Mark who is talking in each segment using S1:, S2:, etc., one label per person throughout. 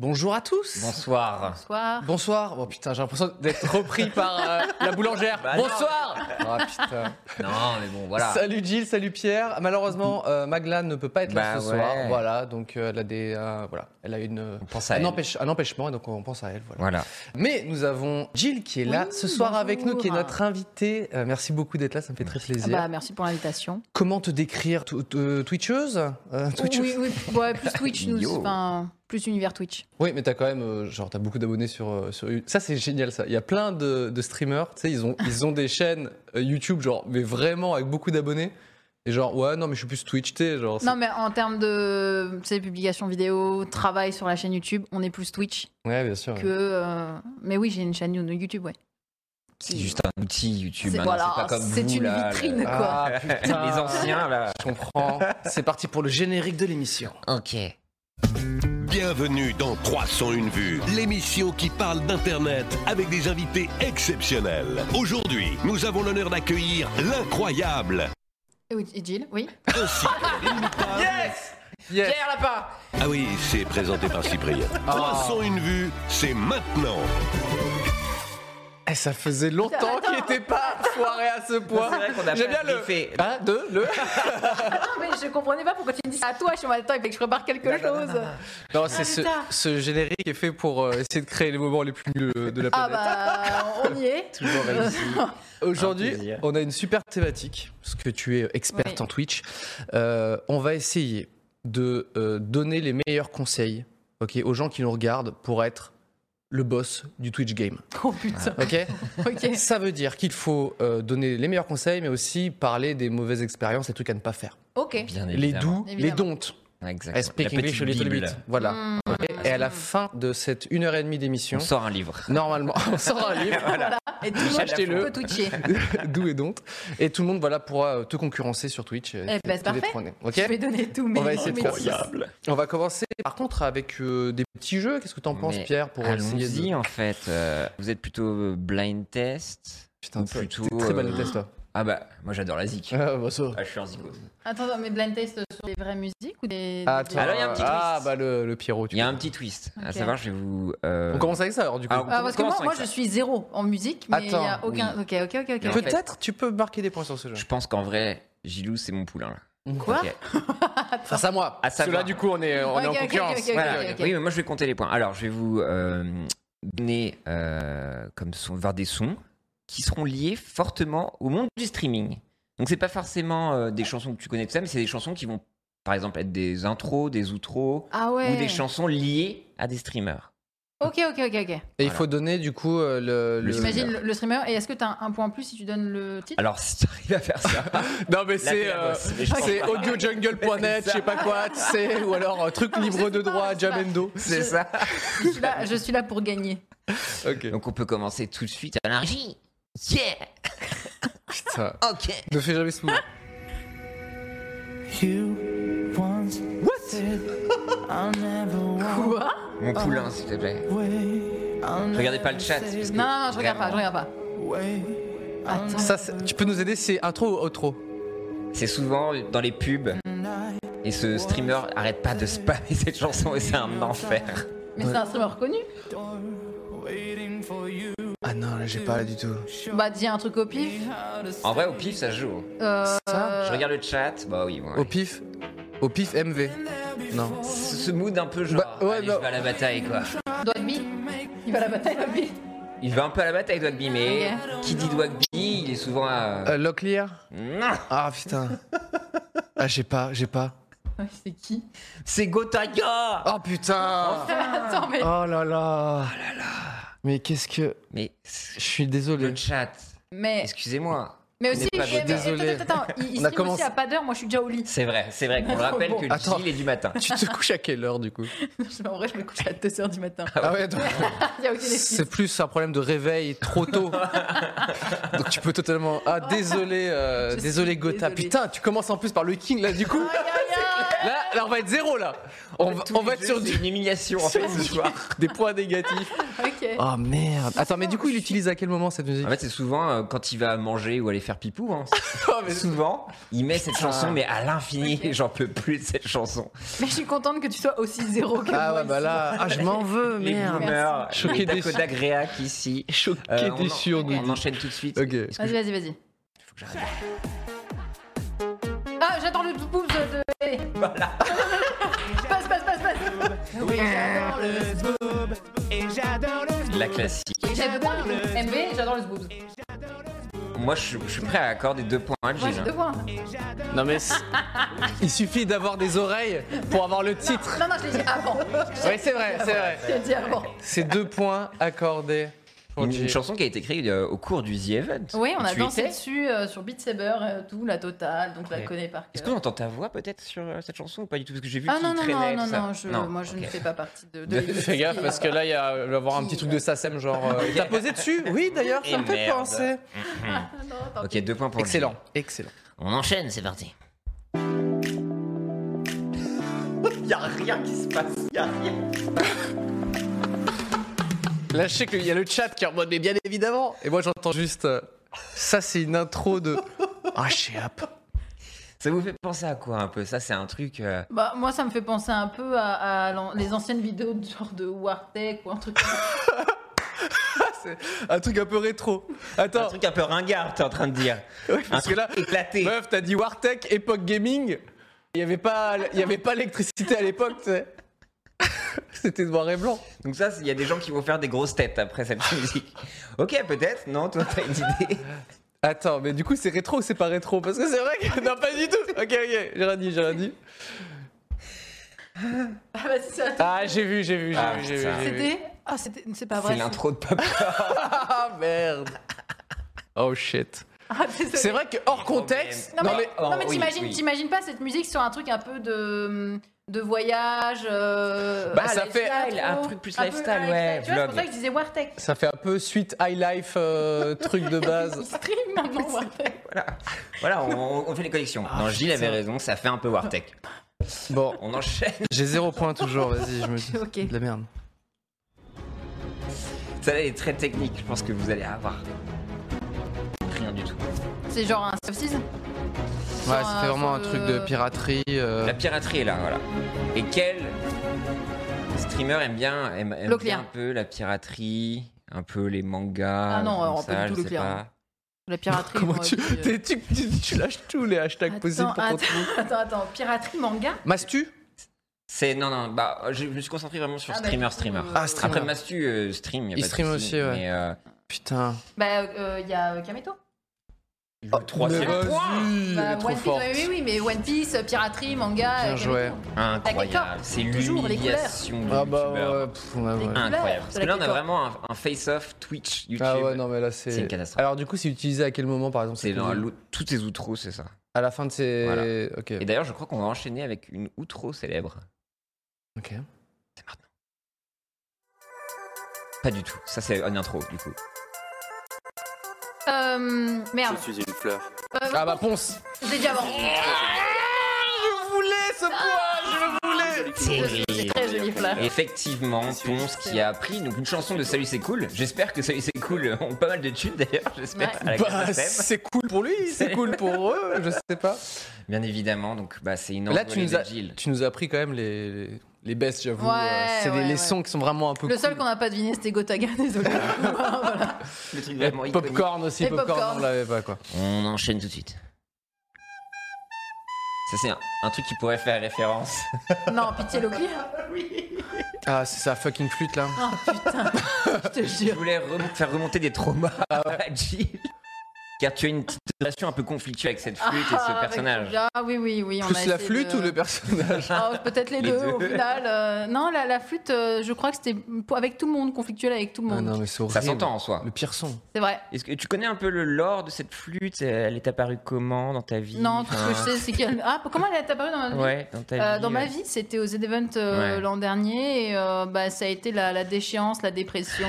S1: Bonjour à tous.
S2: Bonsoir.
S3: Bonsoir.
S1: Bonsoir. Oh putain, j'ai l'impression d'être repris par euh, la boulangère.
S2: Bah non.
S1: Bonsoir. Ah putain.
S2: Non, mais bon, voilà.
S1: Salut Gilles, salut Pierre. Malheureusement, euh, Magla ne peut pas être là
S2: Bah
S1: ce
S2: ouais.
S1: soir. Voilà, donc euh, elle a des, euh, voilà, elle a une,
S2: pense à
S1: un,
S2: elle.
S1: empêche- un empêchement, et donc on pense à elle. Voilà.
S2: Voilà.
S1: Mais nous avons Gilles qui est là
S3: Oui,
S1: ce soir avec nous,
S3: bonjour.
S1: qui est notre invité. Euh, merci beaucoup d'être là, ça me fait très plaisir.
S3: Bah, merci pour l'invitation.
S1: Comment te décrire t- t- Twitcheuse Euh, Twitcheuse
S3: Oui, oui, ouais, plus Twitch, nous,
S2: Yo.
S3: enfin, plus univers Twitch.
S1: Oui, mais t'as quand même, euh, genre, t'as beaucoup d'abonnés sur, euh, sur YouTube. Ça, c'est génial, ça. Il y a plein de, de streamers, tu sais, ils ont, ils ont des chaînes euh, YouTube, genre, mais vraiment avec beaucoup d'abonnés. Et genre, ouais, non, mais je suis plus Twitch, tu sais, genre. c'est-
S3: Non, mais en termes de tu sais, publications vidéo, travail sur la chaîne YouTube, on est plus Twitch
S1: Ouais, bien sûr.
S3: que. euh, Mais oui, j'ai une chaîne YouTube, ouais.
S2: C'est juste un outil YouTube.
S3: C'est-
S2: hein,
S3: voilà,
S2: c'est pas comme
S3: c'est
S2: vous,
S3: une
S2: là,
S3: vitrine.
S2: là.
S1: Ah, putain.
S2: Les anciens, là.
S1: Je comprends. C'est parti pour le générique de l'émission.
S2: Ok.
S4: Bienvenue dans 301 vues, l'émission qui parle d'Internet avec des invités exceptionnels. Aujourd'hui, nous avons l'honneur d'accueillir l'incroyable
S3: Et oui, et Jill, oui.
S4: ainsi que l'inimitable-
S1: Yes Yes
S2: Pierre Lapin
S4: Ah oui, c'est présenté par Cyprien. 301 vues, c'est maintenant.
S1: Eh, ça faisait longtemps
S3: Attends.
S1: qu'il n'était pas foiré à ce point.
S2: C'est vrai qu'on a
S1: J'aime
S2: pas
S1: bien le.
S2: briefé.
S1: Hein, deux, le.
S3: Ah, mais je comprenais pas pourquoi tu me dis ça à toi. Je suis en mode, attends, il faut que je prépare quelque chose.
S1: Non, c'est ce,
S3: putain.
S1: ce générique est fait pour euh, essayer de créer les moments les plus nuls euh, de la
S3: Ah
S1: planète.
S3: bah, on y est.
S2: Toujours réussi. Un
S1: Aujourd'hui,
S2: plaisir.
S1: on a une super thématique, parce que tu es experte
S3: Oui.
S1: en Twitch. Euh, on va essayer de euh, donner les meilleurs conseils ok, aux gens qui nous regardent pour être le boss du Twitch game.
S3: Oh putain,
S1: ok
S3: ok.
S1: Ça veut dire qu'il faut euh, donner les meilleurs conseils, mais aussi parler des mauvaises expériences, les trucs à ne pas faire.
S3: Ok.
S2: Bien
S1: Les
S2: évidemment.
S1: doux, les
S3: Évidemment.
S1: don'ts.
S2: Exactement.
S1: I speak
S2: La
S1: English a
S2: petite
S1: little
S2: Bible.
S1: bit. Voilà.
S3: Hmm,
S1: Ok, Et à la fin de cette une heure et demie d'émission,
S2: On sort un livre.
S1: normalement, on sort un livre.
S3: Et tout le monde
S1: Achetez-le.
S3: peut twitcher.
S1: D'où et donc. Et tout le monde voilà, pourra euh, te concurrencer sur Twitch. euh, et
S3: Eh ben, c'est
S1: te
S3: parfait.
S1: détrôner. Ok
S3: Je vais donner tout, mais
S1: On va essayer de
S3: mais
S1: faire
S3: si-
S1: ça. On va commencer par contre avec euh, des petits jeux. Qu'est-ce que t'en penses,
S2: Mais
S1: Pierre, pour essayer
S2: Allons-y, hein.
S1: de.
S2: en fait. euh, vous êtes plutôt euh, blind test
S1: Putain,
S2: ou
S1: t'es-
S2: plutôt,
S1: t'es très
S2: euh,
S1: mal test, toi.
S2: Ah bah, moi j'adore la zik.
S1: Ah, bah, ça.
S2: Ah, je suis un zico.
S3: Attends, attends, mais blind test sur des vraies musiques ou des.
S1: Ah,
S3: des-
S1: toi,
S2: Alors, il y a un petit twist.
S1: Ah, bah, le, le Pierrot. tu
S2: Il y a
S1: vois.
S2: un petit twist. À
S3: Ok.
S2: savoir, je vais vous. euh,
S1: On commence avec ça, alors, du coup.
S2: Ah,
S3: Ah, parce que
S2: Comment
S3: moi,
S2: ça,
S3: moi,
S2: ça
S3: je suis zéro en musique, mais il n'y a
S1: Attends,
S3: aucun. Ok, ok, ok, ok.
S2: Mais en
S3: ok.
S2: fait-
S1: Peut-être tu peux marquer des points sur ce jeu.
S2: Je pense qu'en vrai, Gilou, c'est mon poulain. Là.
S3: Quoi
S2: Ok.
S1: Face à moi.
S2: À savoir.
S1: Parce que là, du coup, on est, on est en
S3: Ok, ok,
S1: concurrence.
S3: ok, ok,
S1: Voilà.
S2: Voilà.
S3: ok.
S2: Oui, mais moi je vais compter les points. Alors, je vais vous euh, donner euh, comme son, vers des sons qui seront liés fortement au monde du streaming. Donc, c'est pas forcément euh, des chansons que tu connais tout ça, mais c'est des chansons qui vont, par exemple, être des intros, des outros
S3: Ah ouais.
S2: ou des chansons liées à des streamers.
S3: Ok, ok, ok, ok.
S1: Et il faut donner, du coup, euh, le. le-
S3: J'imagine le, le streamer. Et est-ce que t'as un, un point en plus si tu donnes le titre
S2: Alors, si t'arrives à faire ça,
S1: Non, mais
S2: Là,
S1: c'est.
S2: t'es la
S1: euh,
S2: bosse, mais je pense
S1: c'est
S2: pas.
S1: audiojungle.net, je sais pas quoi, tu sais, ou alors euh, truc
S3: Non, mais je
S1: libre
S3: sais
S1: de
S3: pas,
S1: droit,
S3: je sais pas.
S1: Jamendo.
S2: c'est ça.
S3: je, suis là, je suis là pour gagner.
S1: Ok.
S2: Donc, on peut commencer tout de suite à l'argie. Yeah!
S1: Putain.
S2: Ok!
S1: Ne fais jamais ce mouvement.
S5: You once said I'll never walk
S3: Quoi
S2: Mon poulain, s'il te plaît.
S5: away. I'll
S2: Regardez pas le chat. parce que
S3: Non, non, non, je regarde pas, je regarde pas.
S5: away.
S3: Attends.
S1: Ça, c'est- tu peux nous aider, c'est intro ou outro
S2: C'est souvent dans les pubs et ce streamer arrête pas de spammer cette chanson et c'est un enfer.
S3: mais c'est un streamer reconnu.
S5: Door waiting for you.
S1: Ah non, là, j'ai pas là du tout.
S3: Bah, dis un truc au pif.
S2: En vrai, au pif, ça se joue.
S3: Euh,
S1: Ça
S2: Je regarde le chat, bah oui, bon,
S1: Au
S2: allez.
S1: pif Au pif MV. Non.
S2: Ce ce mood un peu genre,
S1: Bah, ouais,
S2: allez,
S1: bah-
S2: je vais à la bataille quoi.
S3: Dogby. Il va la bataille, Dogby.
S2: Il va un peu à la bataille Dwagby, mais
S3: Ok.
S2: qui dit Dwagby, il est souvent à.
S1: Euh, Locklear
S2: Non
S1: Ah putain. Ah, j'ai pas, j'ai pas.
S3: Ouais, C'est qui
S2: C'est Gotaga
S1: Oh putain
S3: Attends, mais.
S1: Oh là là Mais qu'est-ce que.
S2: Mais c'est-
S1: Je suis
S2: le
S1: désolé.
S2: chat,
S3: Mais
S2: excusez-moi.
S3: Mais
S2: Je
S3: aussi,
S2: n'ai pas de-
S3: eh, mais-
S1: Désolé.
S3: attends, attends, attends, il, il
S1: On a
S3: stream
S1: commencé-
S3: aussi à pas d'heure, moi je suis déjà au lit.
S2: C'est vrai, c'est vrai qu'on rappelle
S3: Bon,
S2: que
S1: attends.
S2: le Gilles est du matin.
S1: Tu te couches à quelle heure du coup
S3: en vrai, je me couche à 2h du matin.
S1: Ah ouais, donc,
S3: Il y a aucune excuse.
S1: c'est plus un problème de réveil trop tôt. donc tu peux totalement. Ah désolé, euh,
S3: Je suis
S1: désolé Gotha.
S3: désolée.
S1: Putain, tu commences en plus par le King là du coup.
S3: Ah, y a rien.
S1: Là, là on va être zéro là. On va,
S2: Tous
S1: on
S2: les
S1: va être
S2: jeux,
S1: sur
S2: c'est
S1: du-
S2: une humiliation en fait ce soir.
S1: des points négatifs.
S3: Ok.
S1: Oh merde. Attends, mais du coup il utilise à quel moment cette musique
S2: En fait, c'est souvent euh, quand il va manger ou aller faire pipou. hein.
S1: Oh, mais-
S2: souvent, il met cette chanson, mais à l'infini,
S3: Ok.
S2: j'en peux plus de cette chanson.
S3: Mais je suis contente que tu sois aussi zéro que
S1: Ah
S3: moi.
S1: ouais bah là, ah je m'en veux
S2: Les
S1: merde.
S2: boomers,
S1: Choqué,
S2: les
S1: déçu.
S2: Dakota Gréac ici.
S1: Choqué,
S2: Euh, on en-
S1: déçu, on nous
S2: On
S1: dit.
S2: enchaîne tout de suite.
S1: Ok.
S2: Est-ce que
S3: Vas-y,
S2: je-
S3: vas-y, vas-y.
S2: faut que j'arrête
S3: Ah, j'attends le pouce de. Allez. passe, passe, passe, passe.
S2: La classique.
S3: J'avais pas le pouce. MV, j'adore le boobs.
S2: Moi, je, je suis prêt à accorder deux points à
S3: Moi,
S2: Gilles.
S3: j'ai
S2: hein.
S3: deux points.
S1: Non mais c'est- il suffit d'avoir des oreilles pour avoir le titre.
S3: Non, non, je l'ai dit avant.
S1: Oui c'est vrai, c'est vrai.
S3: Je l'ai dit avant.
S1: C'est deux points accordés. pour
S2: Une, une
S1: Jay.
S2: chanson qui a été créée euh, au cours du The Event.
S3: Oui, on a
S2: Tu
S3: dansé
S2: étais
S3: dessus euh, sur Beat Saber, euh, tout, la totale, donc je
S2: Ouais.
S3: la connais par
S2: Est-ce qu'on
S3: cœur.
S2: entend ta voix peut-être sur euh, cette chanson ou pas du tout Parce que j'ai vu
S3: Ah
S2: qu'il
S3: non, non,
S2: traînait
S3: non, non,
S2: tout ça.
S3: non, je- moi je
S2: ok.
S3: ne fais pas partie de.
S2: De-
S3: de-
S1: Fais gaffe parce que là il y a- il va y avoir un petit truc de SACEM genre. euh, T'as posé dessus Oui d'ailleurs,
S2: Et
S1: ça me fait
S2: merde.
S1: penser.
S3: Ah, non, tant
S2: Ok,
S3: pis.
S2: deux points pour
S1: Excellent, excellent.
S2: Gilles. On enchaîne, c'est parti. y a rien qui se passe, y a rien.
S1: Là je sais qu'il y a le chat qui est en mode mais bien évidemment. Et moi j'entends juste. euh, ça c'est une intro de. Ah chez App.
S2: Ça vous fait penser à quoi un peu Ça, c'est un truc. euh,
S3: Bah, moi, ça me fait penser un peu à, à l'an- les anciennes vidéos de genre de Wartech ou un truc comme ça.
S1: Un truc un peu rétro.
S2: Un
S1: Attends.
S2: truc un peu ringard, t'es en train de dire.
S1: Ouais, parce
S2: un
S1: que
S2: truc
S1: là,
S2: éclaté.
S1: Meuf, t'as dit Wartech, époque gaming. Il n'y avait pas, il y avait pas l'électricité à l'époque, tu sais. C'était noir et blanc.
S2: Donc ça, il y a des gens qui vont faire des grosses têtes après cette musique. ok, peut-être. Non, toi, t'as une idée.
S1: Attends, mais du coup, c'est rétro ou c'est pas rétro Parce que c'est vrai que. Non, pas du tout. Ok, ok, j'ai rien dit, j'ai rien dit.
S3: Ah, bah, c'est ça.
S1: Ah, j'ai vu, j'ai vu, j'ai
S2: Ah,
S1: vu, j'ai vu.
S2: putain.
S1: j'ai vu.
S3: C'était. Ah, c'était. C'est pas
S2: C'est
S3: vrai.
S2: l'intro de Pop.
S1: Ah, merde. Oh shit.
S3: Ah, désolé.
S1: C'est vrai que hors contexte.
S3: Non,
S1: Non,
S3: mais,
S1: mais-
S2: oh,
S3: non, mais
S2: oui,
S3: t'imagines,
S2: oui.
S3: t'imagines pas cette musique sur un truc un peu de, de voyage. euh,
S1: Bah,
S3: à
S1: ça
S3: la
S1: fait-
S3: gastro,
S2: un truc plus
S3: peu
S2: lifestyle,
S3: lifestyle.
S2: ouais,
S3: Tu vois, c'est
S2: vlog.
S3: pour ça que je disais Wartech.
S1: Ça fait un peu suite high life euh, truc de
S3: Il
S1: base.
S3: stream maintenant Wartech.
S2: voilà, on, on fait les collections.
S3: Ah,
S2: non, Gilles avait raison, ça fait un peu Wartech.
S1: Bon,
S2: On enchaîne.
S1: j'ai zéro point toujours, vas-y, je me dis.
S3: Ok.
S1: De la merde.
S2: Ça là, elle est très technique. Je pense que vous allez avoir rien du tout.
S3: C'est genre un soft season.
S1: Ouais,
S3: Sur
S1: c'était
S3: un-
S1: vraiment un
S3: sur
S1: truc
S3: le-
S1: de piraterie. euh,
S2: La piraterie est là, voilà. Et quel streamer aime bien, aime, aime bien
S3: Le clair.
S2: un peu la piraterie, un peu les mangas.
S3: Ah non,
S2: comme
S3: alors, pas
S2: ça,
S3: du tout
S2: je
S3: hein. le
S2: sais
S3: clair.
S2: pas.
S3: La piraterie.
S1: Comment
S3: moi,
S1: tu,
S3: puis, euh,
S1: t'es- tu, tu- tu lâches tous les hashtags
S3: Attends,
S1: possibles pour
S3: attends.
S1: continuer.
S3: Attends, attends, piraterie, manga
S1: Mastu
S2: C'est non non bah je me suis concentré vraiment sur
S3: Ah, bah,
S2: streamer
S3: du coup,
S2: streamer.
S3: euh,
S1: Ah, streamer.
S2: Après Mastu euh, stream. y a
S1: Il
S2: pas de
S1: stream
S2: souci,
S1: aussi, ouais.
S2: Mais, euh,
S1: Putain.
S3: Bah, il y a euh, Kameto.
S2: le
S1: Oh,
S2: troisième
S1: mais
S2: point.
S1: vas-y, elle
S3: Bah,
S1: est
S3: One
S1: trop
S3: Piece,
S1: forte.
S3: ouais, oui, oui, mais One Piece, euh, piraterie, manga.
S1: Bien
S3: euh,
S1: joué.
S3: Kameto.
S2: Incroyable.
S3: Avec
S2: C'est
S3: Toujours les couleurs.
S2: l'humiliation du
S1: Ah bah
S2: youtubeur.
S1: ouais, pff, ouais, ouais.
S3: couleurs.
S2: Incroyable. Parce
S3: C'est
S2: que
S3: la
S2: là on a
S3: décor.
S2: vraiment un, un face-off Twitch YouTube.
S1: Ah ouais, non mais là c'est.
S2: C'est une catastrophe.
S1: Alors du coup, c'est utilisé à quel moment par exemple
S2: C'est
S1: c'était
S2: dans
S1: dit
S2: l'ou- tous tes outros c'est ça.
S1: À la fin de ces.
S2: Voilà.
S1: Ok.
S2: Et d'ailleurs je crois qu'on va enchaîner avec une outro célèbre.
S1: Ok.
S2: C'est maintenant. Pas du tout. Ça c'est une intro du coup.
S3: Euh, merde.
S6: Je suis une fleur.
S3: Euh,
S1: Ah bah Ponce
S3: Je l'ai dit avant.
S1: Je voulais ce point Je voulais
S3: Ah. C'est très joli, Flair.
S2: Effectivement, Ponce qui a appris donc une chanson de Salut c'est cool. J'espère que Salut c'est cool euh, ont pas mal de tunes d'ailleurs, j'espère.
S3: Ouais.
S2: à la
S1: Bah,
S2: Casa Fem.
S1: c'est cool pour lui, c'est cool pour eux, je sais pas.
S2: Bien évidemment, donc bah, c'est une
S1: Là,
S2: envolée
S1: tu nous,
S2: de
S1: as,
S2: Gilles.
S1: tu nous as pris quand même les, les, les best, j'avoue.
S3: Ouais,
S1: euh, c'est les-
S3: ouais,
S1: les
S3: ouais.
S1: sons qui sont vraiment un peu
S3: Le seul
S1: cool.
S3: qu'on n'a pas deviné, c'était Gotaga, désolé.
S1: Ah.
S3: Voilà.
S2: Le truc
S1: Et
S2: vraiment iconique.
S1: Popcorn aussi,
S3: Et
S1: popcorn,
S3: popcorn.
S1: on l'avait pas quoi.
S2: On enchaîne tout de suite. Ça c'est un, un truc qui pourrait faire référence.
S3: Non, pitié, Loki. hein.
S1: Ah, c'est sa fucking flûte là.
S3: Oh putain, je te
S2: Je
S3: jure.
S2: voulais rem- faire remonter des traumas à Gilles. Ah Car tu as une petite relation un peu conflictuelle avec cette
S3: Ah,
S2: flûte et ce
S3: avec
S2: personnage.
S3: Julia. Ah oui, oui, oui. on a
S1: Plus la
S3: essayé
S1: flûte
S3: de-
S1: ou le personnage
S3: Ah, Peut-être les,
S2: Les
S3: deux,
S2: deux.
S3: au final. euh, non, la, la flûte, euh, je crois que c'était pour- avec tout le monde, conflictuel avec tout le
S1: Ah
S3: monde.
S1: non, mais c'est
S2: Ça
S1: horrible.
S2: s'entend en soi.
S1: Le pire son.
S3: c'est vrai.
S2: Est-ce que tu connais un peu le lore de cette flûte Elle est apparue comment dans ta vie
S3: Non, tout ce que je
S2: Enfin,
S3: sais, c'est qu'elle. Ah, comment elle est apparue dans ma vie
S2: Ouais, dans ta
S3: Euh,
S2: vie.
S3: dans ma
S2: ouais.
S3: vie, c'était aux Event euh,
S2: Ouais.
S3: l'an dernier. Et, euh, bah, ça a été la, la déchéance, la dépression.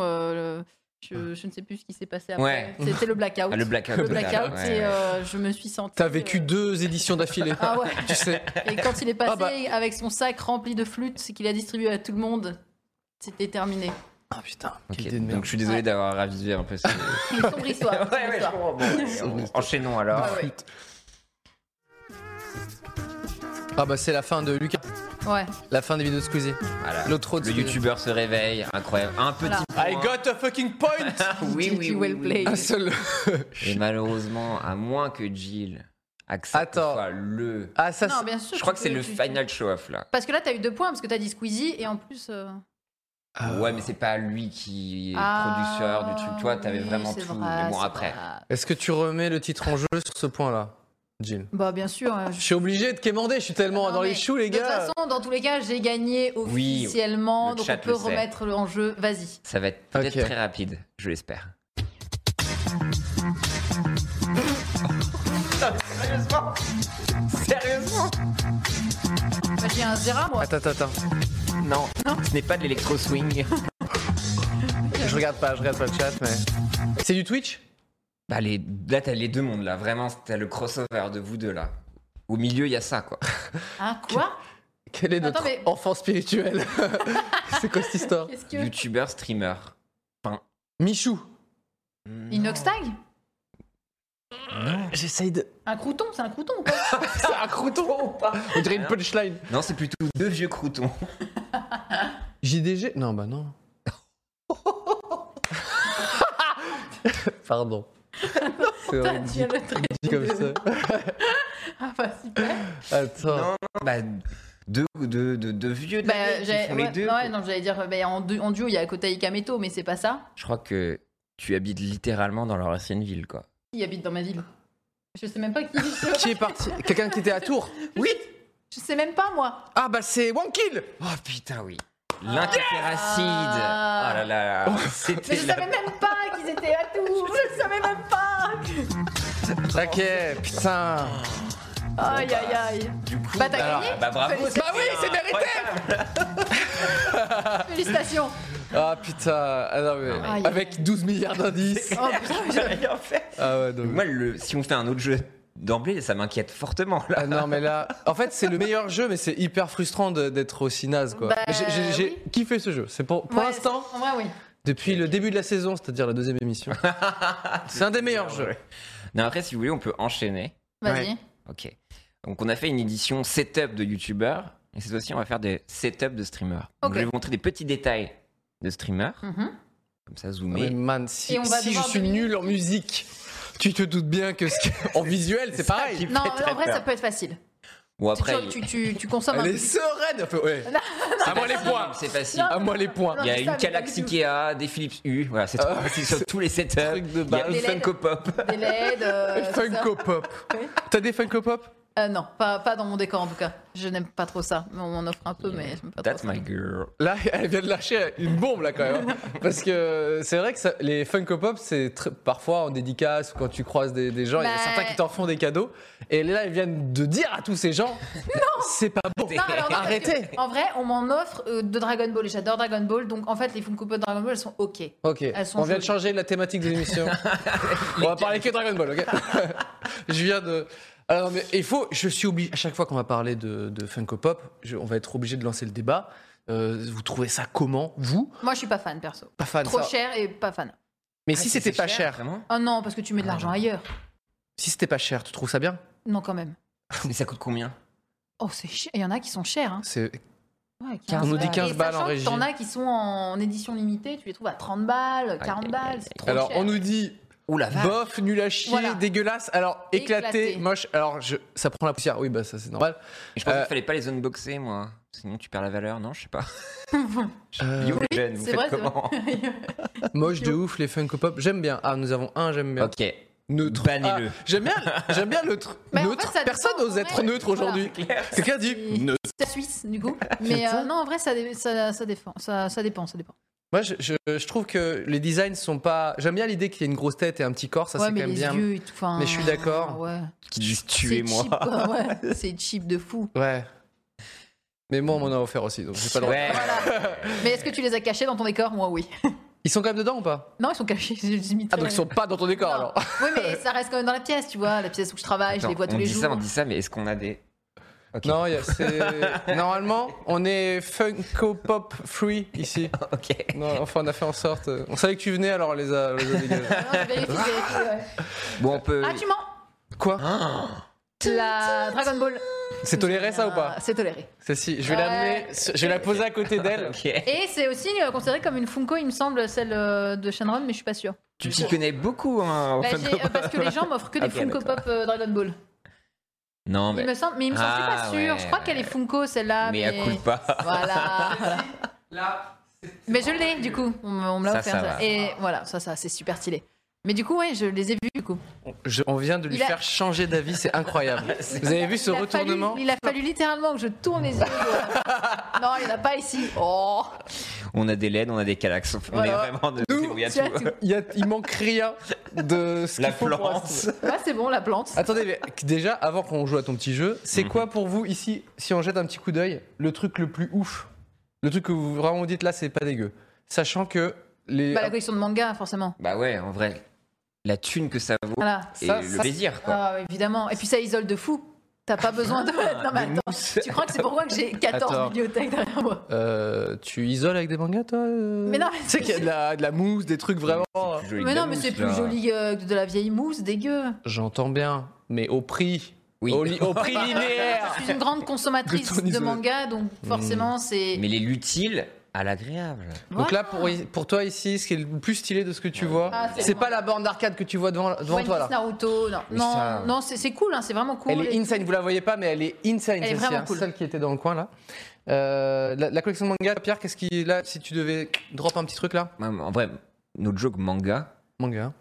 S3: euh, le- je, je ne sais plus ce qui s'est passé après.
S2: Ouais.
S3: C'était le blackout.
S2: Ah, le blackout.
S3: Le blackout,
S2: ouais,
S3: et
S2: ouais.
S3: euh, je me suis sentie.
S1: T'as vécu
S3: euh,
S1: deux éditions d'affilée.
S3: Ah ouais.
S1: Tu sais.
S3: Et quand il est passé
S1: Ah bah.
S3: avec son sac rempli de flûtes qu'il a distribué à tout le monde, c'était terminé.
S1: Ah putain,
S2: Ok,
S1: quelle idée de merde.
S2: Donc je suis désolé
S3: euh, Ouais.
S2: d'avoir ravivé un peu ça. ouais,
S3: Une sombre histoire. une sombre
S2: ouais, je
S3: histoire.
S2: comprends. Bon, ouais, on- enchaînons alors.
S3: Ah ouais.
S1: Ah bah c'est la fin de Lucas,
S3: Ouais.
S1: la fin des vidéos de Squeezie.
S2: Voilà.
S1: L'autre
S2: Le youtubeur se réveille, incroyable. Un petit.
S3: Voilà.
S1: I got a fucking point
S2: Oui,
S3: Did
S2: oui,
S3: you
S2: oui,
S3: well
S2: oui.
S3: play
S1: Un seul.
S2: Et malheureusement, à moins que Jill accepte
S1: Attends.
S2: soit le.
S1: Ah ça
S3: non,
S1: c'est...
S3: bien sûr.
S2: Je crois
S3: tu
S2: que c'est
S3: peux-
S2: le
S3: tu-
S2: final show-off là.
S3: Parce que là, t'as eu deux points, parce que t'as dit Squeezie, et en plus. euh,
S1: Ah.
S2: Ouais, mais c'est pas lui qui est
S3: ah,
S2: producteur du truc. Toi, t'avais
S3: oui,
S2: vraiment
S3: Ah, c'est
S2: tout.
S3: vrai,
S2: mais bon,
S3: c'est
S2: après.
S3: vrai.
S1: Est-ce que tu remets le titre en jeu sur ce point-là, Jill
S3: Bah, bien sûr. euh,
S1: Je
S3: je-
S1: suis obligé de quémander, je suis tellement
S3: Ah Non,
S1: dans les
S3: mais
S1: choux les
S3: De toute
S1: gars.
S3: façon, dans tous les cas, j'ai gagné
S2: Oui,
S3: officiellement,
S2: le
S3: donc
S2: chat
S3: on peut
S2: le sait.
S3: remettre le en jeu. Vas-y.
S2: Ça va être peut-être
S1: Ok.
S2: très rapide, je l'espère. Sérieusement Sérieusement
S3: Bah, j'ai un Zera, moi.
S1: Attends, attends, attends.
S2: Non, ce n'est pas de l'électro-swing.
S1: Je regarde pas, je regarde pas le chat, mais. C'est du Twitch
S2: Bah, les- là, t'as les deux mondes, là. Vraiment, t'as le crossover de vous deux, là. Au milieu, il y a ça, quoi.
S3: Hein, quoi
S1: Quel est notre
S3: Attends, mais-
S1: enfant spirituel C'est quoi cette histoire
S3: Qu'est-ce que.
S2: Youtubeur, streamer.
S1: Michou
S3: Inox Tag
S1: J'essaye de.
S3: Un crouton, c'est un crouton ou quoi
S1: C'est un crouton ou pas On dirait une punchline.
S2: Non, c'est plutôt deux vieux croutons.
S1: JDG Non, bah non. Pardon. C'est
S3: T'as
S1: horrible,
S3: dit le trait.
S1: dit comme ça.
S3: Ah, bah, super.
S1: Attends.
S2: Non, non, bah, deux, deux, deux, deux vieux de
S3: Bah,
S2: la vie qui
S3: j'ai-
S2: font
S3: ouais,
S2: les deux.
S3: non,
S2: quoi.
S3: ouais, non, j'allais dire, bah, en, du- en duo, il y a Kota Ikameto, mais c'est pas ça.
S2: Je crois que tu habites littéralement dans leur ancienne ville, quoi.
S3: Qui habite dans ma ville Je sais même pas qui. je-
S1: Qui est parti Quelqu'un qui était à Tours Oui
S3: Je sais même pas, moi.
S1: Ah bah c'est Wankil
S2: Oh putain, oui. L'interacide. Oh là là, là.
S3: Mais
S2: c'était
S3: je
S2: la...
S3: savais même pas qu'ils étaient à tout. Je savais même pas.
S1: Ok, putain.
S3: Aïe, aïe, aïe.
S2: du coup.
S3: Bah, t'as gagné.
S2: bah bravo.
S3: Félicitations.
S2: c'était
S1: Bah oui, c'est
S2: un-
S1: mérité.
S2: incroyable.
S3: Félicitations.
S1: Ah putain. Ah, non, mais
S3: Aïe.
S1: Avec 12 milliards d'indices.
S3: Oh, putain,
S2: J'ai rien fait.
S1: Ah ouais, donc.
S2: Moi, le... si on fait un autre jeu d'emblée, ça m'inquiète fortement là.
S1: Ah non mais là, en fait c'est le meilleur jeu mais c'est hyper frustrant de- d'être aussi naze quoi.
S3: Bah,
S1: J'ai- J'ai j'ai kiffé ce jeu. C'est pour, pour
S3: Ouais,
S1: l'instant,
S3: c'est- Ouais, oui.
S1: depuis le début de la saison, c'est-à-dire la deuxième émission, c'est un des meilleurs jeux.
S2: Non, après, si vous voulez, on peut enchaîner.
S3: Vas-y.
S1: Ouais.
S2: Ok. Donc, on a fait une édition setup de youtubeurs. Et cette fois-ci, on va faire des setups de streamers. Donc,
S3: Ok.
S2: je vais vous montrer des petits détails de streamers.
S3: Mhm. Ah
S2: Comme ça,
S1: Mais
S2: zoomer.
S1: man, si,
S3: Et on va
S1: si je
S3: devoir
S1: suis
S3: deviner.
S1: nul en musique, tu te doutes bien que ce qui- en visuel c'est pareil.
S3: Non, en vrai, ça peut être facile.
S2: Ou
S3: Tu-
S2: après.
S3: tu, tu, tu consommes un
S1: Elle est
S3: peu.
S1: sereine. enfin, ouais.
S3: Ah,
S1: À moi les points.
S2: C'est facile.
S1: À moi les points.
S3: Non,
S2: Il y a
S3: mais
S2: une
S3: ça, mais pas
S2: Galaxy
S3: du tout.
S2: Ikea, des Philips U, voilà, c'est
S1: Ah,
S2: c'est sur tous les setups.
S1: truc de
S2: Il y a
S1: base.
S2: une
S3: Des LED.
S2: Funko Pop.
S3: Des LED. euh, ça.
S1: Funko Pop. T'as des Funko Pop
S3: Euh, non, pas, pas dans mon décor en tout cas. Je n'aime pas trop ça. On m'en offre un peu, mais je n'aime pas trop
S2: That's
S3: ça.
S2: my girl.
S1: Là, elle vient de lâcher une bombe là quand même. hein. Parce que c'est vrai que ça- les Funko Pop, c'est tr- parfois en dédicace ou quand tu croises des, des gens, il y a
S3: Bah.
S1: certains qui t'en font des cadeaux. Et là, elles viennent de dire à tous ces gens, c'est pas bon.
S3: Non, alors non, parce
S1: Arrêtez.
S3: que, En vrai, on m'en offre euh, de Dragon Ball et j'adore Dragon Ball, donc en fait, les Funko Pop de Dragon Ball, elles sont ok.
S1: Ok,
S3: sont
S1: on vient de
S3: jolies.
S1: changer la thématique de l'émission. on va parler que Dragon Ball, ok Je viens de. Alors, non, mais il faut. Je suis obligé. À chaque fois qu'on va parler de, de Funko Pop, je- on va être obligé de lancer le débat. Euh, vous trouvez ça comment Vous
S3: Moi, je suis pas fan perso.
S1: Pas fan.
S3: Trop
S1: ça.
S3: cher et pas fan.
S1: Mais
S2: Ah,
S1: si
S2: c'est-
S1: c'était
S2: c'est
S1: pas cher,
S2: Vraiment
S3: Oh non, parce que tu mets de l'argent ailleurs.
S1: si c'était pas cher, tu trouves ça bien
S3: Non, quand même.
S2: Mais ça coûte combien
S3: Oh, c'est cher. Il y en a qui sont chers. Hein.
S1: C'est
S3: Ouais, 15
S1: On nous dit
S3: balles.
S1: 15
S3: Et
S1: balles en
S3: sachant que
S1: régie.
S3: T'en as qui sont en édition limitée, tu les trouves à 30 balles,
S2: aïe,
S3: 40
S2: aïe.
S3: balles. c'est trop
S1: Alors,
S3: cher.
S1: on nous dit
S2: Ouh la vache.
S1: bof, nul à chier,
S3: Voilà.
S1: dégueulasse. Alors, éclaté,
S3: Éclaté.
S1: moche. Alors, je, ça prend la poussière. Oui, bah ça c'est normal.
S2: Je pensais
S1: Euh,
S2: qu'il fallait pas les unboxer, moi. Sinon, tu perds la valeur, non Je sais pas.
S1: Euh,
S2: Yo, les jeunes, vous
S3: c'est
S2: faites
S3: vrai, c'est
S2: comment
S1: moche de ouf les Funko Pop. J'aime bien. Ah, nous avons un, j'aime bien.
S2: Ok.
S1: Neutre.
S2: Bannez-le.
S1: Ah, j'aime bien, j'aime bien le tr-
S3: Mais Bah, en
S1: neutre.
S3: fait, ça dépend,
S1: Personne n'ose
S3: en
S1: être
S3: vrai.
S1: neutre aujourd'hui. Quelqu'un dit neutre.
S3: C'est la Suisse, du coup. Mais euh, non, en vrai, ça, dé- ça, ça, défend- ça, ça dépend. Ça dépend.
S1: Moi, je, je- je trouve que les designs sont pas. J'aime bien l'idée qu'il y ait une grosse tête et un petit corps, ça
S3: ouais,
S1: c'est
S3: mais
S1: quand même
S3: les
S1: bien.
S3: yeux et tout. enfin,
S1: Mais je suis d'accord.
S3: Ouais.
S2: Qui disent
S3: C'est
S2: tuez-moi.
S3: cheap, quoi, ouais. C'est cheap de fou.
S1: Ouais. Mais moi, on m'en a offert aussi, donc j'ai pas le droit.
S2: Ouais.
S3: Voilà. Mais est-ce que tu les as cachés dans ton décor Moi, oui.
S1: Ils sont quand même dedans ou pas
S3: Non, ils sont cachés. je les ai mis
S1: Ah,
S3: très-
S1: donc ils sont pas dans ton décor alors.
S3: Oui, mais ça reste quand même dans la pièce, tu vois. La pièce où je travaille, Ah, je les
S2: Attends,
S3: vois tous
S2: on
S3: les
S2: dit
S3: jours.
S2: ça, on dit ça, mais est-ce qu'on a des. Ok.
S1: Non, il y a- c'est- normalement, on est Funko Pop free ici.
S2: Ok.
S1: Non, enfin, on a fait en sorte. euh, On savait que tu venais, alors on les a, on les a dégagés.
S3: Ah, non, je vérifie, je vérifie, ouais.
S2: Bon, on peut.
S3: Ah, tu mens
S1: Quoi
S3: La Dragon Ball.
S1: C'est toléré ça ou pas
S3: C'est toléré.
S1: Celle-ci, je vais
S3: Ouais.
S1: l'amener, sur- je vais la poser à côté d'elle.
S2: Ok.
S3: Et c'est aussi euh, considéré comme une Funko, il me semble, celle euh, de Shenron, mais je suis pas sûre.
S2: Tu t'y connais beaucoup, hein, en
S3: Bah,
S2: Funko
S3: j'ai- euh, parce que les gens m'offrent que des
S2: Ok,
S3: Funko
S2: d'accord.
S3: Pop euh, Dragon Ball.
S2: Non,
S3: Il
S2: mais.
S3: me semble, mais il me semble, je suis
S2: Ah,
S3: pas sûre.
S2: ouais,
S3: je crois
S2: ouais.
S3: qu'elle est Funko celle-là.
S2: Mais
S3: Mais,
S2: à coup pas.
S3: Voilà. mais je l'ai du coup. On, me- on me l'a
S2: Ça,
S3: offert.
S2: ça
S3: ça.
S2: va.
S3: Et voilà, ça, ça, c'est super stylé. Mais du coup, ouais, je les ai vus du coup.
S1: Je- on vient de lui
S3: Il a-
S1: faire changer d'avis, c'est incroyable. Vous avez vu ce
S3: Il a
S1: retournement
S3: fallu- Il a fallu littéralement que je tourne les yeux. non, il n'y en a pas ici. Oh,
S2: On a des LED, on a des Calax. On
S3: Voilà.
S2: est vraiment de
S1: Nous,
S2: débrouille à
S3: tu as
S2: tout.
S3: tout.
S1: Il, y a- il manque rien de ce
S2: La
S1: qu'il faut pour
S2: Florence.
S1: l'instant.
S3: Ouais, c'est bon, la plante.
S1: Attendez, mais déjà, avant qu'on joue à ton petit jeu, c'est quoi pour vous ici, si on jette un petit coup d'œil, le truc le plus ouf Le truc que vous vraiment dites là, c'est pas dégueu. Sachant que les.
S3: Bah, la collection de manga, forcément.
S2: Bah ouais, en vrai, la thune que ça vaut
S3: Voilà.
S2: et
S1: Ça,
S2: le
S1: ça-
S2: plaisir, quoi.
S3: Ah, évidemment. Et puis ça isole de fou. T'as pas besoin de. Non, mais attends. Tu crois que c'est pourquoi que j'ai 14
S1: Attends.
S3: bibliothèques derrière moi
S1: Euh, tu isoles avec des mangas, toi euh
S3: Mais non, mais-
S1: Tu sais qu'il y a de la, de la mousse, des trucs vraiment.
S2: C'est Oh. plus joli
S3: Mais
S2: de la
S3: non, mais c'est
S2: mousse,
S3: plus
S2: là.
S3: joli euh, que de la vieille mousse, dégueu.
S1: J'entends bien, mais au prix.
S2: Oui.
S1: Au, li- au prix linéaire
S3: Je suis une grande consommatrice
S1: De ton
S3: de,
S1: isolé.
S3: manga, donc forcément, c'est.
S2: Mais les l'utile à l'agréable.
S1: Donc
S3: Voilà.
S1: là, pour, pour toi ici, ce qui est le plus stylé de ce que tu vois,
S3: Ah, c'est
S1: c'est
S3: bon.
S1: pas la borne d'arcade que tu vois devant, devant
S3: One
S1: toi là.
S3: Piece, Naruto, non,
S2: Mais
S3: non,
S2: ça-
S3: non, c'est c'est cool, hein, c'est vraiment cool.
S1: Elle est
S3: Et-
S1: insane, vous la voyez pas, mais elle est insane.
S3: est
S1: celle-ci,
S3: vraiment
S1: hein,
S3: cool.
S1: Celle qui était dans le coin là. Euh, la, la collection de manga, Pierre, qu'est-ce qui là Si tu devais drop un petit truc là,
S2: Ouais, mais En vrai, notre joke manga,
S1: manga.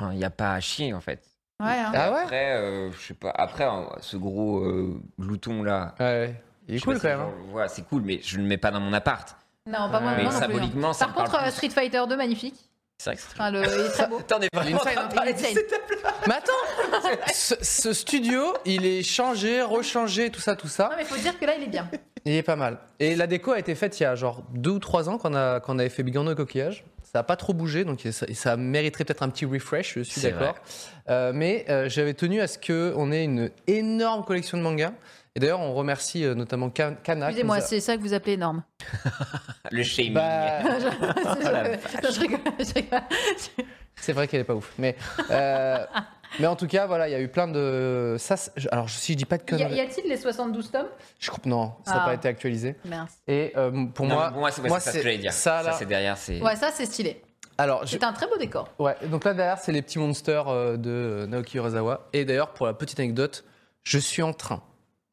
S1: hein.
S2: il n'y a pas à chier, en fait.
S3: Ouais, hein.
S1: Ah ouais
S2: Après, euh, je sais pas. Après, hein, ce gros euh, glouton-là.
S1: Ouais, il est
S2: je sais pas
S1: cool
S2: si
S1: quand même. hein. Ah
S2: je- ouais, c'est cool, mais je ne le mets pas dans mon appart.
S3: Non, pas moi,
S1: Ouais.
S2: mais
S3: moi non plus. hein.
S2: symboliquement, ça
S3: Par
S2: me parle
S3: contre, euh,
S2: plus.
S3: Street Fighter 2, magnifique.
S2: C'est vrai que c'est très
S3: Enfin, le- il est très beau.
S2: T'en es vraiment en train de parler de
S3: Insane.
S2: cette-
S1: Mais attends, ce, ce studio, il est changé, rechangé, tout ça, tout ça.
S3: Non, mais faut dire que là, il est bien.
S1: Il est pas mal. Et la déco a été faite il y a genre deux ou trois ans quand on, a, quand on avait fait Bigorneau et Coquillage. Ça n'a pas trop bougé, donc ça, ça mériterait peut-être un petit refresh, je suis
S2: C'est
S1: d'accord.
S2: vrai.
S1: Euh, mais euh, j'avais tenu à ce qu'on ait une énorme collection de mangas. Et d'ailleurs, on remercie euh, notamment Kan- Kana. qui
S3: Excusez-moi,
S1: nous a-
S3: c'est ça que vous appelez énorme.
S2: hein. Le shaming.
S1: Bah,
S3: je, je rigole, je rigole.
S1: c'est vrai qu'elle est pas ouf. Mais, euh, mais en tout cas, voilà, il y a eu plein de. Ça, c'est- je- alors, si je dis pas de
S3: Y a-
S1: conneries.
S3: Y a-t-il les 72 tomes
S1: Je comprends- Non, ça n'a
S3: Ah.
S1: pas été actualisé.
S3: Merci.
S1: Et euh, pour
S2: Non,
S1: moi,
S2: mais bon, moi, c'est ouais, c'est ça ce que j'allais dire.
S1: Ça, là.
S2: c'est derrière, c'est.
S3: Ouais, ça, c'est stylé.
S1: alors, je-
S3: C'est un très beau décor.
S1: Ouais, donc là derrière, c'est les petits monsters euh, de euh, Naoki Urasawa. Et d'ailleurs, pour la petite anecdote, je suis en train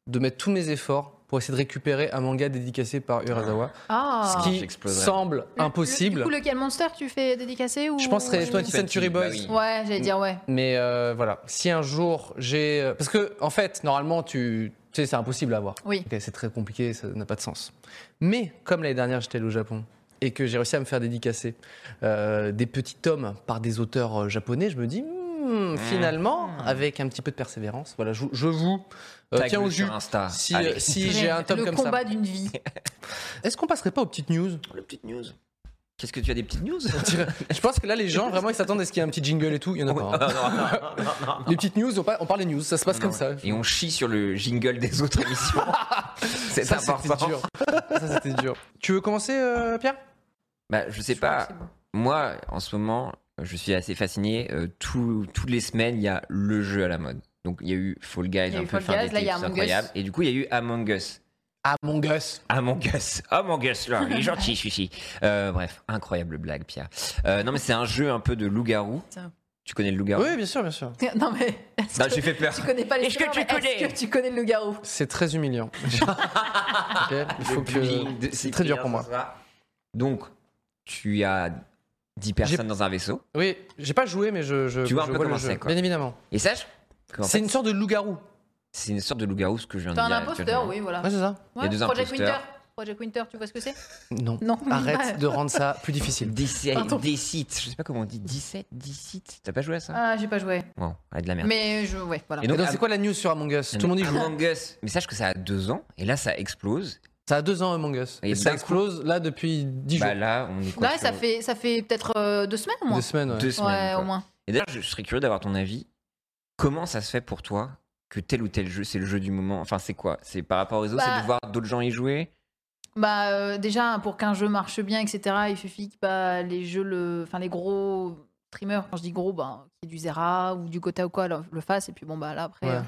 S1: de mettre tous mes efforts pour essayer de récupérer un manga dédicacé par Urasawa,
S3: Ah.
S1: ce qui
S2: j'exploserai.
S1: semble
S3: Le-
S1: impossible.
S3: le- du coup, lequel monster tu fais dédicacer ou...
S1: je penserais
S2: Oui,
S1: 20th Century
S2: oui.
S1: Boys.
S2: Bah oui.
S3: Ouais, j'allais dire ouais.
S1: Mais euh, voilà, si un jour j'ai... euh, Parce que, en fait, normalement, tu, tu sais, c'est impossible à avoir.
S3: Oui.
S1: Ok, c'est très compliqué, ça n'a pas de sens. Mais comme l'année dernière, j'étais allé au Japon et que j'ai réussi à me faire dédicacer euh, des petits tomes par des auteurs euh, japonais, je me dis, hmm, finalement, avec un petit peu de persévérance, voilà, je, je vous euh,
S2: Tag-le
S1: tiens au jus.
S2: sur Insta.
S1: Si,
S2: hein. Allez.
S1: euh, si j'ai un tome
S3: le
S1: comme
S3: combat
S1: ça.
S3: d'une vie.
S1: Est-ce qu'on passerait pas aux petites news
S2: Les petites news. Qu'est-ce que tu as des petites news
S1: Je pense que là, les gens, vraiment, ils s'attendent à ce qu'il y ait un petit jingle et tout. Il y en a pas. hein. Les petites news, on pa- on parle des news, ça se passe comme ça.
S2: Et on chie sur le jingle des autres émissions. c'est
S1: Ça, c'était
S2: important.
S1: dur. Ça, c'était dur. Tu veux commencer, euh, Pierre
S2: Bah, je sais
S3: Je crois que
S2: pas.
S3: c'est bon.
S2: Moi, en ce moment, je suis assez fasciné. Euh, tout- toutes les semaines, il y a le jeu à la mode. Donc, il y a eu Fall Guys,
S3: Il y a
S2: un
S3: eu
S2: peu
S3: Fall
S2: fin
S3: Guys,
S2: d'été,
S3: là, il y a
S2: c'est
S3: Among
S2: incroyable.
S3: Us.
S2: Et du coup, il y a eu Among Us.
S1: Ah, mon gosse.
S2: Among Us. Among Us, là, il est gentil, celui-ci. Euh, bref, incroyable blague, Pierre. Euh, non, mais c'est un jeu un peu de loup-garou.
S3: Putain.
S2: Tu connais le loup-garou
S1: Oui, bien sûr, bien sûr.
S3: Non mais est-ce
S2: Non,
S3: que
S2: Bah, j'ai fait peur.
S3: tu connais pas les
S2: Est-ce que
S3: scores,
S2: tu
S3: mais
S2: connais
S3: Est-ce que tu connais le loup-garou
S1: C'est très humiliant. Ok, il faut
S2: Le bullying de
S1: que. C'est très dur
S2: Cyprien,
S1: pour moi.
S2: ça. Donc, tu as 10 personnes dans un vaisseau.
S1: Oui, j'ai pas joué, mais je, je,
S2: Tu vois un
S1: je
S2: peu
S1: vois
S2: comment
S1: le jeu,
S2: c'est, quoi.
S1: Bien évidemment.
S2: Et sache que, en
S1: C'est
S2: fait,
S1: une sorte de loup-garou.
S2: c'est une sorte de loup-garou, ce que je viens de
S3: T'es
S2: dire.
S3: un imposteur,
S2: actuellement.
S3: oui, voilà.
S1: Ouais, c'est ça
S2: Il y a deux
S3: Project
S2: imposteurs.
S3: Winter. Project Winter, tu vois ce que c'est
S1: Non.
S3: Non.
S1: Arrête de rendre ça plus difficile.
S2: Des, sites-
S3: Pardon.
S2: des sites, je sais pas comment on dit, 17, 17. T'as pas joué à ça
S3: Ah, j'ai pas joué.
S2: Bon, ouais, de la merde.
S3: Mais je, ouais, voilà.
S2: Et
S1: Et donc,
S2: Am-
S1: c'est quoi la news sur Among Us Tout le monde y joue. hein.
S2: Among Us. Mais sache que ça a deux ans, et là ça explose.
S1: Ça a deux ans, Among Us.
S2: Et
S1: Et ça
S2: d'un
S1: explose là depuis dix
S2: Bah
S1: jours.
S2: là, on est quoi
S3: Là,
S2: sur
S3: ça fait, ça fait peut-être euh, deux semaines au moins.
S1: Deux semaines, ouais.
S2: deux
S3: ouais,
S2: semaines. quoi.
S3: au moins.
S2: Et d'ailleurs, je, je serais curieux d'avoir ton avis. Comment ça se fait pour toi que tel ou tel jeu, c'est le jeu du moment Enfin, c'est quoi C'est par rapport au réseau
S3: Bah-
S2: C'est de voir d'autres gens y jouer
S3: Bah euh, déjà pour qu'un jeu marche bien, etc. Il suffit que bah, les jeux, le, enfin les gros streamers, quand je dis gros, bah, qu'il y ait du Zera ou du Gotha ou quoi, le, le fasse. Et puis bon bah là après,
S1: Ouais.
S3: euh,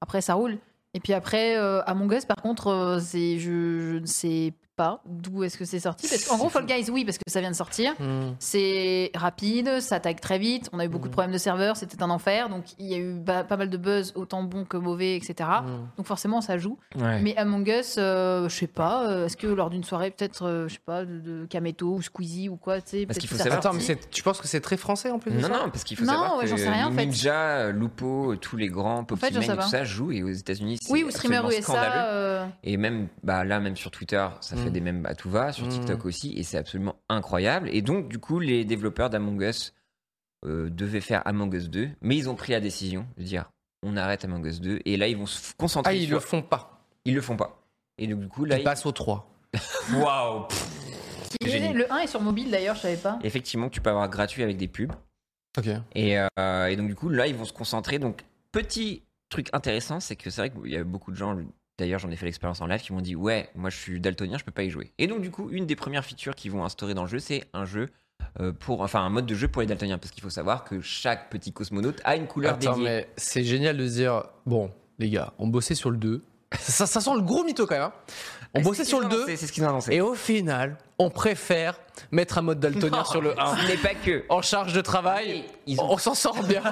S3: après ça roule. Et puis après euh, Among Us, par contre, euh, c'est, je, je ne sais pas d'où est-ce que c'est sorti. Parce qu'en
S2: C'est
S3: gros
S2: fou.
S3: Fall Guys, oui, parce que ça vient de sortir.
S1: Hmm.
S3: C'est rapide, ça attaque très vite. On a eu
S2: Mm.
S3: beaucoup de
S1: Mhm.
S3: problèmes de serveurs, c'était un enfer. Donc il y a eu ba- pas mal de buzz, autant bon que mauvais, etc.
S2: Ah. Mm.
S1: Hmm.
S3: Donc forcément ça joue. Mais Among Us, euh, je sais pas, euh, est-ce que lors d'une soirée, peut-être, euh, je sais pas, de, de Kameto ou Squeezie ou quoi, tu sais.
S2: Parce
S3: peut-être
S2: qu'il
S3: que
S2: faut
S3: ça
S2: savoir-
S1: Attends,
S3: sortit.
S1: mais c'est- tu penses que c'est très français en plus de
S2: Non,
S1: ça
S2: non, parce qu'il faut
S3: Non,
S2: savoir
S3: ouais,
S2: que
S3: j'en sais rien, en fait.
S2: Ninja, euh, Lupo, euh, tous les grands,
S3: fait,
S2: Popsiman
S3: j'en sais
S2: et tout
S3: pas.
S2: ça jouent et aux États-Unis, c'est
S3: Oui, ou streamer
S2: absolument
S3: USA.
S2: scandaleux.
S3: euh,
S2: Et même bah, là, même sur Twitter, ça
S1: Mm.
S2: fait des mêmes à tout va, sur
S1: Mm.
S2: TikTok aussi, et c'est absolument incroyable. Et donc, du coup, les développeurs d'Among Us euh, devaient faire Among Us 2, mais ils ont pris la décision de dire on arrête Among Us 2, et là, ils vont se f- concentrer
S1: Ah, ils
S2: sur.
S1: le font pas.
S2: Ils le font pas. Et donc, du coup, là,
S1: Ils passent au 3.
S2: ils- Waouh pff.
S3: qui est-
S2: Génie.
S3: le 1 est sur mobile d'ailleurs, je savais pas.
S2: Effectivement, tu peux avoir gratuit avec des pubs.
S1: Ok.
S2: Et, euh, et donc, du coup, là, ils vont se concentrer. Donc, petit truc intéressant, c'est que c'est vrai qu'il y a beaucoup de gens, d'ailleurs, j'en ai fait l'expérience en live, qui m'ont dit Ouais, moi, je suis daltonien, je peux pas y jouer. Et donc, du coup, une des premières features qu'ils vont instaurer dans le jeu, c'est un jeu. euh, Pour, enfin, un mode de jeu pour les daltoniens, parce qu'il faut savoir que chaque petit cosmonaute a une couleur
S1: Attends,
S2: dédiée.
S1: mais c'est génial de se dire bon, les gars, on bossait sur le 2. Ça, ça- ça sent le gros mytho quand même. hein. On
S2: Et
S1: bossait
S2: c'est ce
S1: sur
S2: qu'ils
S1: le
S2: ont
S1: 2.
S2: annoncé, C'est ce qu'ils ont annoncé.
S1: Et au final, on préfère mettre un mode daltonien sur le 1.
S2: Ce n'est pas que.
S1: En charge de travail,
S2: Oui, ils ont-
S1: on s'en sort bien.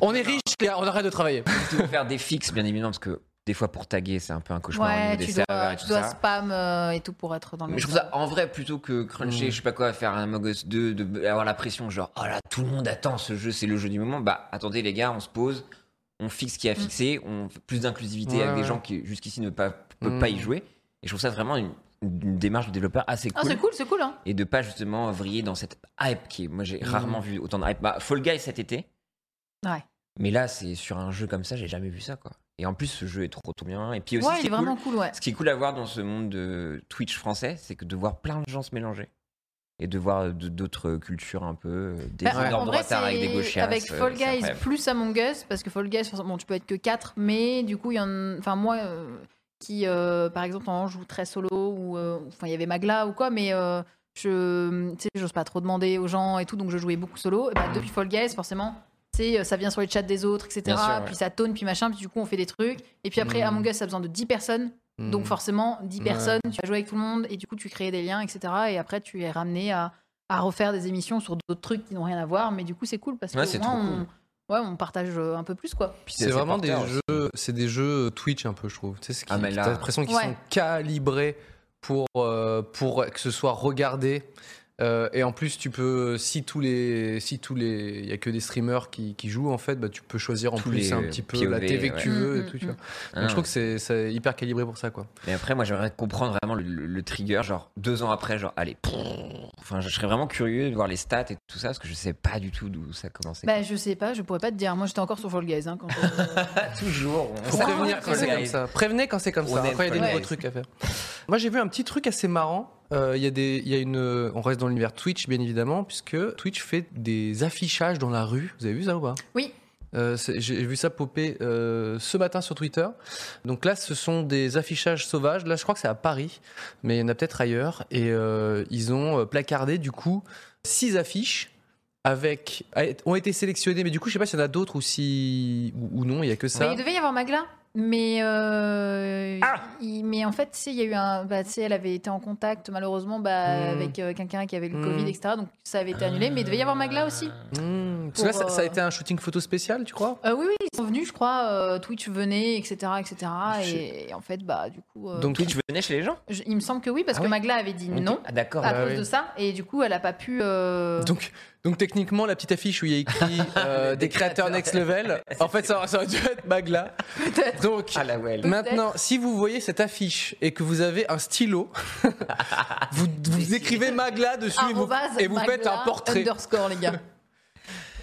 S1: on est riche, les gars, on arrête de travailler.
S2: Ils vont faire des fixes, bien évidemment, parce que des fois, pour taguer, c'est un peu un cauchemar au niveau
S3: Ouais,
S2: des
S3: tu dois,
S2: serveurs et
S3: tu
S2: tout
S3: dois
S2: ça.
S3: spam euh, et tout pour être dans le.
S2: Mais je trouve ça en vrai plutôt que cruncher,
S3: Mm.
S2: je sais pas quoi, faire un Among Us 2, de avoir la pression genre oh là tout le monde attend ce jeu, c'est le jeu du moment. Bah attendez les gars, on se pose, on fixe ce
S3: Mm.
S2: qui a fixé, on fait plus d'inclusivité
S1: Ouais,
S2: avec des
S1: ouais.
S2: gens qui jusqu'ici ne pas, peuvent
S1: Mm.
S2: pas y jouer. Et je trouve ça vraiment une, une démarche de développeur assez
S3: Ah,
S2: cool,
S3: c'est cool, c'est cool, hein.
S2: et de pas justement vriller dans cette hype qui est, moi j'ai rarement vu autant de hype. Bah, Fall Guy cet été,
S3: Ouais.
S2: mais là c'est sur un jeu comme ça, j'ai jamais vu ça quoi. Et en plus ce jeu est trop trop bien et puis aussi
S3: Ouais,
S2: ce
S3: il
S2: qui
S3: est
S2: est cool,
S3: vraiment cool, ouais.
S2: ce qui est cool à voir dans ce monde de Twitch français, c'est que de voir plein de gens se mélanger et de voir euh, de- d'autres cultures un peu, euh, des
S3: Bah,
S2: énormes
S3: en vrai,
S2: droitards avec des euh,
S3: c'est
S2: gauchières.
S3: avec Fall Guys plus Among Us, parce que Fall Guys, bon, tu peux être que 4, mais du coup, il y en Enfin, moi, euh, qui, euh, par exemple, en joue très solo, ou. euh, Enfin, il y avait Magla ou quoi, mais. euh, je. Tu sais, j'ose pas trop demander aux gens et tout, donc je jouais beaucoup solo. Et bah, depuis Fall Guys, forcément. tu sais, euh, ça vient sur les chats des autres, etc.
S2: Bien sûr, ouais. Hmm.
S3: Puis ça tonne, puis machin, puis du coup on fait des trucs. Et puis après,
S1: Mm.
S3: Among Us, ça a besoin de 10 personnes. Donc forcément, 10
S1: Hmm. Ouais.
S3: personnes, tu vas jouer avec tout le monde et du coup tu crées des liens, etc. Et après tu es ramené à, à refaire des émissions sur d'autres trucs qui n'ont rien à voir, mais du coup c'est cool parce que
S2: Ouais,
S3: au
S2: c'est
S3: moins,
S2: trop
S3: on, ouais, on partage euh, un peu plus quoi.
S1: C'est vraiment des jeux, c'est des jeux euh, Twitch un peu, je trouve. Tu sais, ce qui,
S2: Ah, mais là-
S1: t'as l'impression qu'ils
S3: Ouais.
S1: sont calibrés pour euh, pour que ce soit regardé. Euh, et en plus, tu peux, euh, si tous les, si tous les, il y a que des streamers qui, qui jouent en fait, bah, tu peux choisir en
S2: Tous
S1: plus
S2: les,
S1: un
S2: euh,
S1: petit peu
S2: POV,
S1: la TV que
S2: ouais. Ah.
S1: tu veux
S3: Mm,
S1: et tout. Tu
S3: mm,
S1: vois. Donc, je trouve que c'est- c'est hyper calibré pour ça, quoi.
S2: hein. Mais après, moi j'aimerais comprendre vraiment le, le- le trigger, genre deux ans après, genre allez. prrr. Enfin, je serais vraiment curieux de voir les stats et tout ça parce que je sais pas du tout d'où ça commençait.
S3: Bah je sais pas, je pourrais pas te dire. Moi j'étais encore sur Fall Guys hein, quand. euh,
S2: toujours. On
S1: Faut
S3: Ça
S1: prévenir
S3: arrive,
S1: quand c'est
S3: Fall
S1: comme ça. Prévenez quand c'est comme
S2: On
S1: ça. hein,
S2: aime
S1: Quand il y a des
S2: Fall
S1: nouveaux
S2: Guys.
S1: trucs à faire. Moi, j'ai vu un petit truc assez marrant. Euh, Il y a des, il y a une, euh, on reste dans l'univers Twitch bien évidemment, puisque Twitch fait des affichages dans la rue. Vous avez vu ça ou pas
S3: Oui.
S1: Euh, c'est- J'ai vu ça popper euh, ce matin sur Twitter. Donc là, ce sont des affichages sauvages. Là, je crois que c'est à Paris, mais il y en a peut-être ailleurs. Et euh, ils ont euh, placardé du coup six affiches avec ont été sélectionnées. Mais du coup, je sais pas s'il y en a d'autres ou si ou, ou non. Il y a que ça.
S3: Mais il devait y avoir Magla. Mais, euh,
S2: Ah
S3: il- mais en fait, tu sais, il y a eu un, bah, tu sais, elle avait été en contact malheureusement bah,
S1: Hmm.
S3: avec euh, quelqu'un qui avait le
S1: Hmm.
S3: Covid, etc. Donc ça avait été annulé, mais il devait y avoir Magla aussi.
S1: Parce que là, Hmm, ça,
S3: Pour, euh,
S1: ça a été un shooting photo spécial, tu crois
S3: Euh, oui, oui, ils sont venus, je crois. euh, Twitch venait, etc., etc.
S1: Je-
S3: Et, et en fait, bah du coup, euh,
S1: Donc,
S2: Twitch venait chez les gens
S3: je- il me semble que oui, parce
S1: Ah
S3: que
S1: ouais
S3: Magla avait dit non
S2: Ah, d'accord.
S3: à
S1: bah
S3: cause
S1: oui.
S3: de ça, et du coup, elle a pas pu. euh,
S1: donc, donc techniquement, la petite affiche où il y a écrit euh, des, créateurs next level, en fait, ça, ça aurait dû être Magla.
S3: Peut-être.
S1: Donc,
S2: Ah, la well.
S1: Maintenant, si vous voyez cette affiche et que vous avez un stylo, vous, vous écrivez Magla dessus et vous,
S3: arrobase
S1: et vous faites
S3: Magla
S1: un portrait.
S3: Underscore, les gars.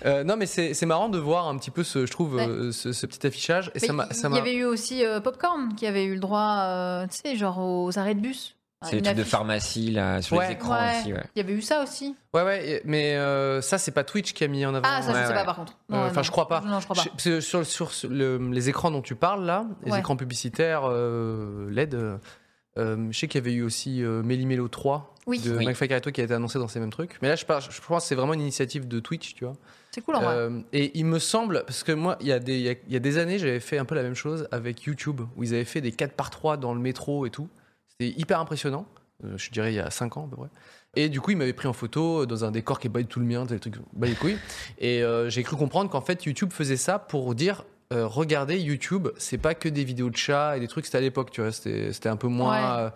S1: Euh, non, mais c'est c'est marrant de voir un petit peu ce, je trouve,
S3: Ouais.
S1: euh, ce, ce petit affichage. Et
S3: Mais
S1: ça m'a- ça
S3: Il y
S1: m'a-
S3: avait eu aussi euh, Popcorn qui avait eu le droit, euh, tu sais, genre aux arrêts de bus.
S2: C'est le
S3: Une
S2: truc de
S3: affiche.
S2: pharmacie, là, sur
S1: Ouais.
S2: les écrans
S3: Ouais.
S2: aussi, ouais.
S3: Il y avait eu ça aussi.
S1: Ouais, ouais, et- mais euh, ça, c'est pas Twitch qui a mis en avant.
S3: Ah, ça, je
S2: Ouais,
S3: sais
S2: ouais.
S3: pas par contre. Non,
S1: Euh,
S3: non,
S1: enfin, je crois pas.
S3: Non, je crois pas.
S1: Je- parce que sur, sur ce- le- les écrans dont tu parles là, les
S3: Ouais.
S1: écrans publicitaires euh, LED, euh, euh, je sais qu'il y avait eu aussi euh, Méli-Mélo 3
S3: Oui.
S1: de
S2: Oui.
S1: McFly Carito qui a été annoncé dans ces mêmes trucs. Mais là, je, parle- je pense que c'est vraiment une initiative de Twitch, tu vois.
S3: C'est cool en vrai.
S1: Euh, et il me semble, parce que moi, il y, a des- il y a- il y a des années, j'avais fait un peu la même chose avec YouTube, où ils avaient fait des 4 par 3 dans le métro et tout. C'était hyper impressionnant. Euh, je dirais il y a 5 ans à peu près. Et du coup, ils m'avaient pris en photo euh, dans un décor qui est pas du tout le mien, des trucs bas les couilles. Et euh, j'ai cru comprendre qu'en fait, YouTube faisait ça pour dire. euh, regardez YouTube, c'est pas que des vidéos de chats et des trucs, c'était à l'époque, tu vois, c'était c'était un peu moins
S3: Ouais.
S1: euh,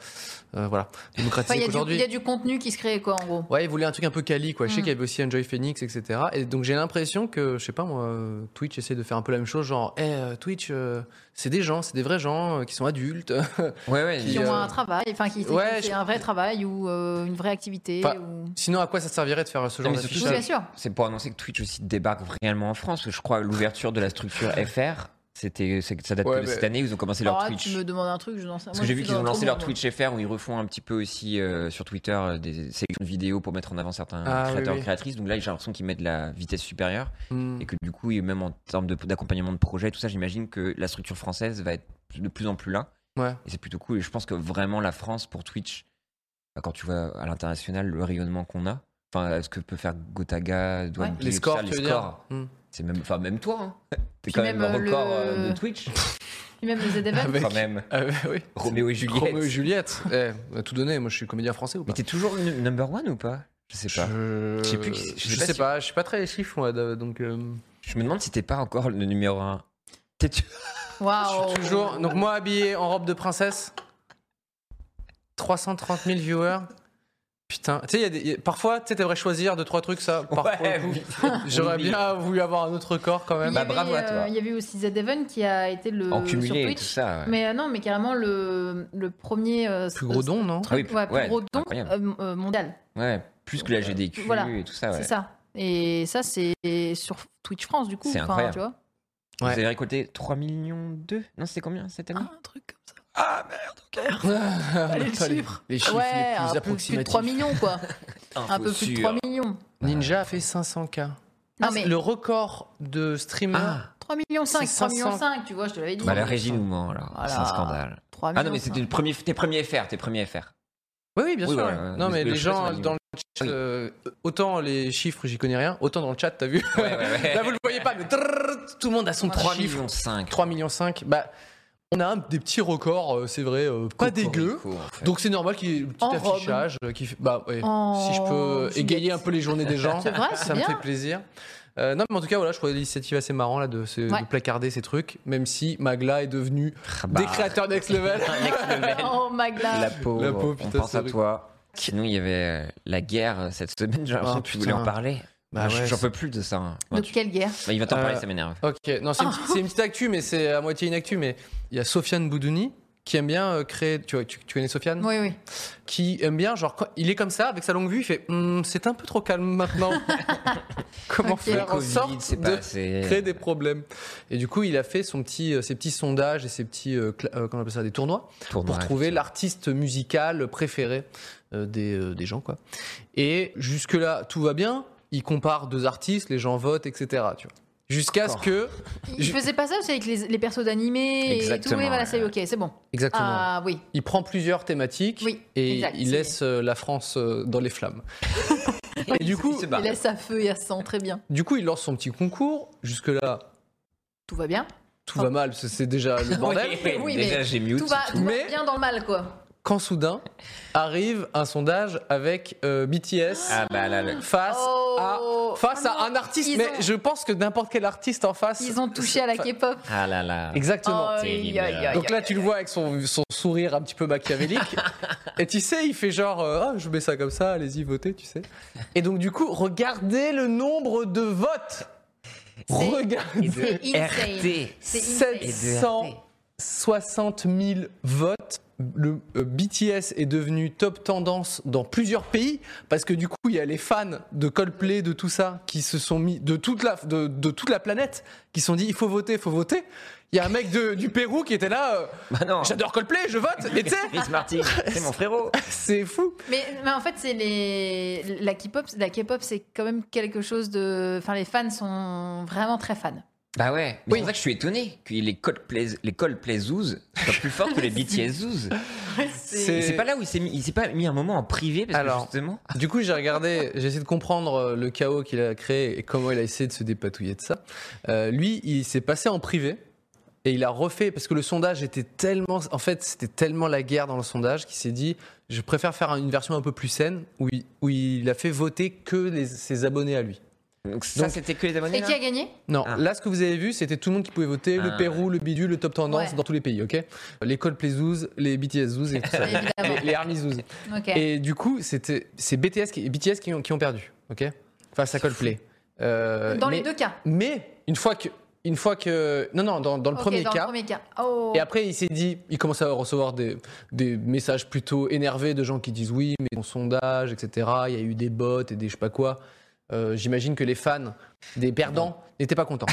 S1: euh, voilà,
S3: Enfin,
S1: démocratisé
S3: il y a du-
S1: qu'aujourd'hui.
S3: il y a du contenu qui se crée, quoi, en gros.
S1: Ouais, ils voulaient un truc un peu quali, quoi. Je sais
S3: Mm.
S1: qu'il y avait aussi Enjoy Phoenix, etc. Et donc j'ai l'impression que, je sais pas moi, euh, Twitch essaie de faire un peu la même chose, genre, Eh, euh, Twitch, euh, c'est des gens, c'est des vrais gens euh, qui sont adultes.
S2: Ouais, ouais.
S3: Qui
S1: Puis,
S3: ont
S1: euh,
S3: un travail, enfin, qui
S1: ouais,
S3: qui-
S1: je-
S3: un vrai travail ou euh, une vraie activité.
S1: Enfin,
S3: ou-
S1: Sinon, à quoi ça servirait de faire ce
S2: Non,
S1: genre
S2: mais surtout,
S3: Oui,
S2: ça-
S1: d'affichage
S3: bien sûr.
S2: C'est pour annoncer que Twitch aussi débarque réellement en France. Je crois que l'ouverture de la structure FR, c'était, c'est- ça date
S1: Ouais,
S2: que de
S1: mais-
S2: cette année où ils ont commencé leur
S3: Alors là,
S2: Twitch.
S3: Oh, tu me demandes un truc, je n'en sais
S2: Parce
S3: moi,
S2: que j'ai
S3: je
S2: vu
S3: suis
S2: qu'ils
S3: dans
S2: ont
S3: le
S2: lancé
S3: trou,
S2: leur
S3: moi.
S2: Twitch FR où ils refont un petit peu aussi euh, sur Twitter euh, des sélections de vidéos pour mettre en avant certains
S1: Ah, oui,
S2: créateurs
S1: oui.
S2: créatrices. Donc là, j'ai l'impression qu'ils mettent de la vitesse supérieure
S1: Hmm.
S2: et que du coup, et même en termes de- d'accompagnement de, projet et tout ça, j'imagine que la structure française va être de plus en plus là.
S1: Ouais.
S2: Et c'est plutôt cool. Et je pense que vraiment la France pour Twitch, bah, quand tu vois à l'international le rayonnement qu'on a, enfin, ce que peut faire Gotaga, Douane
S3: Ouais.
S2: Blue,
S1: Les
S2: tout
S1: scores,
S2: ça,
S1: tu
S2: les
S1: veux dire
S2: scores.
S1: Hmm.
S2: C'est même, enfin, même toi, hein. t'es
S3: Puis
S2: quand même,
S3: même,
S2: un
S3: euh,
S2: record
S3: le-
S2: euh, de Twitch.
S3: Et même les événements.
S1: Avec-
S2: Quand même,
S1: Ah, bah oui.
S2: Roméo et Juliette.
S1: Roméo et Juliette. Eh, on a tout donné, moi je suis comédien français ou
S2: Mais
S1: pas
S2: t'es toujours nu- number one ou pas Je sais pas.
S1: Je...
S2: Je sais plus qui-
S1: je sais
S2: si-
S1: pas, je suis pas très chiffre, moi, de- donc. euh,
S2: Je me demande si t'es pas encore le numéro un. T'es tu-
S3: Waouh.
S1: Toujours. Donc moi habillé en robe de princesse. 330 000 viewers. Putain, tu sais, il y a des- il y a- parfois, tu sais, t'aimerais choisir deux trois trucs, ça. Par pour le
S2: Ouais,
S1: coup,
S2: oui.
S1: J'aurais
S2: Oui.
S1: bien voulu avoir un autre corps quand
S3: Puis
S1: même.
S3: il y
S2: Bah,
S3: avait,
S2: bravo à toi.
S3: euh, Il y avait aussi Zedeven qui a été le
S2: en
S3: sur
S2: cumulé et tout
S3: Twitch.
S2: ça. ouais.
S3: Mais euh, non, mais carrément le, le premier. euh,
S1: Plus gros don, non
S2: Ah oui,
S3: ouais, plus
S2: ouais,
S3: gros don
S2: incroyable.
S3: euh, euh, mondial,
S2: Ouais, plus que la GDQ
S3: Voilà.
S2: et tout ça. Ouais.
S3: c'est ça. Et ça, c'est sur Twitch France, du coup.
S2: C'est
S3: enfin,
S2: incroyable.
S3: Tu vois
S2: Vous
S1: Ouais.
S2: avez récolté 3 millions 2 Non, c'était combien cette année
S3: Ah, un truc comme ça.
S1: Allez,
S2: Ah,
S3: Allez, le chiffre.
S1: Les chiffres
S3: ouais,
S1: les
S3: un
S1: plus
S3: peu plus de
S1: approximatifs.
S3: 3 millions, quoi. un peu plus de 3 millions.
S1: Ninja a fait 500K.
S3: Non,
S1: Ah,
S3: mais
S1: Le record de streamer.
S2: Ah,
S3: 3 millions 5,
S1: C'est
S3: 3 millions
S1: 500.
S3: 5, tu vois, je te l'avais dit.
S2: bah, la régie nous ment alors.
S3: Voilà.
S2: C'est un scandale.
S3: 3 millions.
S2: Ah non, mais c'était le premier, tes premiers FR, tes premiers FR.
S1: Oui, oui, bien
S2: Oui,
S1: sûr.
S2: voilà, ouais.
S1: Non, mais
S2: Le
S1: les
S2: chat,
S1: gens
S2: c'est
S1: dans le chat,
S2: Oui.
S1: euh, autant les chiffres, j'y connais rien, autant dans le chat, t'as vu
S2: Ouais, Ah, ouais, ouais.
S1: Là, vous le voyez pas, mais trrr, tout le monde a son petit
S2: 3
S1: chiffre.
S2: millions 5.
S1: 3,5 millions. Bah, on a un, des petits records, euh, c'est vrai, euh, pas dégueu. Donc c'est normal qu'il y ait le petit
S3: En robe.
S1: affichage. euh, qui fait- bah, ouais,
S3: Oh,
S1: si je peux euh,
S3: je suis
S1: égayer
S3: gâtée.
S1: un peu les journées des gens,
S3: C'est vrai, c'est
S1: ça me
S3: bien.
S1: fait plaisir. Euh, non, mais en tout cas, voilà, je trouvais l'initiative assez marrant là, de, se- de
S3: Ouais.
S1: placarder ces trucs, même si Magla est devenu des créateurs Bah. next level.
S3: Oh, Magla.
S2: Ah, bah, La peau,
S1: La peau,
S2: on
S1: putain,
S2: pense
S1: c'est
S2: à
S1: vrai.
S2: toi. Sinon, il y avait euh, la guerre euh, cette semaine, j'ai l'impression
S1: Oh,
S2: que tu voulais
S1: putain.
S2: en parler.
S1: Bah
S2: Je-
S1: ouais,
S2: J'en
S1: c'est-
S2: peux plus de ça. hein. Bah,
S3: De
S2: tu-
S3: quelle guerre
S2: bah, il va t'en parler,
S1: Euh,
S2: ça m'énerve.
S1: Ok, non, c'est une, petite- c'est une petite actu, mais c'est à moitié une actu. Mais il y a Sofiane Boudouni qui aime bien euh, créer. Tu, vois, tu, tu connais Sofiane
S3: Oui, oui.
S1: Qui aime bien, genre, quand il est comme ça, avec sa longue vue, il fait Hum, c'est un peu trop calme maintenant. Comment
S3: Ok.
S2: Le
S1: faire en
S2: Covid,
S1: sorte
S2: c'est pas
S1: de
S2: assez.
S1: créer des problèmes Et du coup, il a fait son petit, euh, ses petits sondages et ses petits, euh, cla- euh, comment on appelle ça, des tournois pour
S2: Tournois,
S1: trouver
S2: putain.
S1: l'artiste musical préféré euh, des, euh, des gens. quoi. Et jusque-là, tout va bien. Il compare deux artistes, les gens votent, etc. tu vois. Jusqu'à ce
S2: Encore.
S1: que.
S3: Il
S1: Je-
S3: faisait pas ça aussi avec les, les persos d'animés et tout.
S2: Exactement,
S3: Oui, voilà,
S2: ouais.
S3: c'est ok, c'est bon.
S1: Exactement.
S3: Ah oui.
S1: Il prend plusieurs thématiques
S3: Oui,
S1: et
S3: exact,
S1: il
S3: c'est-
S1: laisse euh, la France euh, dans les flammes. et du coup,
S2: se barre.
S3: Il laisse à feu et à sang, très bien.
S1: du coup, il lance son petit concours. Jusque-là,
S3: Tout va bien.
S1: tout va mal, parce que c'est déjà le bordel.
S3: Oh. Oui,
S2: déjà
S3: mais
S2: j'ai mute.
S3: Tout va,
S2: tout.
S3: tout va
S1: Mais-
S3: bien dans le mal, quoi.
S1: Quand soudain arrive un sondage avec euh, BTS
S2: Ah bah là, le-
S1: face
S3: Oh.
S1: à face
S3: Ah non,
S1: à un artiste.
S3: ils
S1: Mais
S3: ont-
S1: je pense que n'importe quel artiste en face.
S3: Ils ont touché à la
S1: Enfin,
S3: K-pop.
S2: ah là là.
S1: Exactement.
S3: Aïe,
S2: terrible.
S3: aïe, aïe,
S1: Donc là,
S3: aïe.
S1: tu le vois avec son, son sourire un petit peu machiavélique. et tu sais, il fait genre, euh, Ah, je mets ça comme ça, allez-y, votez, tu sais. Et donc, du coup, regardez le nombre de votes.
S3: C'est-
S1: Regardez.
S3: C'est insane.
S2: RT.
S3: C'est insane.
S2: Et de
S1: 760 000 votes. Le euh, BTS est devenu top tendance dans plusieurs pays parce que du coup il y a les fans de Coldplay, de tout ça, qui se sont mis de toute la de, de toute la planète, qui se sont dit il faut voter, il faut voter. Il y a un mec de- du Pérou qui était là, euh,
S2: Bah non.
S1: j'adore Coldplay, je vote. Et tu sais,
S2: Chris Martin, c'est mon frérot.
S1: c'est fou.
S3: Mais, mais en fait, c'est les la K-pop, la K-pop, c'est quand même quelque chose de. Enfin, les fans sont vraiment très fans.
S2: Bah ouais. Mais C'est pour ça que je suis étonné que les Coldplay, les Coldplay zouz soient plus forts que les BTS zouz. Et c'est pas là où il s'est mis, il s'est pas mis un moment en privé parce
S1: Alors.
S2: que justement.
S1: Du coup, j'ai regardé, j'ai essayé de comprendre euh, le chaos qu'il a créé et comment il a essayé de se dépatouiller de ça. Euh, lui, il s'est passé en privé et il a refait parce que le sondage était tellement, en fait, c'était tellement la guerre dans le sondage qu'il s'est dit, je préfère faire une version un peu plus saine où il, où il a fait voter que les- ses abonnés à lui.
S2: Donc ça,
S1: Donc-
S2: c'était que les abonnés.
S3: Et
S2: là
S3: qui a gagné
S1: Non,
S2: Ah.
S1: là, ce que vous avez vu, c'était tout le monde qui pouvait voter,
S2: Ah.
S1: le Pérou, le Bidule, le Top Tendance
S3: Ouais.
S1: dans tous les pays, ok Les Coldplay Zouz, les BTS Zouz et tout ça.
S3: Évidemment.
S1: les, les Army Zouz.
S3: Ok.
S1: Et du coup, c'était c'est BTS qui, BTS qui ont, qui ont perdu, ok Face à Coldplay. Euh,
S3: dans
S1: mais,
S3: les deux cas.
S1: Mais une fois que, une fois que, non non, dans, dans le
S3: Ok,
S1: premier
S3: dans
S1: cas.
S3: le premier cas. Oh.
S1: Et après, il s'est dit, il commence à recevoir des, des messages plutôt énervés de gens qui disent oui, mais mon sondage, etc. Il y a eu des bots et des je sais pas quoi. Euh, J'imagine que les fans des perdants n'étaient pas contents.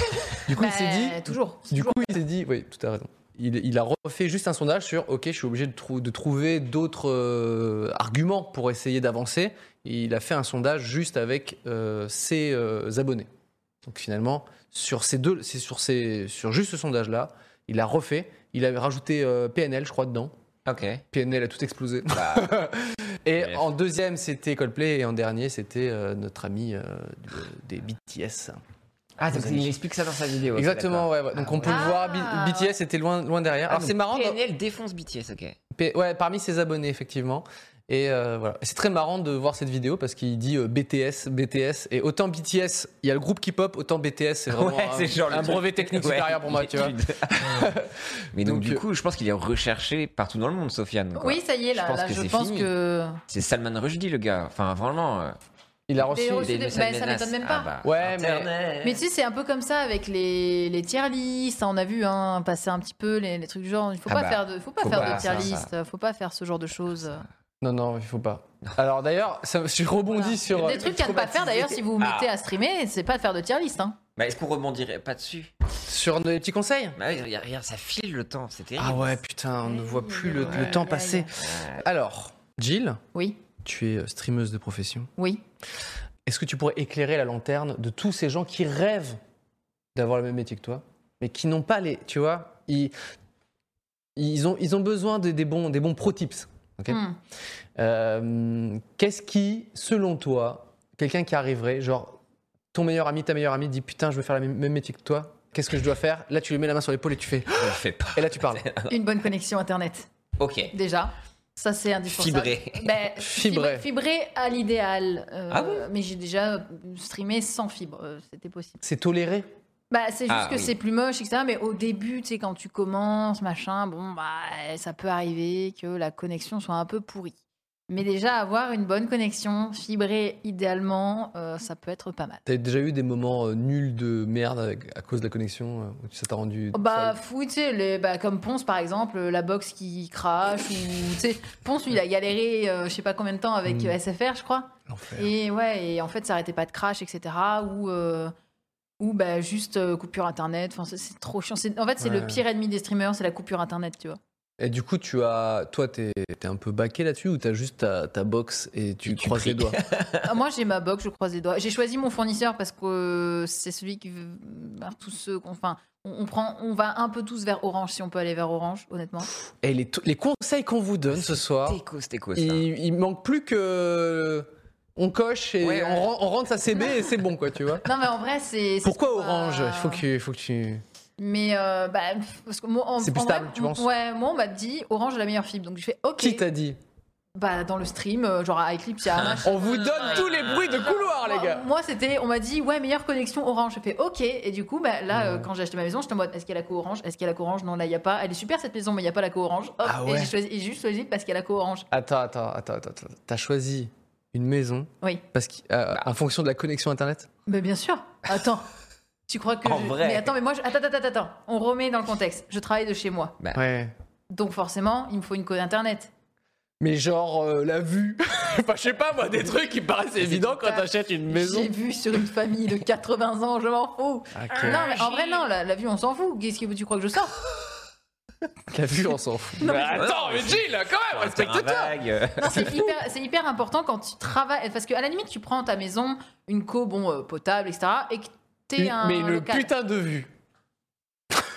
S1: Du coup,
S3: Bah,
S1: il s'est dit,
S3: Toujours. c'est
S1: du
S3: toujours.
S1: coup, il s'est dit, oui, tout à raison. Il, il a refait juste un sondage sur, ok, je suis obligé de, trou- de trouver d'autres euh, arguments pour essayer d'avancer. Et Il a fait un sondage juste avec euh, ses euh, abonnés. Donc finalement, sur ces deux, c'est sur ces, sur juste ce sondage-là, il a refait. Il avait rajouté euh, PNL, je crois, dedans.
S2: Ok.
S1: PNL a tout explosé.
S2: Bah,
S1: Et
S2: bref.
S1: en deuxième, c'était Coldplay, et en dernier, c'était euh, notre ami euh, du- des BTS.
S2: ah, donc
S1: Vous
S2: il explique ça dans sa vidéo. ok,
S1: Exactement, ouais. ouais. Donc
S2: Ah,
S1: on peut
S3: ouais.
S1: le voir, B-
S3: Ah.
S1: BTS était loin, loin derrière.
S2: Ah,
S1: Alors c'est marrant.
S2: d'accord.
S1: dans-
S2: PNL défonce BTS, ok.
S1: P- Ouais, parmi ses abonnés, effectivement. Et euh, voilà. Et C'est très marrant de voir cette vidéo parce qu'il dit euh, BTS, BTS. Et autant BTS, il y a le groupe K-pop, autant BTS, c'est vraiment
S2: Ouais,
S1: un,
S2: c'est genre le
S1: un
S2: truc-
S1: brevet technique
S2: Ouais,
S1: supérieur pour moi, tu vois.
S2: étude. Mais donc,
S1: Donc,
S2: du
S1: euh,
S2: coup, je pense qu'il est recherché partout dans le monde, Sofiane. quoi.
S3: Oui, ça y est, là,
S2: Je pense
S3: là,
S2: que
S3: je
S2: c'est
S3: pense
S2: fini.
S3: que.
S2: C'est Salman Rushdie, le gars. Enfin, vraiment. euh,
S1: Il a reçu.
S3: Des reçus.
S2: des
S3: Bah,
S2: messages
S3: ça
S2: menaces.
S3: m'étonne même pas.
S2: bah,
S1: Ouais, mais-
S2: Internet.
S3: Mais tu sais, c'est un peu comme ça avec les, les tier lists. On a vu hein, passer un petit peu les, les trucs du genre. Il faut
S2: Ah
S3: pas
S2: bah,
S3: faire de, faut pas
S2: faut
S3: faire
S2: pas
S3: de tier
S2: faire ça.
S3: list. Faut pas faire ce genre de choses.
S1: Non, non, il faut pas. Alors d'ailleurs, ça- je rebondis
S3: Voilà.
S1: sur. euh,
S3: Des trucs à ne pas faire d'ailleurs si vous vous mettez
S2: Ah.
S3: à streamer, c'est pas de faire de tier list. Hein.
S2: Bah, est-ce qu'on rebondirait pas dessus
S1: Sur des petits conseils
S2: Bah oui, regarde, regarde, ça file le temps, c'est terrible. Ah,
S1: Ah ouais, putain, on ne voit plus le, le
S2: Ouais.
S1: temps passer.
S3: Ah
S1: Alors, Jill,
S3: Oui,
S1: tu es euh, streameuse de profession.
S3: oui.
S1: Est-ce que tu pourrais éclairer la lanterne de tous ces gens qui rêvent d'avoir le même métier que toi, mais qui n'ont pas les. Tu vois, ils, ils, ont, ils ont besoin de- des, bons, des bons pro-tips. ok
S3: Hmm.
S1: Euh, Qu'est-ce qui, selon toi, quelqu'un qui arriverait, genre ton meilleur ami, ta meilleure amie dit Putain, je veux faire le même même métier que toi, qu'est-ce que je dois faire Là, tu lui mets la main sur l'épaule et tu fais.
S2: Je le fais pas.
S1: Et là, tu parles.
S3: Une bonne connexion internet
S2: Ok.
S3: déjà. Ça c'est indispensable.
S2: Fibré.
S3: Ben,
S1: Fibré.
S3: fibré. fibré à l'idéal. euh,
S2: Ah bon
S3: mais j'ai déjà streamé sans fibre, euh, c'était possible.
S1: C'est toléré.
S3: Bah, c'est juste
S2: Ah,
S3: que
S2: oui.
S3: c'est plus moche, etc. Mais au début, tu sais, quand tu commences, machin, bon, bah, ça peut arriver que la connexion soit un peu pourrie. Mais déjà, avoir une bonne connexion, fibrée idéalement, euh, ça peut être pas mal.
S1: T'as déjà eu des moments euh, nuls de merde avec- à cause de la connexion euh, où ça t'a rendu.
S3: Oh, Bah,
S1: folle
S3: fou, tu sais, les- bah, comme Ponce par exemple, la box qui crache, ou tu sais, Ponce, lui, il a galéré, euh, je sais pas combien de temps avec
S2: Hmm.
S1: Mm.
S3: euh, SFR, je crois.
S1: L'enfer.
S3: Et ouais, et en fait, ça arrêtait pas de crash, etc. Ou, euh, ou bah, juste euh, coupure internet. Enfin, c'est- c'est trop chiant. C'est- En fait, c'est
S1: Ouais.
S3: le pire ennemi des streamers, c'est la coupure internet, tu vois.
S1: Et du coup, tu as, toi, t'es t'es un peu baqué là-dessus ou t'as juste ta, ta box et tu,
S2: Et tu
S1: croises
S2: pries.
S1: les doigts
S3: Ah, Moi, j'ai ma box, je croise les doigts. J'ai choisi mon fournisseur parce que euh, c'est celui qui. veut- bah, tous ceux. qu'on- Enfin, on, on prend, on va un peu tous vers Orange si on peut aller vers Orange, honnêtement.
S1: Et les, to- les conseils qu'on vous donne ce soir,
S2: Téco, c'était quoi ça
S1: il, il manque plus que. On coche et
S2: Ouais, ouais.
S1: On, ren- on rentre sa CB et c'est bon, quoi, tu vois.
S3: Non, mais en vrai, c'est. c'est
S1: Pourquoi
S3: ce qu'on va-
S1: Orange Il faut que, tu- faut que tu.
S3: Mais euh, bah, pff, parce que moi, en-
S1: C'est plus
S3: en vrai,
S1: stable, tu penses
S3: Ouais, moi on m'a dit Orange a la meilleure fibre, donc je fais ok.
S1: Qui t'a dit
S3: Bah dans le stream, euh, genre à Eclipse, il y a un machin.
S1: On vous donne tous les bruits de couloir, Oh, les
S3: Ah, Moi-
S1: gars
S3: Moi, c'était, on m'a dit, ouais, meilleure connexion Orange. J'ai fait, ok. Et du coup, bah, là, euh, quand j'ai acheté ma maison, j'étais en mode, est-ce qu'il y a la co Orange Est-ce qu'il y a la co Orange Non, là, il n'y a pas. Elle est super cette maison, mais il n'y a pas la co Orange. Hop,
S1: Ah ouais.
S3: Et j'ai choisi- et j'ai juste choisi parce qu'il y a la co Orange.
S1: Attends, attends, attends, attends. attends. T'as choisi une maison
S3: Oui, Bah.
S1: parce que, euh, en fonction de la connexion internet
S3: mais bien sûr. Attends. Tu crois que.
S2: En
S3: je-
S2: vrai.
S3: Mais attends, mais moi, je- attends, attends, attends, attends. On remet dans le contexte. Je travaille de chez moi.
S1: Ouais.
S3: Donc, forcément, il me faut une code internet.
S1: Mais genre euh, la vue. enfin, je sais pas moi, des trucs qui paraissent évidents quand t'achètes une maison.
S3: J'ai vu sur une famille de 80 ans, je m'en fous.
S1: Ah, Ok.
S3: Non, mais en vrai, non, la, la vue, on s'en fout. Qu'est-ce que tu crois que je sors
S1: La vue, on s'en fout.
S3: Non, mais je-
S1: Bah, Attends, mais Gilles, quand même, Ah, respecte-toi.
S3: Non, c'est hyper, c'est hyper important quand tu travailles. Parce qu'à la limite, tu prends ta maison, une co, bon, euh, potable, etc. Et que t'es
S1: Une-
S3: un.
S1: Mais une
S3: local.
S1: putain de vue.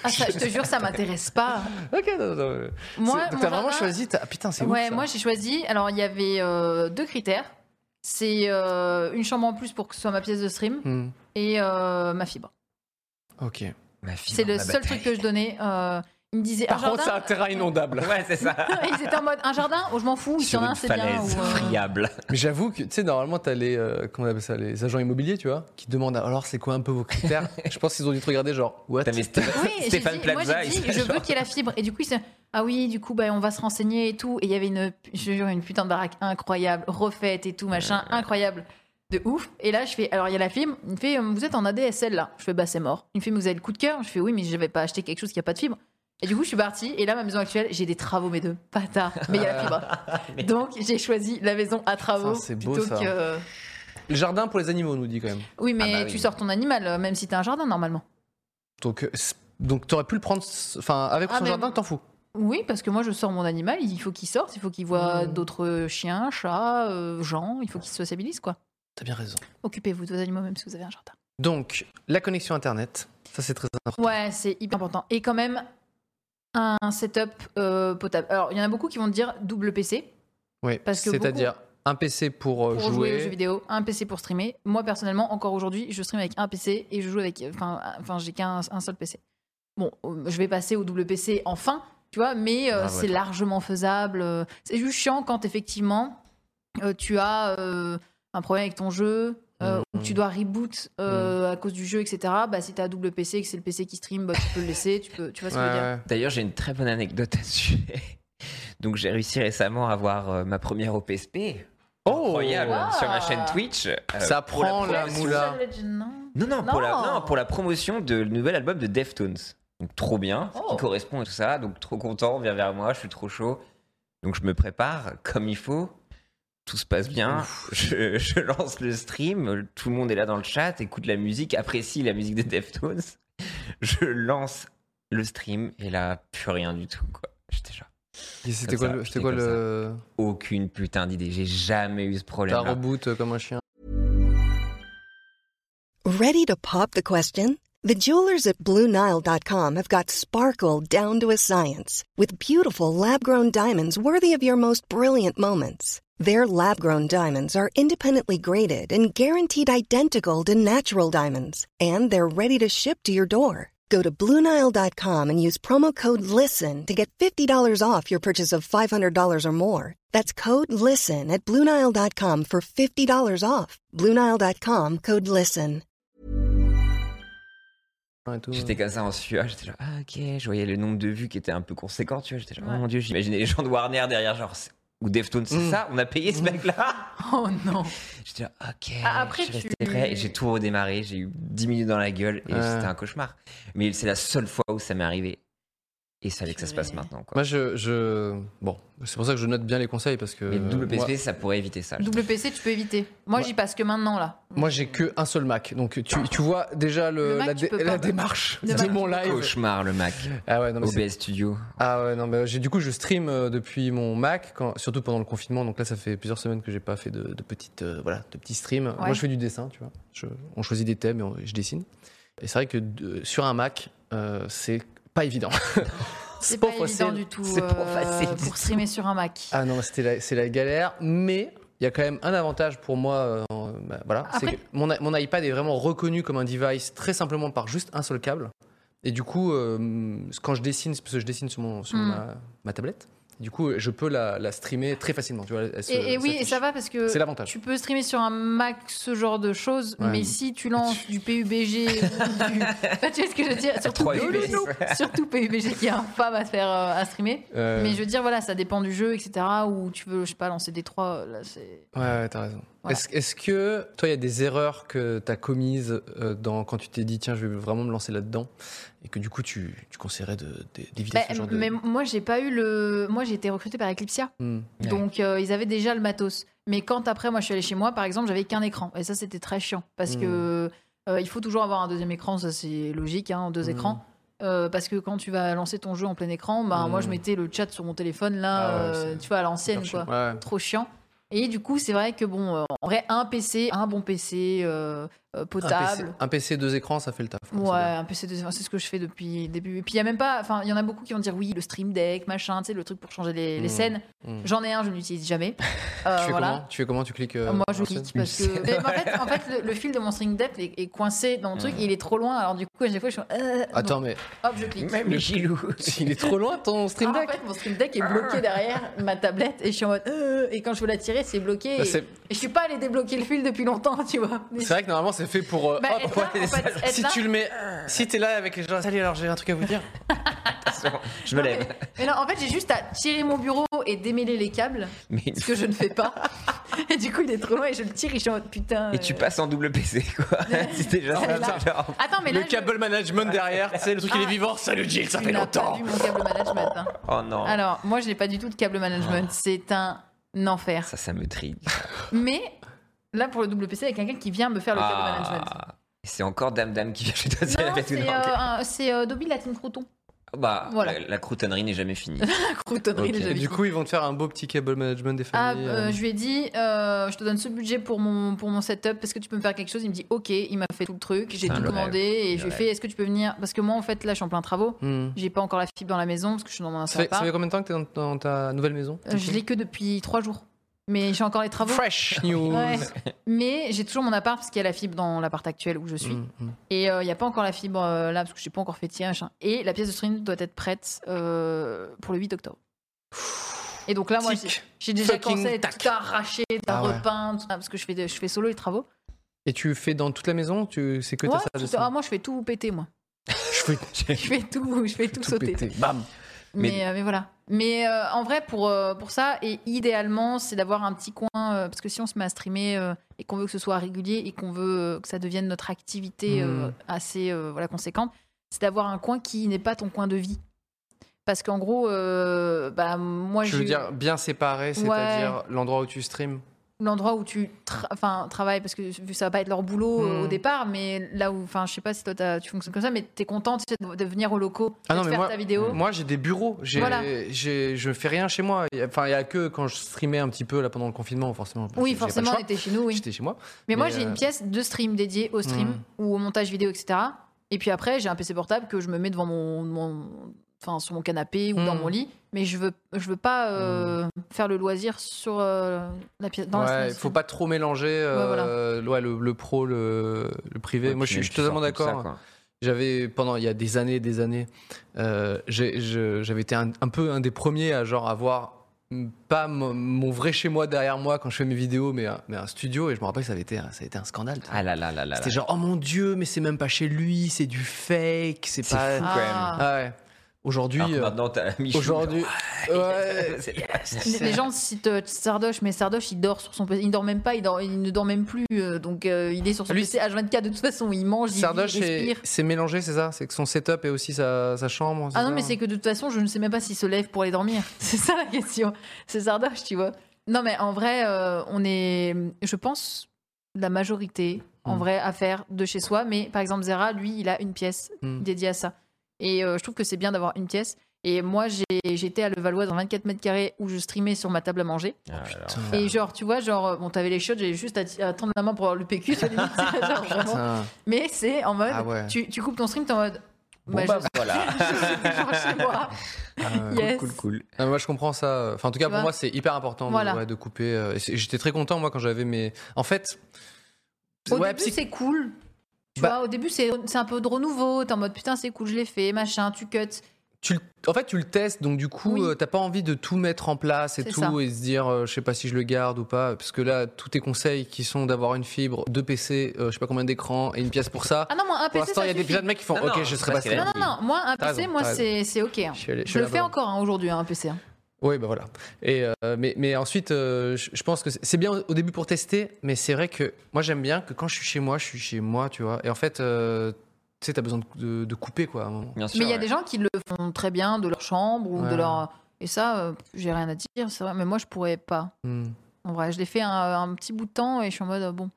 S3: Ah, ça, je te jure, ça m'intéresse pas.
S1: Ok, non, non, non.
S3: Moi,
S1: C'est-
S3: mon
S1: donc t'as vraiment
S3: jardin-
S1: choisi. ta- ah, Putain, c'est
S3: Ouais,
S1: ouf. ça.
S3: moi j'ai choisi. Alors, il y avait euh, deux critères c'est euh, une chambre en plus pour que ce soit ma pièce de stream
S1: Hmm,
S3: et euh, ma fibre.
S1: Ok.
S3: C'est le seul truc que je donnais. euh, il me disait
S1: Par
S3: un
S1: contre, c'est
S3: jardin.
S1: un terrain inondable.
S2: Ouais, c'est ça.
S3: Ils étaient en mode un jardin, oh, je m'en fous, il y
S2: Sur
S3: en a un,
S2: une
S3: c'est bien.
S2: falaise
S3: ou, euh,
S2: friable.
S1: Mais j'avoue que, tu sais, normalement, t'as les, euh, comment on appelle ça, les agents immobiliers, tu vois, qui demandent alors c'est quoi un peu vos critères. je pense qu'ils ont dû te regarder genre, what
S2: T'as mis Sté-
S3: Oui, j'ai
S2: Stéphane
S3: dit- moi,
S2: Plaza.
S3: j'ai
S2: il
S3: dit,
S2: s'est
S3: je veux
S2: genre-
S3: qu'il y ait la fibre. Et du coup, il s'est- ah oui, du coup, bah, on va se renseigner et tout. Et il y avait une, je jure, une putain de baraque incroyable, refaite et tout, machin, incroyable, de ouf. Et là, je fais, alors il y a la fibre. Il me fait, euh, vous êtes en ADSL là. Je fais, bah c'est mort. Il me fait, mais vous avez le coup de cœur. Je fais, oui, mais je vais pas acheter quelque chose qui a pas de fibre. Et du coup, je suis partie. Et là, ma maison actuelle, j'ai des travaux, mais de patard. Mais il y a la fibre. Donc, j'ai choisi la maison à travaux
S1: Ça, c'est beau,
S3: plutôt
S1: ça.
S3: que. euh,
S1: Le jardin pour les animaux, on nous dit quand même.
S3: Oui, mais
S2: Ah bah oui.
S3: tu sors ton animal, euh, même si t'as un jardin normalement.
S1: Donc, euh, c'est- donc t'aurais pu le prendre, s- enfin, avec
S3: Ah,
S1: son
S3: mais-
S1: jardin, t'en fous.
S3: Oui, parce que moi je sors mon animal, il faut qu'il sorte, il faut qu'il voit d'autres chiens, chats, euh, gens, il faut qu'il se sociabilise quoi.
S1: T'as bien raison.
S3: Occupez-vous de vos animaux même si vous avez un jardin.
S1: Donc, la connexion internet, ça c'est très important.
S3: Ouais, c'est hyper important. Et quand même, un setup euh, potable. Alors il y en a beaucoup qui vont te dire double PC
S1: Ouais.
S3: Parce que
S1: C'est-à-dire un PC pour, euh,
S3: pour jouer, aux jeux vidéo, un PC pour streamer. Moi personnellement, encore aujourd'hui, je stream avec un PC et je joue avec. Enfin, enfin j'ai qu'un un seul PC. Bon, euh, je vais passer au double PC enfin, tu vois, mais
S1: Ah,
S3: euh,
S2: Bravo à
S3: c'est
S2: toi.
S3: largement faisable. euh, C'est juste chiant quand effectivement euh, tu as euh, un problème avec ton jeu. euh,
S1: Mhm.
S3: Ou que tu dois reboot euh,
S1: Mm.
S3: à cause du jeu, etc. Bah, si t'as un double PC et que c'est le PC qui stream, bah, tu peux le laisser, tu, peux, tu vois ce que je veux dire.
S1: Ouais, ouais.
S2: D'ailleurs, j'ai une très bonne anecdote à ce sujet. Donc, j'ai réussi récemment à avoir euh, ma première OPSP.
S1: Oh
S2: Incroyable
S3: Wow.
S2: sur ma chaîne Twitch. euh,
S1: Ça
S2: pour la
S1: prend Oh, la
S2: promotion-
S1: moula. Oula.
S3: Non.
S2: Non, non, Pour la,
S3: Non.
S2: non, pour la promotion de le nouvel album de Deftones. Donc, trop bien, ce
S3: Oh.
S2: qui correspond à tout ça. Donc, trop content, viens vers moi, je suis trop chaud. Donc, je me prépare comme il faut. Tout se passe bien. Je, je lance le stream. Tout le monde est là dans le chat, écoute la musique, apprécie la musique des Deftones. Je lance le stream et là, plus rien du tout, quoi. J'étais genre,
S1: Et C'était
S2: Comme
S1: quoi,
S2: ça,
S1: le- c'était
S2: j'étais
S1: quoi
S2: comme
S1: le.
S2: aucune putain d'idée. J'ai jamais eu ce
S1: T'as
S2: problème.
S1: reboot euh, comme un chien.
S6: Ready to pop the question? The jewelers at BlueNile.com have got sparkle down to a science with beautiful lab grown diamonds worthy of your most brilliant moments. Their lab grown diamonds are independently graded and guaranteed identical to natural diamonds, and they're ready to ship to your door. Go to BlueNile.com and use promo code LISTEN to get $50 off your purchase of $500 or more. That's code LISTEN at BlueNile.com for $50 off. BlueNile.com code LISTEN.
S1: et tout.
S2: J'étais comme ça en sueur, j'étais genre, ah ok, je voyais le nombre de vues qui était un peu conséquent, tu vois, j'étais genre,
S3: Ouais.
S2: oh mon dieu, j'imaginais les gens de Warner derrière, genre, c'est- ou Deftones, c'est
S1: Mm.
S2: ça, on a payé ce mec-là
S3: Oh non.
S2: J'étais genre, ok,
S3: Ah, après,
S2: je suis resté
S3: tu-
S2: prêt, et j'ai tout redémarré, j'ai eu 10 minutes dans la gueule, et
S1: Ouais.
S2: c'était un cauchemar. Mais c'est la seule fois où ça m'est arrivé, et ça fallait que ça se passe
S3: Purée.
S2: maintenant, quoi.
S1: Moi, je, je- Bon, c'est pour ça que je note bien les conseils parce que.
S2: Mais double
S1: moi-
S2: PSP, ça pourrait éviter ça. je
S3: Double PC, tu peux éviter. Moi,
S1: Ouais.
S3: j'y passe que maintenant, là.
S1: Moi, j'ai que un seul Mac, donc tu, tu vois déjà le,
S3: Le Mac,
S1: la,
S3: tu
S1: dé-
S3: peux pas.
S1: la démarche
S3: Le
S1: de
S3: Mac,
S1: mon
S3: tu peux
S2: trouve.
S1: live.
S2: Cauchemar, le Mac.
S1: Ah ouais, non, mais c'est-
S2: OBS Studio.
S1: ah ouais, non, mais j'ai- du coup, je stream euh, depuis mon Mac, quand- surtout pendant le confinement. Donc là, ça fait plusieurs semaines que j'ai pas fait de, de petites, euh, voilà, de petits streams. Moi, je fais du dessin, tu vois. Je- on choisit des thèmes et on- je dessine. Et c'est vrai que de- sur un Mac, euh, c'est pas évident.
S3: C'est pas, évident du tout
S2: C'est pas
S3: euh,
S2: facile du
S3: pour streamer sur un Mac.
S1: Ah non, c'était la- c'est la galère, mais il y a quand même un avantage pour moi. euh, bah, voilà, c'est
S3: Après-
S1: que mon, i- mon iPad est vraiment reconnu comme un device très simplement par juste un seul câble. Et du coup, euh, quand je dessine, parce que je dessine sur, mon, sur
S3: Mm.
S1: ma, ma tablette, du coup, je peux la, la streamer très facilement. Tu vois, elle se-
S3: Et, et oui, et
S1: s'affiche.
S3: ça va parce que
S1: C'est l'avantage.
S3: tu peux streamer sur un Mac ce genre de choses,
S1: Ouais.
S3: mais si tu lances du PUBG, ou du... Enfin, tu vois ce que je veux dire surtout,
S2: Trois FPS.
S3: surtout PUBG qui est infâme à se faire euh, à streamer.
S1: Euh,
S3: Mais je veux dire, voilà, ça dépend du jeu, etc. Ou tu veux, je sais pas, lancer des trois. euh, Là, c'est.
S1: Ouais, ouais, t'as raison.
S3: Voilà.
S1: Est-ce est-ce que toi, il y a des erreurs que t'as commises euh, dans, quand tu t'es dit, tiens, je vais vraiment me lancer là-dedans et que du coup, tu, tu conseillerais de- de- d'éviter
S3: Bah,
S1: ce genre de.
S3: mais moi, j'ai pas eu le. Moi, j'ai été recrutée par Eclipsia.
S1: Hmm.
S2: Ouais.
S3: Donc euh, ils avaient déjà le matos. Mais quand après moi je suis allée chez moi, par exemple, j'avais qu'un écran. Et ça c'était très chiant
S1: Hmm.
S3: parce que euh, il faut toujours avoir un deuxième écran, ça c'est logique, hein, deux
S1: Mm.
S3: écrans. Euh, parce que quand tu vas lancer ton jeu en plein écran, bah,
S1: Mm.
S3: moi je mettais le chat sur mon téléphone là,
S1: Ah ouais,
S3: euh,
S1: c'est
S3: tu vois, à l'ancienne quoi.
S1: Ouais, ouais.
S3: Trop chiant. Et du coup, c'est vrai que bon, euh, en vrai, un PC, un bon PC euh, euh,
S1: Un PC,
S3: potable.
S1: un PC, deux écrans, ça fait le taf. hein,
S3: Ouais,
S1: c'est bien.
S3: un PC, de- c'est ce que je fais depuis le début. Et puis il y a même pas, enfin, il y en a beaucoup qui vont dire oui, le Stream Deck, machin, tu sais, le truc pour changer les, les
S1: Mm.
S3: scènes.
S1: Mm.
S3: J'en ai un, je ne l'utilise jamais. Euh,
S1: Tu fais,
S3: voilà.
S1: comment tu fais comment Tu cliques euh,
S3: Moi, je
S1: l'ancienne
S3: clique parce que.
S2: Une scène.
S3: Mais en fait, en fait, le, le fil de mon string depth est, est coincé dans le truc, et il est trop loin. Alors, du coup, à chaque fois, je suis. en- euh,
S1: Mmh. Attends,
S3: donc,
S1: mais
S3: hop, je clique.
S2: Même Gilou.
S1: il est trop loin ton
S3: Ah,
S1: stream
S3: en
S1: deck
S3: fait, mon stream deck est bloqué derrière ma tablette et je suis en mode. euh, et quand je veux la tirer, c'est bloqué.
S1: Bah,
S3: et,
S1: C'est
S3: et je suis pas allé débloquer le fil depuis longtemps, tu vois. Mais-
S1: c'est vrai que normalement c'est fait pour. euh,
S3: Bah,
S1: hop,
S3: être là, en fait, Euh. être
S1: si
S3: là-
S1: tu le mets, si t'es là avec les gens, salut alors j'ai un truc à vous dire.
S2: Je me lève.
S3: Mais non, en fait, j'ai juste à tirer mon bureau et démêler les câbles,
S2: Mais une
S3: ce que je ne fais pas. et du coup, il est trop loin et je le tire et je suis en mode putain.
S2: Et tu
S3: euh.
S2: passes en double PC, quoi. C'est déjà
S3: Ah, là.
S2: ça. genre. oh
S3: Attends, mais là.
S1: le
S3: je-
S1: câble management derrière, tu sais, le truc il
S3: Ah.
S1: est vivant. Salut Jill, ça
S3: tu
S1: fait
S3: n'as pas
S1: longtemps.
S3: vu mon câble management. hein.
S2: Oh non.
S3: Alors, moi, je n'ai pas du tout de câble management. C'est un enfer.
S2: Ça, ça me trigue.
S3: Mais là, pour le WPC, il y a quelqu'un qui vient me faire le câble
S2: Ah.
S3: management.
S2: C'est encore Dame Dame qui vient chez toi. c'est la
S3: Non,
S2: fête ou
S3: c'est
S2: non
S3: euh, un- c'est euh, Dobby Latine Crouton.
S2: Bah,
S3: voilà.
S2: la, la croutonnerie n'est jamais finie.
S3: La croutonnerie,
S1: Ok.
S3: les
S1: Et
S3: amis.
S1: du coup, ils vont te faire un beau petit câble management des
S3: Ah,
S1: familles.
S3: euh,
S1: euh.
S3: je lui ai dit, euh, je te donne ce budget pour mon, pour mon setup, est-ce que tu peux me faire quelque chose Il me dit, ok, il m'a fait tout le truc, j'ai
S2: Putain,
S3: tout
S2: le
S3: commandé, et
S2: Le
S3: je
S2: rêve.
S3: lui ai fait, est-ce que tu peux venir Parce que moi, en fait, là, je suis en plein travaux,
S1: Hmm.
S3: j'ai pas encore la fibre dans la maison, parce que je suis dans mon
S1: Ça fait, ça
S3: appart.
S1: fait combien de temps que t'es dans, dans ta nouvelle maison
S3: Euh, Je l'ai que depuis trois jours, mais j'ai encore les travaux.
S1: Fresh news.
S3: Ouais. Mais j'ai toujours mon appart, parce qu'il y a la fibre dans l'appart actuel où je suis.
S1: Hmm, hmm.
S3: Et il n'y a pas encore la fibre euh, là, parce que je n'ai pas encore fait tirer. Machin. Et la pièce de streaming doit être prête euh, pour le 8 octobre. Et donc là, moi, j'ai-
S1: Tic.
S3: j'ai déjà
S1: fucking
S3: commencé à
S1: tac.
S3: tout arracher, tout à
S1: Ah ouais.
S3: repeindre, tout ça, parce que je fais, des- je fais solo les travaux.
S1: Et tu fais dans toute la maison tu... C'est que
S3: Ouais,
S1: ta salle de
S3: tout-
S1: cinéma
S3: ah, moi, je fais tout péter, moi.
S1: Je fais
S3: Je fais tout, je fais tout,
S1: tout
S3: sauter.
S1: péter. Bam
S3: Mais,
S2: Mais-
S3: euh, mais voilà. Mais euh, en vrai, pour, euh, pour ça, et idéalement, c'est d'avoir un petit coin. euh, parce que si on se met à streamer euh, et qu'on veut que ce soit régulier et qu'on veut euh, que ça devienne notre activité euh,
S1: Mhm.
S3: assez euh, voilà, conséquente, c'est d'avoir un coin qui n'est pas ton coin de vie. Parce qu'en gros, euh, bah, moi,
S1: Je veux
S3: j'ai
S1: dire, bien séparé, c'est-à-dire l'endroit où tu streams.
S3: l'endroit où tu tra- enfin, travailles, parce que vu que ça va pas être leur boulot euh,
S1: Mhm.
S3: au départ, mais là où, enfin, je sais pas si toi t'as- tu fonctionnes comme ça, mais t'es contente de, de venir au locaux,
S1: Ah
S3: de
S1: non,
S3: te
S1: mais
S3: faire
S1: moi,
S3: ta vidéo.
S1: moi j'ai des bureaux. J'ai,
S3: Voilà.
S1: j'ai- je fais rien chez moi. Il y a- Enfin, il y a que quand je streamais un petit peu là pendant le confinement, forcément. parce que
S3: oui,
S1: j'ai pas le
S3: forcément,
S1: choix.
S3: on était chez nous, oui.
S1: J'étais chez moi.
S3: Mais moi,
S1: Mais,
S3: j'ai
S1: euh,
S3: une pièce de stream dédiée au stream
S1: Hmm.
S3: ou au montage vidéo, etc. Et puis après, j'ai un PC portable que je me mets devant mon, mon- enfin, sur mon canapé ou dans
S1: Hmm.
S3: mon lit. Mais je veux, je veux pas euh, faire le loisir sur euh, la pièce. Dans la
S1: ouais,
S3: stream.
S1: faut pas trop mélanger euh, ouais, le, le pro, le, le privé.
S2: Ouais,
S1: moi, je
S2: puis
S1: suis,
S2: même
S1: je suis
S2: tu sors
S1: totalement
S2: comme ça,
S1: d'accord.
S2: quoi.
S1: J'avais pendant il y a des années, des années, euh, j'ai- je- j'avais été un, un peu un des premiers à genre avoir mm, pas mon, mon vrai chez moi derrière moi quand je fais mes vidéos, mais un, mais un studio. Et je me rappelle que ça avait été, un- ça a été un scandale. tu vois.
S2: Ah là là là là.
S1: C'était
S2: là.
S1: genre oh mon dieu, mais c'est même pas chez lui, c'est du fake, c'est
S2: C'est
S1: pas.
S2: fou quand même.
S3: Ah.
S1: Ah ouais. Aujourd'hui,
S2: Alors que
S1: euh,
S2: maintenant, t'as Michou.
S1: aujourd'hui, euh, ouais,
S2: C'est-
S3: Les- Les gens citent euh, Sardoche, mais Sardoche, il dort sur son PC. Il dort même pas, il, dort- il ne dort même plus. euh, donc, euh, il est sur son
S1: Lui,
S3: PC H24. De toute façon, il mange, il, vit,
S1: Sardoche,
S3: il
S1: c'est
S3: respire.
S1: c'est mélangé, c'est ça C'est que son setup et aussi sa, sa chambre
S3: Ah
S1: ça
S3: non,
S1: hein?
S3: mais c'est que de toute façon, je ne sais même pas s'il se lève pour aller dormir. C'est ça la question. C'est Sardoche, tu vois. Non, mais en vrai, euh, on est, je pense, la majorité, en
S1: Mm.
S3: vrai, à faire de chez soi. Mais par exemple, Zera, lui, il a une pièce
S1: Mm.
S3: dédiée à ça. Et euh, je trouve que c'est bien d'avoir une pièce. Et moi, j'ai- j'étais à Levallois dans 24 mètres carrés où je streamais sur ma table à manger.
S2: Ah là là.
S1: oh, Putain.
S3: Et genre, tu vois, genre, euh, bon, t'avais les shots, j'avais juste à, t- à tendre la main pour avoir le PQ. tu vois, limite, genre, vraiment.
S1: Ah, Putain.
S3: Mais c'est en mode,
S1: Ah ouais.
S3: tu, tu coupes ton stream, t'es en mode.
S2: Bon,
S3: bah,
S2: bah, voilà.
S3: je suis toujours chez moi.
S1: Ah ouais.
S3: Yes.
S2: Cool, cool.
S1: Ah, moi, je comprends ça. Enfin, en tout cas,
S3: Tu
S1: pour
S3: vois
S1: moi, c'est hyper important de-
S3: Voilà.
S1: ouais, de, couper. euh, et c'est- J'étais très content, moi, quand j'avais mes. En fait.
S3: Au
S1: ouais,
S3: début,
S1: psy-
S3: c'est cool. Tu
S1: Bah-
S3: vois, au début, c'est c'est un peu de renouveau. T'es en mode putain, c'est cool, je l'ai fait, machin, tu cuts.
S1: Tu le- en fait, tu le testes, donc du coup,
S3: Oui.
S1: euh, t'as pas envie de tout mettre en place et
S3: C'est
S1: tout,
S3: ça.
S1: et se dire, euh, je sais pas si je le garde ou pas, parce que là, tous tes conseils qui sont d'avoir une fibre, deux PC, euh, je sais pas combien d'écrans et une pièce pour ça.
S3: Ah non, moi, un
S1: pour
S3: PC,
S1: l'instant,
S3: ça
S1: il y a des
S3: suffit.
S1: plein de mecs qui font,
S2: Non,
S1: ok,
S2: non,
S1: je
S2: c'est
S1: serai
S2: pas
S1: pas
S2: ce qu'elle
S3: Non,
S1: seul.
S3: non, non, moi, un
S1: T'as
S3: PC,
S1: raison,
S3: moi,
S1: t'as
S3: c'est c'est OK. hein.
S1: Je suis allé- je suis
S3: Je le
S1: allé
S3: fais
S1: voir.
S3: encore hein, aujourd'hui, un PC. hein.
S1: Oui, bah voilà. Et, euh, mais, mais ensuite, euh, je, je pense que c'est- c'est bien au début pour tester, mais c'est vrai que moi j'aime bien que quand je suis chez moi, je suis chez moi, tu vois. Et en fait, euh, tu sais, t'as besoin de, de- de couper, quoi. à un moment.
S2: Bien sûr.
S3: Mais il y a
S2: ouais.
S3: des gens qui le font très bien de leur chambre ou de
S1: Ouais.
S3: leur. Et ça, euh, j'ai rien à dire, c'est vrai. Mais moi, je pourrais pas.
S1: Hmm.
S3: En vrai, je l'ai fait un, un petit bout de temps et je suis en mode euh, bon.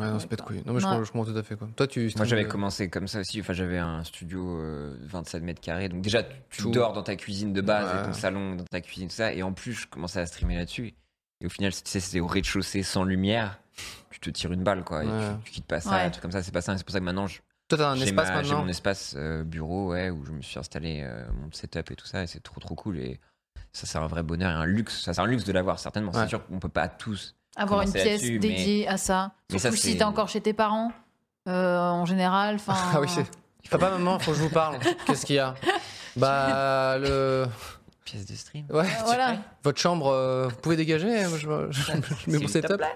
S1: Ouais, non,
S3: Ouais,
S1: c'est pas de
S3: bah,
S1: couilles. Non, mais je,
S3: ouais.
S1: comprends, je comprends tout à fait, quoi. Toi, tu. euh,
S2: Moi, j'avais
S1: stream-
S2: commencé comme ça aussi. Enfin, j'avais un studio euh, 27 mètres carrés. Donc, déjà, tu- tu
S1: Tout.
S2: dors dans ta cuisine de base, et
S1: Ouais.
S2: ton salon, dans ta cuisine, tout ça. Et en plus, je commençais à streamer là-dessus. Et au final, tu sais, c'était au rez-de-chaussée sans lumière. Tu te tires une balle, quoi. Et
S1: Ouais.
S2: tu, tu quittes pas ça,
S3: Ouais.
S2: un truc comme ça. C'est pas ça. C'est pour ça que maintenant, je-
S1: Toi, t'as un
S2: j'ai
S1: espace
S2: ma- j'ai
S1: maintenant.
S2: mon espace euh, bureau, ouais, où je me suis installé euh, mon setup et tout ça. Et c'est trop, trop cool. Et ça, c'est un vrai bonheur et un luxe. Ça, c'est un luxe de l'avoir, certainement.
S1: Ouais.
S2: C'est sûr qu'on peut pas tous.
S3: avoir une
S2: Commencer
S3: pièce
S2: là-dessus, mais-
S3: dédiée à ça.
S2: mais ça,
S3: Surtout
S2: c'est-
S3: si t'es encore chez tes parents, euh, en général. 'fin,
S1: Ah oui, c'est. Papa, maman, faut que je vous parle. Qu'est-ce qu'il y a Bah, le.
S2: Pièce de stream.
S1: Ouais.
S3: euh, Voilà.
S1: Votre chambre, euh, vous pouvez dégager je, je- je mets mon
S2: C'est top,
S1: setup.
S2: là.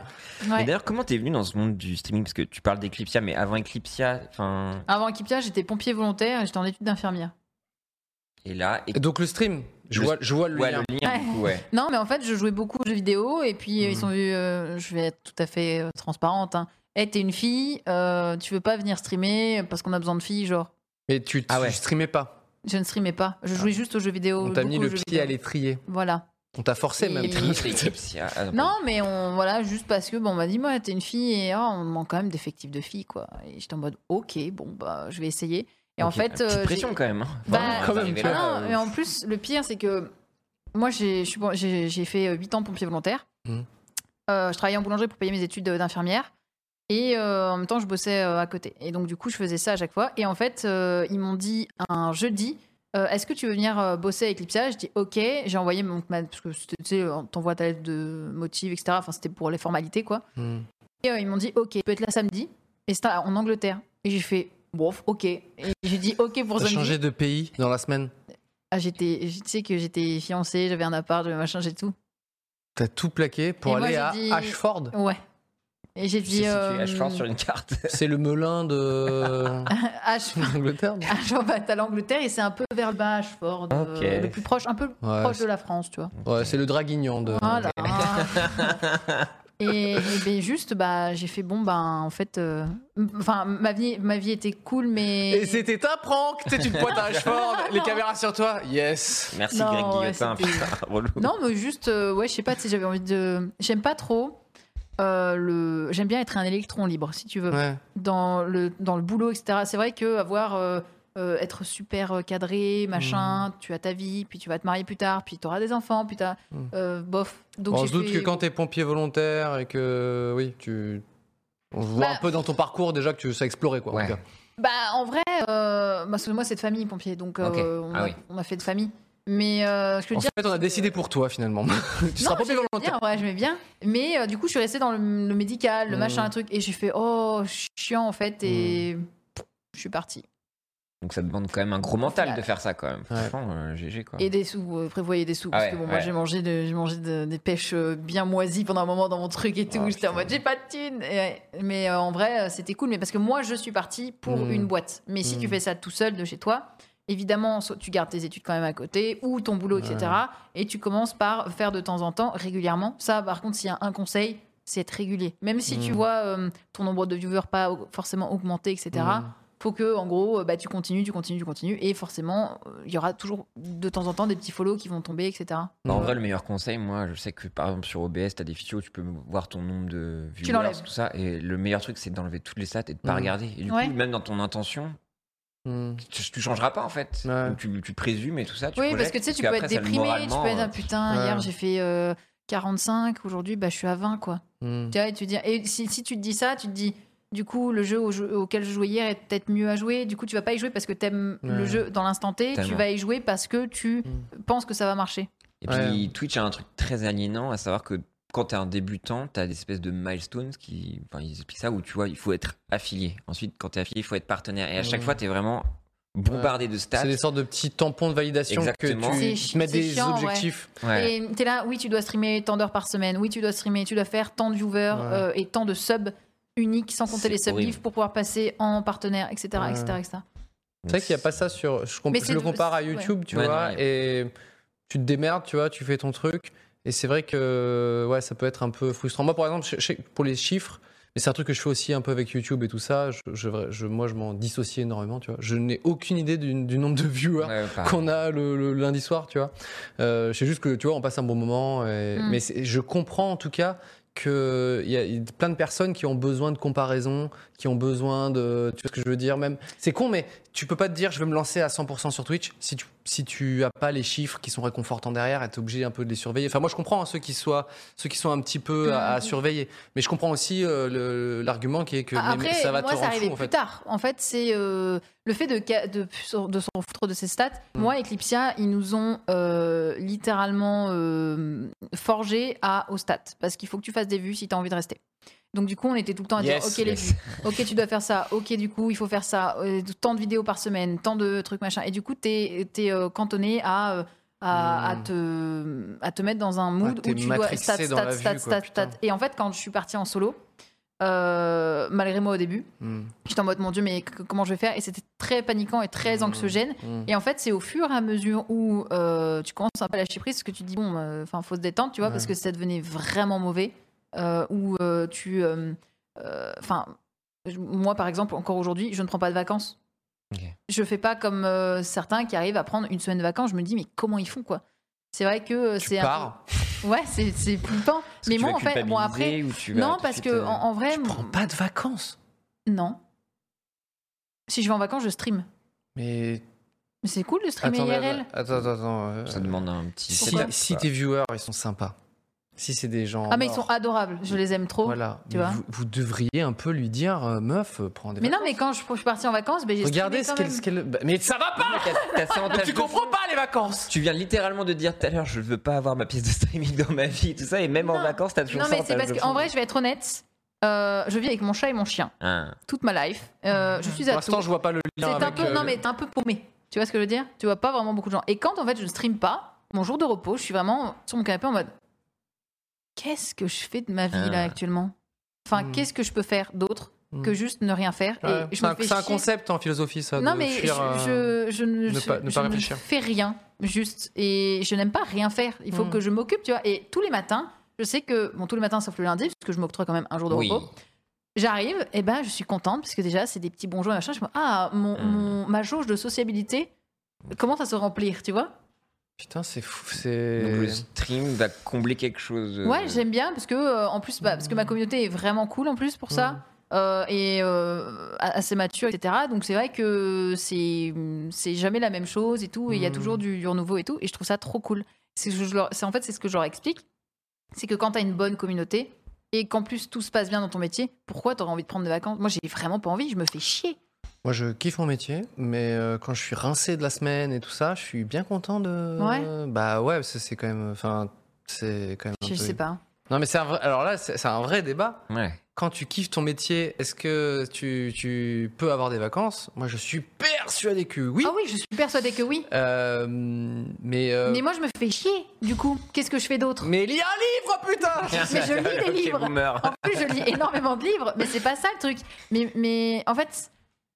S2: Mais
S3: Ouais.
S2: D'ailleurs, comment t'es venu dans ce monde du streaming Parce que tu parles d'Eclipsia, mais avant Eclipsia, enfin.
S3: Avant Kipia, j'étais pompier volontaire et j'étais en études d'infirmière.
S2: Et là, et...
S1: Donc, le stream, je
S2: Le-
S1: vois, je vois le
S2: ouais,
S1: lien.
S2: le lien, du coup, ouais.
S3: Non, mais en fait, je jouais beaucoup aux jeux vidéo et puis
S1: Mmh.
S3: euh, ils sont venus. euh, je vais être tout à fait euh, transparente. Hein. Hey, t'es une fille, euh, tu veux pas venir streamer parce qu'on a besoin de filles, genre.
S1: Mais tu, tu
S2: Ah ouais.
S1: streamais pas.
S3: Je ne streamais pas. Je jouais juste aux jeux vidéo.
S1: Ah. On t'a mis
S3: beaucoup
S1: le
S3: aux jeux
S1: pied à
S3: vidéo.
S1: l'étrier.
S3: Voilà.
S1: On t'a forcé
S3: Et-
S1: même.
S3: Et-
S2: Eclipsia. Ah,
S3: Non, mais on, voilà, juste parce que bon, on m'a dit, moi, t'es une fille et oh, on manque quand même d'effectifs de filles, quoi. Et j'étais en mode, ok, bon, bah, je vais essayer. Et en
S2: ok.
S3: fait.
S2: Petite
S3: euh,
S2: pression
S3: j'ai-
S2: quand même. hein.
S3: Bah,
S2: Vraiment,
S1: quand même,
S2: d'arriver
S1: tu
S2: là.
S3: Ah
S1: euh,
S3: non, mais en plus, le pire, c'est que moi, j'ai je suis bon- j'ai- j'ai fait 8 ans pompier volontaire.
S1: Mhm.
S3: Euh, je travaillais en boulangerie pour payer mes études d'infirmière. Et euh, en même temps, je bossais euh, à côté. Et donc, du coup, je faisais ça à chaque fois. Et en fait, euh, ils m'ont dit un jeudi euh, Est-ce que tu veux venir euh, bosser à Eclipsia Je dis Ok. J'ai envoyé mon. ma- Parce que c'était, tu sais, euh, t'envoies ta lettre de motif, etc. Enfin, c'était pour les formalités, quoi.
S1: Hmm.
S3: Et euh, ils m'ont dit Ok, tu peux être là samedi. Et c'était en Angleterre. Et j'ai fait Bon, ok. Et j'ai dit Ok pour
S1: T'as
S3: samedi.
S1: changé de pays dans la semaine.
S3: Ah, j'étais, tu sais que j'étais fiancée, j'avais un appart, j'avais machin, j'ai tout.
S1: T'as tout plaqué pour
S3: Et moi,
S1: aller
S3: j'ai
S1: à
S3: dit-
S1: Ashford.
S3: Ouais. Et j'ai
S2: Tu sais
S3: dit.
S2: situer
S3: euh,
S2: Ashford sur une carte.
S1: C'est le Melun de
S3: Ashford.
S1: l'Angleterre. non
S3: Ashford, bah, t'as l'Angleterre et c'est un peu vers le bas, Ashford. euh,
S2: Ok.
S3: le plus proche, un peu plus
S1: Ouais,
S3: proche
S1: c'est-
S3: de la France, tu vois.
S1: Ouais, c'est le Draguignan de.
S3: Voilà. et, et ben, juste, bah, j'ai fait bon, ben en fait. euh, Enfin, ma, vie, ma vie était cool, mais.
S1: Et c'était un prank. Tu sais, tu te pointes à Ashford, les caméras sur toi. Yes.
S2: Merci
S3: Non,
S2: Greg
S3: ouais,
S2: Guillotin.
S3: c'était-
S2: putain, relou.
S3: Non, mais juste, euh, ouais, je sais pas, tu sais, j'avais envie de. J'aime pas trop. euh, le... J'aime bien être un électron libre, si tu veux.
S1: Ouais.
S3: dans le, dans le boulot, etc. C'est vrai que avoir euh, euh, être super euh, cadré,
S1: Mmh.
S3: machin, tu as ta vie, puis tu vas te marier plus tard, puis tu auras des enfants, puis t'as
S1: Mm.
S3: euh, bof. Donc
S1: on
S3: j'ai
S1: se doute
S3: fait-
S1: que quand t'es pompier volontaire et que oui, tu on voit
S3: Bah-
S1: un peu dans ton parcours déjà que tu sais explorer quoi. en
S2: Ouais.
S1: tout cas.
S3: bah en vrai, euh, bah, parce que moi c'est de famille pompier, donc euh,
S2: Ok.
S3: on,
S2: Ah
S3: a,
S2: oui.
S3: on a fait de famille. Mais euh, ce que je
S1: En
S3: veux dire,
S1: fait, on a décidé pour toi finalement. Oh, tu seras pompier
S3: j'aimais
S1: volontaire.
S3: bien, ouais, j'aimais bien. Mais euh, du coup, je suis restée dans le, le médical, le
S1: Mm.
S3: machin, un truc, et j'ai fait oh chiant en fait, et
S1: Mmh.
S3: pff, je suis partie.
S2: Donc ça demande quand même un gros mental de
S3: Voilà.
S2: faire ça quand même. Franchement, euh, GG quoi.
S3: Et des sous, euh, prévoyez des sous.
S2: Ah
S3: parce
S2: ouais,
S3: que bon, moi
S2: ouais.
S3: j'ai mangé, de- j'ai mangé de- des pêches euh, bien moisies pendant un moment dans mon truc et tout.
S2: Ah,
S3: J'étais
S2: putain.
S3: en mode j'ai pas de thunes. Et ouais. mais euh, en vrai, euh, c'était cool. Mais parce que moi, je suis partie pour
S2: Hmm.
S1: Mm.
S3: une boîte. Mais si tu
S1: Mm.
S3: fais ça tout seul de chez toi, évidemment, soit tu gardes tes études quand même à côté ou ton boulot, etc. Et tu commences par faire de temps en temps régulièrement. Ça, par contre, s'il y a un conseil, c'est être régulier. Même si
S2: Hmm.
S3: tu
S1: Mm.
S3: vois euh, ton nombre de viewers pas au- forcément augmenter, etc
S2: Hmm.
S1: Mm.
S3: faut que en gros euh, bah, tu continues, tu continues, tu continues et forcément euh, il y aura toujours de temps en temps des petits follow qui vont tomber etc.
S2: Bah, en
S1: Ouais.
S2: vrai, le meilleur conseil, moi, je sais que par exemple sur OBS, t'as des fichiers où tu peux voir ton nombre de viewers,
S3: l'enlèves. Mhm.
S2: tout ça. Et le meilleur truc, c'est d'enlever toutes les stats et de pas
S1: Mm.
S2: regarder. Et du
S3: Ouais.
S2: coup, même dans ton intention,
S1: Mm.
S2: tu, tu changeras pas en fait.
S1: Ouais.
S2: Donc, tu, tu présumes et tout ça. Tu
S3: oui parce
S2: projettes,
S3: que tu sais tu peux
S2: parce
S3: être
S2: qu'après, ça, le
S3: déprimé, tu
S2: moralement,
S3: peux être ah,
S2: euh,
S3: putain
S1: Ouais.
S3: hier j'ai fait euh, 45 aujourd'hui bah je suis à 20 quoi.
S1: Mm.
S3: Tu vois, et tu dis et si, si tu te dis ça tu te dis du coup le jeu au jeu- auquel je jouais hier est peut-être mieux à jouer du coup tu vas pas y jouer parce que t'aimes
S1: Ouais.
S3: le jeu dans l'instant T tu
S2: Tellement. Mm.
S3: vas y jouer parce que tu penses que ça va marcher.
S2: Et puis Twitch a un truc très aliénant, à savoir que quand t'es un débutant, t'as des espèces de milestones qui, enfin, ils expliquent ça où tu vois, il faut être affilié. Ensuite, quand t'es affilié, il faut être partenaire. Et à chaque
S1: Mhm.
S2: fois, t'es vraiment bombardé de stats.
S1: C'est des sortes de petits tampons de validation
S2: Exactement.
S1: que
S3: C'est
S1: tu
S3: chi-
S1: tu mets
S3: c'est
S1: des
S3: chiant, ouais.
S1: objectifs.
S2: Ouais.
S3: Et t'es là, oui, tu dois streamer tant d'heures par semaine, oui, tu dois streamer, tu dois faire tant de viewers
S1: Ouais.
S3: euh, et tant de subs uniques sans
S2: C'est
S3: compter les
S2: horrible.
S3: sub pour pouvoir passer en partenaire, etc.
S1: Ouais.
S3: etc., etc.
S1: C'est vrai qu'il n'y a pas ça sur. Je, comp-
S3: Mais
S1: je
S3: c'est
S1: le
S3: de-
S1: compare à
S3: ouais.
S1: YouTube, tu
S2: Ouais,
S1: vois,
S2: non, il
S1: et tu te démerdes, tu vois, tu fais ton truc. Et c'est vrai que ouais, ça peut être un peu frustrant. Moi, par exemple, je- je- pour les chiffres, mais c'est un truc que je fais aussi un peu avec YouTube et tout ça. Je, je, je- moi, je m'en dissocie énormément, tu vois. Je n'ai aucune idée du, du nombre de viewers.
S2: Ouais, pareil.
S1: qu'on a le, le lundi soir, tu vois. Euh, c'est juste que, tu vois, on passe un bon moment. et-
S3: Mm.
S1: Mais c'est- je comprends en tout cas qu'il y a plein de personnes qui ont besoin de comparaison, qui ont besoin de... Tu vois ce que je veux dire même C'est con, mais tu peux pas te dire je vais me lancer à 100% sur Twitch si tu, si tu as pas les chiffres qui sont réconfortants derrière et t'es obligé un peu de les surveiller. Enfin, moi, je comprends hein, ceux, qui soient, ceux qui sont un petit
S3: Mm.
S1: peu à, à surveiller. Mais je comprends aussi euh, le- l'argument qui est que
S3: Ah,
S1: mais- mais
S3: Après,
S1: ça va
S3: moi,
S1: te
S3: ça
S1: rendre
S3: arrivait
S1: fou, en
S3: plus
S1: fait.
S3: tard. En fait, c'est euh, le fait de, ca- de, de s'en foutre de ces stats.
S1: Mm.
S3: Moi, Eclipsia, ils nous ont euh, littéralement euh, forgé à, aux stats. Parce qu'il faut que tu fasses des vues si tu as envie de rester. Donc, du coup, on était tout le temps à
S2: Yes,
S3: dire Ok, les
S2: yes.
S3: vues. Ok, tu dois faire ça. Ok, du coup, il faut faire ça. Euh, tant de vidéos par semaine, tant de trucs machin. Et du coup, t'es es, cantonné à. euh, à, à
S1: Mm.
S3: te, à te mettre dans un mood
S1: t'es
S3: où tu dois
S1: matrixé
S3: stat,
S1: dans la
S3: stat,
S1: vue,
S3: stat,
S1: quoi,
S3: stat,
S1: putain.
S3: stat. Et en fait, quand je suis partie en solo, euh, malgré moi au début,
S1: Mm.
S3: J'étais en mode, mon Dieu, mais c- comment je vais faire Et c'était très paniquant et très
S1: Mhm.
S3: anxiogène.
S1: Mm.
S3: Et euh, en fait, c'est au fur et à mesure où euh, tu commences un peu à lâcher prise, parce que tu dis, bon, bah, enfin, faut se détendre, tu vois,
S1: Ouais.
S3: parce que ça devenait vraiment mauvais. euh, où euh, tu. Enfin, moi, par exemple, encore aujourd'hui, je ne prends pas de vacances.
S2: Ok.
S3: Je fais pas comme euh, certains qui arrivent à prendre une semaine de vacances. Je me dis, mais comment ils font, quoi C'est vrai que euh,
S1: Tu
S3: c'est. un
S1: pars,
S3: peu- Ouais, c'est c'est flippant.
S2: Est-ce que
S3: Mais
S2: tu
S3: moi,
S2: vas
S3: en fait, bon, après.
S2: culpabiliser ou tu vas
S3: Non,
S2: tout de
S3: parce
S2: suite,
S3: que,
S2: euh,
S3: en, en vrai.
S1: tu prends pas de vacances.
S3: Non. Si je vais en vacances, je stream.
S1: Mais
S3: Mais c'est cool de streamer
S1: Attendez,
S3: IRL.
S1: Attends, attends, attends. euh,
S2: Ça demande un petit.
S1: si,
S2: setup,
S1: si
S2: quoi.
S1: tes viewers, ils sont sympas. Si c'est des gens.
S3: Ah, mais ils
S1: morts,
S3: sont adorables, je les aime trop.
S1: Voilà.
S3: tu
S1: Mais
S3: vois.
S1: Vous, vous devriez un peu lui dire, euh, meuf, euh, prends des.
S3: Mais non, mais quand je, je suis partie en vacances, ben, j'ai
S1: Regardez ce
S3: streamé
S1: qu'elle. ce
S3: quand Bah,
S1: qu'elle- bah, Mais ça va pas
S2: T'as ça en
S1: Mais
S2: tâche
S1: Tu
S2: de fond.
S1: comprends pas les vacances
S2: Tu viens littéralement de dire tout à l'heure, je veux pas avoir ma pièce de streaming dans ma vie, tout ça, et même en
S3: Non.
S2: vacances, t'as toujours
S3: même.
S2: ça.
S3: Non, mais
S2: en
S3: c'est
S2: tâche
S3: parce
S2: de
S3: qu'en
S2: fond.
S3: vrai, je vais être honnête, euh, je vis avec mon chat et mon chien
S2: Ah.
S3: toute ma life. Euh, je suis
S1: Pour
S3: à tout.
S1: l'instant, je vois pas le
S3: C'est
S1: lien.
S3: un
S1: avec,
S3: peu,
S1: euh,
S3: non, mais t'es un peu paumé. Tu vois ce que je veux dire Tu vois pas vraiment beaucoup de gens. Et quand en fait je ne stream pas, mon jour de repos, je suis vraiment sur mon canapé en mode qu'est-ce que je fais de ma vie là
S2: Ah.
S3: actuellement Enfin,
S1: Hmm.
S3: qu'est-ce que je peux faire d'autre
S1: Hmm.
S3: que juste ne rien faire
S1: ouais,
S3: Et je
S1: C'est
S3: me
S1: un,
S3: fais
S1: c'est un
S3: chier.
S1: concept en philosophie, ça.
S3: Non,
S1: de
S3: mais
S1: fuir, euh,
S3: je, je, je ne,
S1: ne pas- ne
S3: je
S1: pas réfléchir.
S3: fais rien, juste. Et je n'aime pas rien faire. Il faut
S1: Mm.
S3: que je m'occupe, tu vois. Et tous les matins, je sais que, bon, tous les matins sauf le lundi, parce que je m'octroie quand même un jour de
S2: Oui.
S3: repos. J'arrive, et ben je suis contente, parce que déjà, c'est des petits bonjours et machin. Je me dis, ah, mon,
S2: Mm.
S3: mon- ma jauge de sociabilité commence à se remplir, tu vois.
S1: Putain, c'est fou.
S2: Donc le
S1: C'est.
S2: stream va combler quelque chose. euh,
S3: Ouais, j'aime bien, parce que, euh, en plus, bah, parce que ma communauté est vraiment cool, en plus, pour ça.
S1: Mm.
S3: Euh, et euh, assez mature, etc. Donc c'est vrai que c'est c'est jamais la même chose et tout. et Il y a
S1: Mm.
S3: toujours du, du renouveau et tout. Et je trouve ça trop cool. C'est ce que je leur- c'est en fait c'est ce que je leur explique, c'est que quand t'as une bonne communauté et qu'en plus tout se passe bien dans ton métier, pourquoi t'aurais envie de prendre des vacances Moi j'ai vraiment pas envie, je me fais chier.
S1: Moi, je kiffe mon métier, mais euh, quand je suis rincé de la semaine et tout ça, je suis bien content de.
S3: Ouais.
S1: Bah ouais, parce que c'est quand même. Enfin, c'est quand même. un
S3: Je
S1: peu-
S3: sais pas.
S1: Non, mais c'est un vrai. Alors là, c'est c'est un vrai débat.
S2: Ouais.
S1: quand tu kiffes ton métier, est-ce que tu, tu peux avoir des vacances Moi, je suis persuadé que oui.
S3: Ah oui, je suis persuadée que oui.
S1: Euh, mais, euh,
S3: Mais moi je me fais chier. Du coup, qu'est-ce que je fais d'autre
S1: mais il y a un livre, oh, putain
S3: Mais je lis des
S2: Ok,
S3: livres.
S2: boomer.
S3: En plus, je lis énormément de livres, mais c'est pas ça le truc. Mais, mais en fait,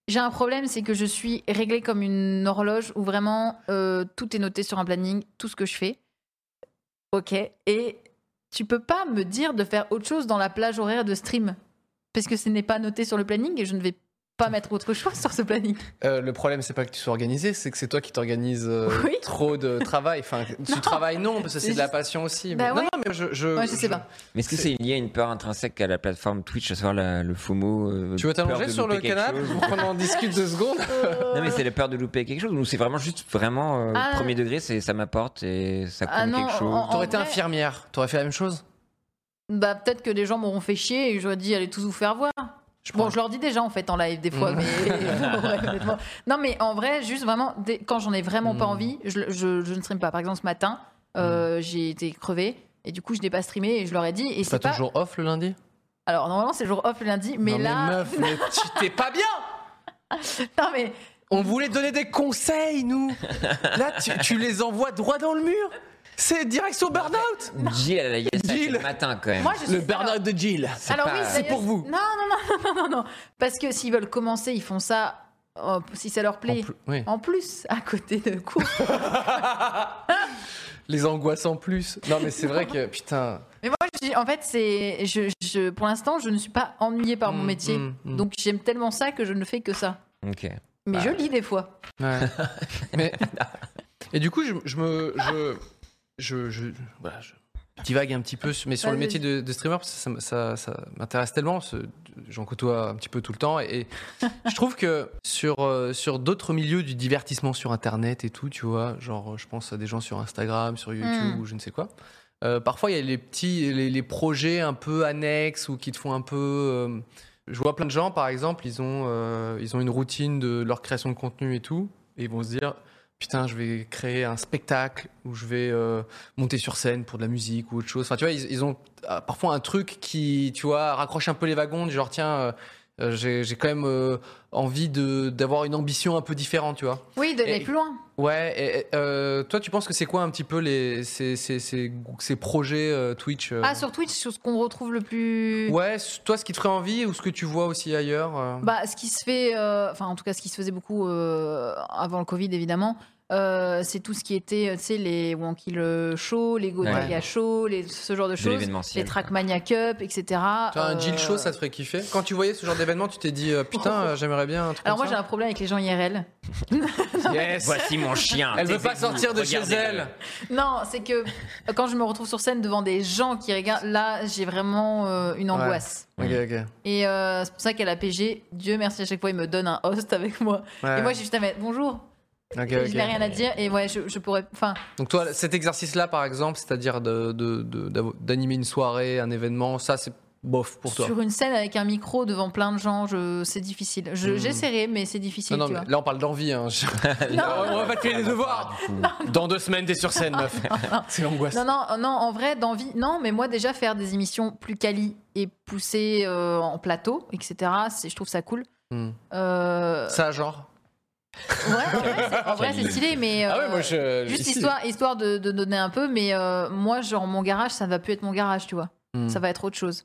S3: j'ai un problème, c'est que je suis réglée comme une horloge où vraiment euh, tout est noté sur un planning, tout ce que je fais. Ok. Et tu peux pas me dire de faire autre chose dans la plage horaire de stream, parce que ce n'est pas noté sur le planning et je ne vais pas mettre autre chose sur ce planning.
S1: Euh, Le problème, c'est pas que tu sois organisé, c'est que c'est toi qui t'organises euh,
S3: Oui.
S1: trop de travail. Enfin, tu travailles non, parce que c'est
S3: C'est
S1: de la
S3: juste-
S1: passion aussi.
S3: Bah
S1: mais,
S3: ouais.
S1: Non, non, mais je, je,
S3: Ouais, je sais pas.
S2: Mais est-ce que c'est lié à une peur intrinsèque à la plateforme Twitch, à savoir la- le FOMO euh,
S1: Tu veux
S2: peur
S1: t'allonger
S2: de
S1: sur le
S2: louper quelque
S1: canapé
S2: chose
S1: pour qu'on en discute deux secondes
S2: Non mais c'est la peur de louper quelque chose ou c'est vraiment juste vraiment euh,
S3: Ah.
S2: premier degré c'est ça m'apporte et ça compte
S3: Ah non,
S2: quelque chose.
S3: en- en-
S1: T'aurais été
S3: vrai-
S1: infirmière, t'aurais fait la même chose
S3: Bah peut-être que les gens m'auront fait chier et j'aurais dit allez tous vous faire voir. Bon, je leur dis déjà en fait en live des fois,
S1: Mm.
S3: mais Ouais, honnêtement. non, mais en vrai, juste vraiment, dès- quand j'en ai vraiment pas
S1: Mm.
S3: envie, je, je- je ne stream pas. Par exemple, ce matin, euh, j'ai été crevée. Et du coup, je n'ai pas streamé et je leur ai dit. Et
S1: T'as
S3: c'est pas.
S1: toujours off le lundi
S3: Alors normalement, c'est jour off le lundi, mais
S1: Non,
S3: là.
S1: meuf, mais tu t'es pas bien
S3: non mais
S1: On voulait donner des conseils, nous Là, tu, tu les envoies droit dans le mur C'est direction burn-out
S2: Jill, elle a yes, ça, c'est
S1: Jill.
S2: le matin quand même.
S3: moi, je
S1: Le
S3: suis- alors-
S1: burn-out de Jill
S2: C'est
S3: Alors
S2: pas-
S3: oui,
S2: C'est
S3: d'ailleurs-
S1: pour vous.
S3: Non, non, non, non, non, non. Parce que s'ils veulent commencer, ils font ça euh, si ça leur plaît.
S1: En plus- oui.
S3: En plus, à côté de cours.
S1: Les angoisses en plus Non, mais c'est vrai que, putain...
S3: Mais moi, je- en fait, c'est, je, je- pour l'instant, je ne suis pas ennuyée par mon
S1: Mm,
S3: métier.
S1: mm, mm.
S3: Donc j'aime tellement ça que je ne fais que ça.
S2: Ok.
S3: Mais
S2: Bah.
S3: je lis des fois.
S1: Ouais. Mais- et du coup, je, je me. Je, je, je, voilà, je divague un petit peu, sur- mais sur le
S3: Vas-y,
S1: métier de, de streamer, parce que ça, m- ça, ça m'intéresse tellement. parce que J'en côtoie un petit peu tout le temps. Et, et je trouve que sur, euh, sur d'autres milieux du divertissement sur Internet et tout, tu vois, genre, euh, je pense à des gens sur Instagram, sur YouTube
S3: Mm.
S1: ou je ne sais quoi. euh, parfois, il y a les petits, les, les projets un peu annexes ou qui te font un peu. euh, je vois plein de gens, par exemple, ils ont, euh, ils ont une routine de leur création de contenu et tout, et ils vont se dire Putain, je vais créer un spectacle ou je vais euh, monter sur scène pour de la musique ou autre chose. Enfin, tu vois, ils, ils ont euh, parfois un truc qui, tu vois, raccroche un peu les wagons, du genre Tiens, euh, euh, j'ai j'ai quand même euh, envie de- d'avoir une ambition un peu différente, tu vois.
S3: Oui, d'aller
S1: Et-
S3: plus loin.
S1: Ouais, et, et, euh, toi, tu penses que c'est quoi un petit peu les, ces, ces, ces, ces projets euh, Twitch euh
S3: Ah, sur Twitch, sur ce qu'on retrouve le plus.
S1: Ouais, s- toi, ce qui te ferait envie ou ce que tu vois aussi ailleurs euh
S3: Bah, ce qui se fait, euh, enfin en tout cas ce qui se faisait beaucoup euh, avant le Covid évidemment, euh, c'est tout ce qui était, euh, tu sais, les Wonky le Show, les Gotaga
S2: Ouais.
S3: Show, les, ce genre de
S2: De
S3: choses,
S2: l'événementiel.
S3: les Trackmania Cup, etc.
S1: Toi, un Jill
S3: Euh,
S1: Show, ça te ferait kiffer Quand tu voyais ce genre d'événement, tu t'es dit euh, putain, euh, j'aimerais bien un truc.
S3: Alors moi
S1: comme
S3: j'ai un problème avec les gens IRL.
S1: ça. Yes.
S2: Voici mon chien.
S1: Elle veut pas
S2: taisez-vous,
S1: sortir de chez
S2: regardez-le.
S1: elle.
S3: Non, c'est que euh, quand je me retrouve sur scène devant des gens qui regardent, là j'ai vraiment euh, une
S1: Ouais.
S3: angoisse.
S1: Ok, ok.
S3: Et euh, c'est pour ça qu'à la PG, Dieu merci à chaque fois il me donne un host avec moi.
S1: Ouais.
S3: Et moi je suis juste là, mais bonjour,
S1: Ok, ok.
S3: je n'ai rien à dire et ouais je, je pourrais, enfin.
S1: Donc toi, cet exercice-là, par exemple, c'est-à-dire de- de- de- d'avo- d'animer une soirée, un événement, ça c'est bof pour toi.
S3: Sur une scène avec un micro devant plein de gens, je... c'est difficile. Je-
S1: Hmm.
S3: J'essaierai, mais c'est difficile.
S1: Non, non,
S3: tu
S1: mais
S3: vois.
S1: là on parle d'envie. Hein. on va pas te faire les devoirs. Dans deux semaines, t'es sur scène, meuf. C'est l'angoisse.
S3: Non, euh, non, non, en vrai, d'envie. Non, mais moi, déjà, faire des émissions plus quali et poussées euh, en plateau, etc., c'est- je trouve ça cool.
S1: Hmm.
S3: Euh,
S1: Ça, genre.
S3: ouais, en vrai, c'est- en vrai, c'est stylé, mais. euh,
S1: Ah je.
S3: Juste histoire, histoire de, de donner un peu, mais euh, moi, genre, mon garage, ça ne va plus être mon garage, tu vois.
S1: Hmm.
S3: Ça va être autre chose.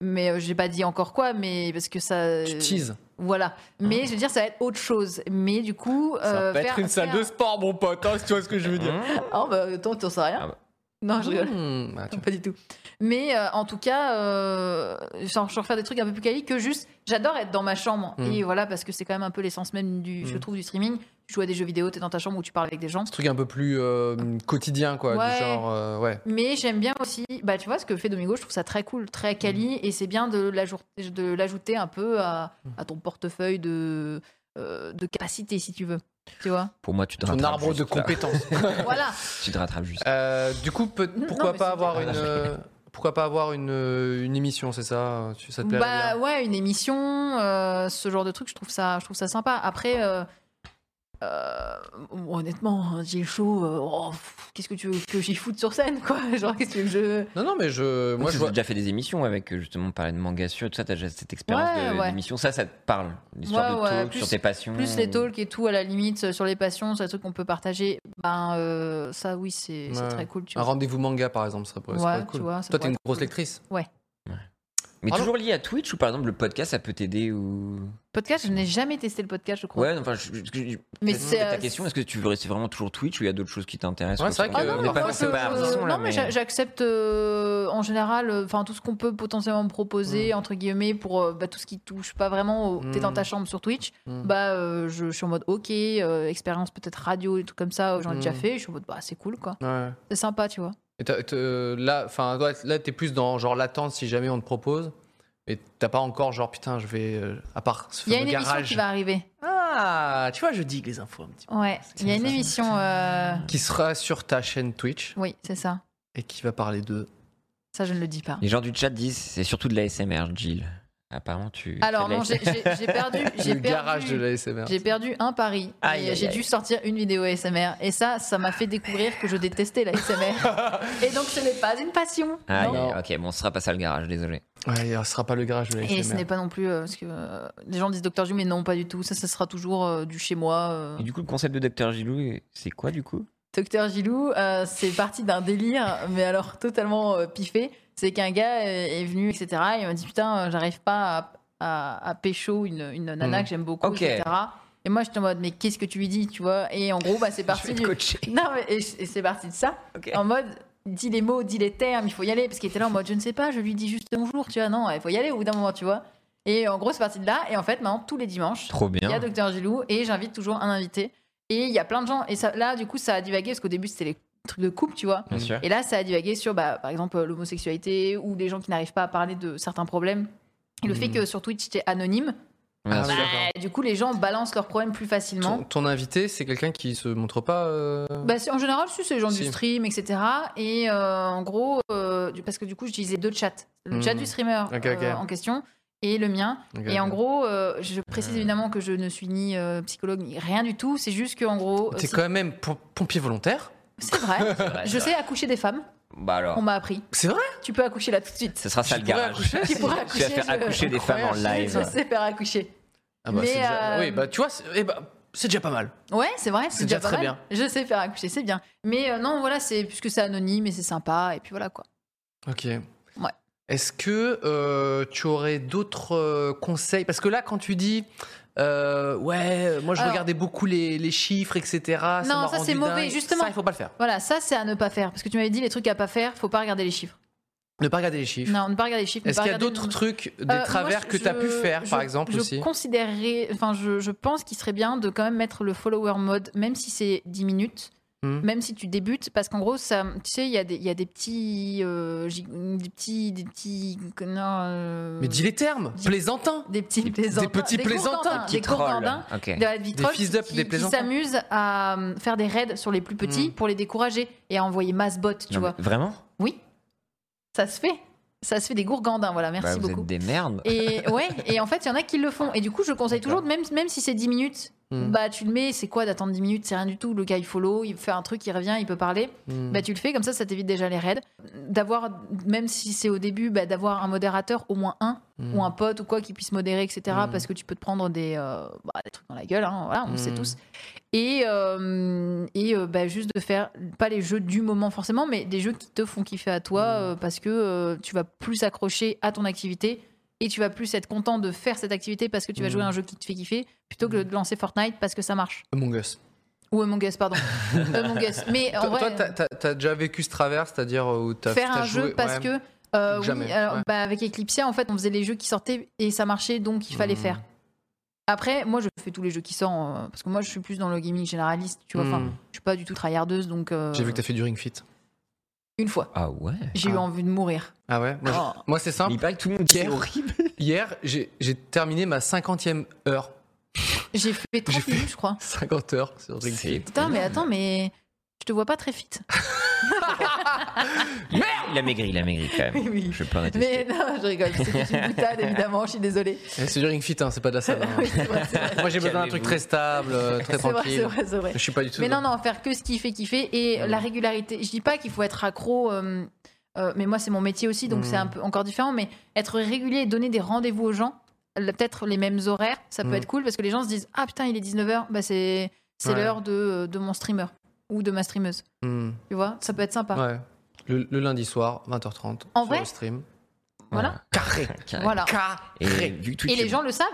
S3: Mais euh, j'ai pas dit encore quoi, mais parce que ça. euh,
S1: Tu teases.
S3: Voilà. Mais je veux dire, ça va être autre chose. Mais du coup. euh, faire- faire-
S1: sport, mon pote, hein, si tu vois ce que je veux dire.
S3: Ah bah toi, t'en sais rien.
S2: Ah bah.
S3: Non, je rigole.
S1: Hmm, attends.
S3: Non, Pas du tout. Mais euh, en tout cas, euh, sans sans refaire des trucs un peu plus quali que juste, j'adore être dans ma chambre.
S1: Mm.
S3: Et voilà, parce que c'est quand même un peu l'essence même du, je
S1: Mm.
S3: trouve, du streaming. Tu joues à des jeux vidéo, t'es dans ta chambre où tu parles avec des gens.
S1: Ce truc un peu plus euh, quotidien, quoi.
S3: Ouais.
S1: Du genre, euh, ouais.
S3: Mais j'aime bien aussi, bah tu vois, ce que fait Domingo, je trouve ça très cool, très quali,
S1: Mm.
S3: et c'est bien de l'ajour- de l'ajouter un peu à, à ton portefeuille de, euh, de capacité, si tu veux. Tu vois
S2: Pour moi, tu te
S1: Ton
S2: rattrapes.
S1: arbre
S2: juste
S1: de
S2: là.
S1: compétences.
S3: Voilà.
S2: Tu te rattrapes juste.
S1: Euh, du coup, peut-
S3: Non,
S1: pourquoi,
S3: mais
S1: pas
S3: c'est
S1: avoir
S3: bien.
S1: une, euh, pourquoi pas avoir une, euh, une émission, c'est ça Tu- Ça te plairait
S3: bah
S1: bien
S3: ouais une émission euh, ce genre de truc je trouve ça je trouve ça sympa après euh, euh, honnêtement j'ai chaud euh, oh, pff, qu'est-ce que tu veux que j'y foute sur scène quoi genre qu'est-ce que tu veux que
S1: Non, non, mais je. Moi,
S2: Moi,
S1: je
S2: j'ai
S1: vois.
S2: déjà fait des émissions avec euh, justement parler de manga sur tout ça. T'as déjà cette expérience
S3: Ouais,
S2: de-
S3: ouais.
S2: d'émission. Ça, ça te parle. L'histoire
S3: Ouais,
S2: de
S3: ouais,
S2: talk
S3: plus-
S2: sur tes passions.
S3: je plus
S1: Mm.
S3: les talks et tout à la limite euh, sur les passions sur les trucs qu'on peut partager ben euh, ça oui c'est c'est
S1: Ouais.
S3: très cool tu
S1: Un
S3: vois
S1: rendez-vous manga, par exemple, ça pourrait, ça
S3: Ouais,
S1: pourrait être
S3: tu
S1: cool.
S3: vois, ça
S1: Toi,
S3: pourrait
S1: t'es une
S3: être
S1: grosse
S3: cool.
S1: lectrice.
S2: Mais
S1: Pardon
S2: toujours lié à Twitch ou par exemple le podcast, ça peut t'aider ou.
S3: podcast je n'ai jamais testé le podcast je crois
S2: Ouais, enfin, je- je- je-
S3: mais
S2: Est-ce que
S3: c'est
S2: ta
S3: euh,
S2: question, est-ce que tu veux rester vraiment toujours Twitch ou il y a d'autres choses qui t'intéressent
S1: Ouais, c'est
S2: quoi,
S1: vrai
S3: Ah
S2: parce
S1: que,
S3: non,
S2: qu'on
S1: euh, on
S2: n'est pas forcément
S3: mais moi, je- je-
S2: partisan, là,
S3: non, mais j'a- j'accepte euh, en général euh, enfin tout ce qu'on peut potentiellement me proposer entre guillemets pour euh, bah, tout ce qui touche pas vraiment au- t'es dans ta
S1: Mm.
S3: chambre sur Twitch
S1: Mm.
S3: bah euh, je, je suis en mode ok euh, expérience peut-être radio et tout comme ça euh, j'en ai déjà
S1: Mm.
S3: fait je suis en mode bah c'est cool quoi
S1: Ouais.
S3: c'est sympa tu vois
S1: Et t'as- t'as- là, enfin, ouais, là, t'es plus dans genre l'attente si jamais on te propose. Et t'as pas encore genre putain, je vais euh, à part ce
S3: il y a
S1: fameux
S3: une émission
S1: garage.
S3: qui va arriver
S1: Ah, tu vois, je digue les infos un petit peu.
S3: ouais il y a une
S1: ça.
S3: émission euh,
S1: Qui sera sur ta chaîne Twitch
S3: oui c'est ça
S1: et qui va parler de.
S3: ça je ne le dis pas
S2: Les gens du chat disent c'est surtout de l'ASMR, Jill. Apparemment, tu.
S3: Alors,
S2: tu
S3: non,
S2: l'as-
S3: j'ai j'ai- j'ai perdu.
S1: Le
S3: j'ai
S1: garage
S3: perdu-
S1: de l'ASMR.
S3: J'ai perdu un pari. et
S2: Ah. Aïe, aïe,
S3: J'ai
S2: aïe.
S3: dû sortir une vidéo ASMR. Et ça, ça m'a fait découvrir que je détestais la ASMR. et donc, ce n'est pas une passion.
S2: Ah,
S3: non.
S2: yeah, ok, bon, ce sera pas ça le garage, désolé.
S1: Ouais, ce sera pas le garage de
S3: Et ce n'est
S1: l'ASMR.
S3: pas non plus. euh, parce que euh, les gens disent Docteur Jim, mais non, pas du tout. Ça, ça sera toujours euh, du chez moi. euh.
S2: Et du coup, le concept de Dr. Gilou, c'est quoi du coup
S3: Docteur Gilou, euh, c'est parti d'un délire, mais alors totalement euh, piffé. C'est qu'un gars est, est venu, etc. Et il m'a dit Putain, euh, j'arrive pas à, à, à pécho une, une nana
S1: Mhm.
S3: que j'aime beaucoup,
S2: Ok.
S3: etc. Et moi, j'étais en mode Mais qu'est-ce que tu lui dis Tu vois Et en gros, bah, c'est
S2: Je
S3: parti
S2: vais te
S3: du.
S2: coacher.
S3: Non, mais et je- et c'est parti de ça.
S2: Ok.
S3: En mode, dis les mots, dis les termes, il faut y aller. Parce qu'il était là en mode, je ne sais pas, je lui dis juste bonjour, tu vois. Non, il faut y aller au bout d'un moment, tu vois. Et en gros, c'est parti de là. Et en fait, maintenant, tous les dimanches,
S2: Trop
S3: il y a
S2: bien.
S3: Docteur Gilou et j'invite toujours un invité. Et il y a plein de gens. Et ça, là, du coup, ça a divagué parce qu'au début, c'était les trucs de couple, tu vois.
S2: Bien
S1: Ah
S2: sûr.
S3: Et là, ça a divagué sur, bah, par exemple, l'homosexualité ou les gens qui n'arrivent pas à parler de certains problèmes. Et le
S1: Hmm.
S3: fait que sur Twitch, t'es anonyme,
S2: Bien
S1: Ah,
S2: sûr.
S1: oui, d'accord.
S3: et du coup, les gens balancent leurs problèmes plus facilement.
S1: Ton, ton invité, c'est quelqu'un qui se montre pas. euh,
S3: Bah, c'est- en général, c'est c'est les gens du
S1: Si.
S3: stream, etc. Et euh, en gros, euh, du- parce que du coup, j'utilisais deux chats. Le
S1: Hmm.
S3: chat du streamer
S1: Ok,
S3: euh,
S1: ok.
S3: en question et le mien.
S1: ok,
S3: Et en
S1: ok.
S3: gros, euh, je précise évidemment que je ne suis ni euh, psychologue ni rien du tout. C'est juste que en gros, euh,
S1: T'es
S3: si-
S1: quand même pom- pompier volontaire
S3: c'est vrai.
S2: Ouais,
S3: bah, je
S2: ça va.
S3: sais accoucher des femmes.
S2: Bah alors,
S3: On m'a appris.
S1: C'est vrai
S3: Tu peux accoucher là tout de suite.
S2: ce sera ça
S1: Tu
S2: le
S1: pourrais
S2: garage.
S1: accoucher Ah bah,
S3: Tu pourrais
S2: Tu vas
S3: accoucher.
S2: faire
S3: je-
S2: accoucher des femmes en
S1: Incroyable,
S2: live.
S3: Je sais faire accoucher.
S1: Ah bah,
S3: Mais,
S1: c'est déjà...
S3: euh,
S1: Oui, bah tu vois, c'est eh bah, c'est déjà pas mal.
S3: Ouais, c'est vrai.
S1: C'est déjà
S3: pas
S1: très
S3: mal.
S1: bien.
S3: Je sais faire accoucher, c'est bien. Mais euh, non, voilà, c'est puisque c'est anonyme et c'est sympa. Et puis voilà quoi.
S1: Ok. Est-ce que euh, tu aurais d'autres euh, conseils Parce que là, quand tu dis. euh, ouais, moi je
S3: Alors-
S1: regardais beaucoup les, les chiffres, etc.
S3: Non,
S1: m'a
S3: ça, c'est
S1: rendu
S3: mauvais,
S1: dingue.
S3: justement.
S1: Ça, il faut pas le faire.
S3: Voilà, ça c'est à ne pas faire. Parce que tu m'avais dit les trucs à pas faire, faut pas regarder les chiffres.
S1: Ne pas regarder les chiffres.
S3: Non, ne pas regarder les chiffres. ne
S1: Est-ce
S3: pas
S1: qu'il y a
S3: regarder le
S1: d'autres
S3: nombre.
S1: trucs, des
S3: Euh, moi,
S1: travers
S3: je-
S1: que tu as
S3: je-
S1: pu faire,
S3: je-
S1: par exemple,
S3: je
S1: aussi
S3: considérerais- enfin, je, je pense qu'il serait bien de quand même mettre le follower mode, même si c'est 10 minutes,
S1: Hmm.
S3: même si tu débutes, parce qu'en gros, ça, tu sais, il y, a des- il y a des petits, euh, gig- des petits, des petits, non, euh,
S1: Mais dis les termes
S3: Dis-
S1: Plaisantin
S3: des petits plaisantins,
S1: petits plaisantins,
S3: contentins,
S2: Petit
S3: des contentins
S2: troll. Ok.
S3: de la vie
S1: Des
S3: troll
S1: fils
S3: qui-
S1: d'up,
S3: qui,
S1: des
S3: qui
S1: plaisantins.
S3: s'amusent à euh, faire des raids sur les plus petits
S1: Hmm.
S3: pour les décourager et à envoyer masse bot, tu
S2: Non,
S3: vois.
S2: mais Vraiment
S3: Oui, ça se fait. Ça se fait des gourgandins, voilà, merci
S2: Bah, Vous
S3: beaucoup.
S2: êtes des merdes.
S3: Et ouais, et en fait, il y en a qui le font. Et du coup, je conseille toujours, même, même si c'est 10 minutes,
S1: Hmm.
S3: bah tu le mets, c'est quoi d'attendre 10 minutes, c'est rien du tout. Le gars, il follow, il fait un truc, il revient, il peut parler.
S1: Hmm.
S3: Bah tu le fais, comme ça, ça t'évite déjà les raids. D'avoir, même si c'est au début, bah, d'avoir un modérateur, au moins un,
S1: Hmm.
S3: ou un pote ou quoi, qui puisse modérer, etc.
S1: Hmm.
S3: Parce que tu peux te prendre des, euh, bah, des trucs dans la gueule, hein, voilà, on le sait
S1: Hmm.
S3: tous. Et, euh, et euh, bah, juste de faire, pas les jeux du moment forcément, mais des jeux qui te font kiffer à toi,
S1: Hmm.
S3: euh, parce que euh, tu vas plus accrocher à ton activité et tu vas plus être content de faire cette activité parce que tu vas
S1: Mm.
S3: jouer à un jeu qui te fait kiffer plutôt que de lancer Fortnite parce que ça marche.
S1: Among Us.
S3: Ou Among Us, pardon. Among Us. Mais en
S1: Toi,
S3: vrai,
S1: toi, t'as- t'as t'as déjà vécu ce travers, c'est-à-dire euh, où t'as
S3: faire
S1: t'as
S3: un
S1: joué-
S3: jeu parce
S1: ouais.
S3: que. euh,
S1: Ou
S3: oui,
S1: jamais,
S3: alors,
S1: ouais.
S3: bah, avec Eclipsia, en fait, on faisait les jeux qui sortaient et ça marchait, donc il fallait
S1: Hmm.
S3: faire. Après, moi, je fais tous les jeux qui sortent euh, parce que moi, je suis plus dans le gaming généraliste, tu vois. Enfin,
S1: Hmm.
S3: je suis pas du tout tryhardeuse, donc. euh,
S1: J'ai vu que t'as fait du ring fit.
S3: Une fois,
S2: Ah ouais
S3: j'ai eu
S1: Ah.
S3: envie de mourir.
S1: Ah ouais Moi, je-
S3: Oh.
S1: moi, c'est
S2: Mais
S1: simple.
S2: Il paraît que tout le monde dit que c'est
S1: Pierre.
S2: horrible.
S1: Hier, j'ai j'ai terminé ma 50e heure.
S3: J'ai fait 30
S1: fait-
S3: minutes, je crois.
S1: 50 heures sur ring fit.
S3: Putain, mais attends, mais je te vois pas très fit.
S2: Il a maigri, il a maigri quand même.
S3: Oui.
S2: Je peux en
S3: Mais
S2: attester.
S3: non, je rigole. C'est juste une boutade, évidemment. Je suis désolée.
S1: Eh, C'est du ring fit, hein, c'est pas de la salle. hein.
S3: Oui, c'est vrai, c'est vrai.
S1: Moi, j'ai besoin d'un
S2: Calmez-vous.
S1: truc très stable, euh, très
S3: C'est vrai,
S1: tranquille.
S3: c'est vrai, c'est vrai.
S1: Je suis pas du tout.
S3: Mais non, non, faire que ce qui fait kiffer et
S2: Ah
S3: la régularité. Je dis pas qu'il faut être accro, euh, euh, mais moi c'est mon métier aussi, donc
S1: Mm.
S3: c'est
S2: Hmm.
S3: un peu encore différent. Mais être régulier et donner des rendez-vous aux gens, le- peut-être les mêmes horaires, ça
S2: Hmm.
S3: peut
S1: Mm.
S3: être cool parce que les gens se disent Ah putain, il est 19h, bah, c'est c'est
S1: Ouais.
S3: l'heure de, de mon streamer ou de ma streameuse.
S1: Hmm.
S3: Tu vois, ça peut être sympa.
S1: Ouais. Le, le lundi soir, 20h30,
S3: Ah. En
S1: sur
S3: vrai
S1: le stream.
S3: Voilà.
S1: Carré.
S2: Carré.
S3: Voilà.
S2: Et, vu que
S3: Et
S2: Twitch
S3: les
S2: est-
S3: gens le savent.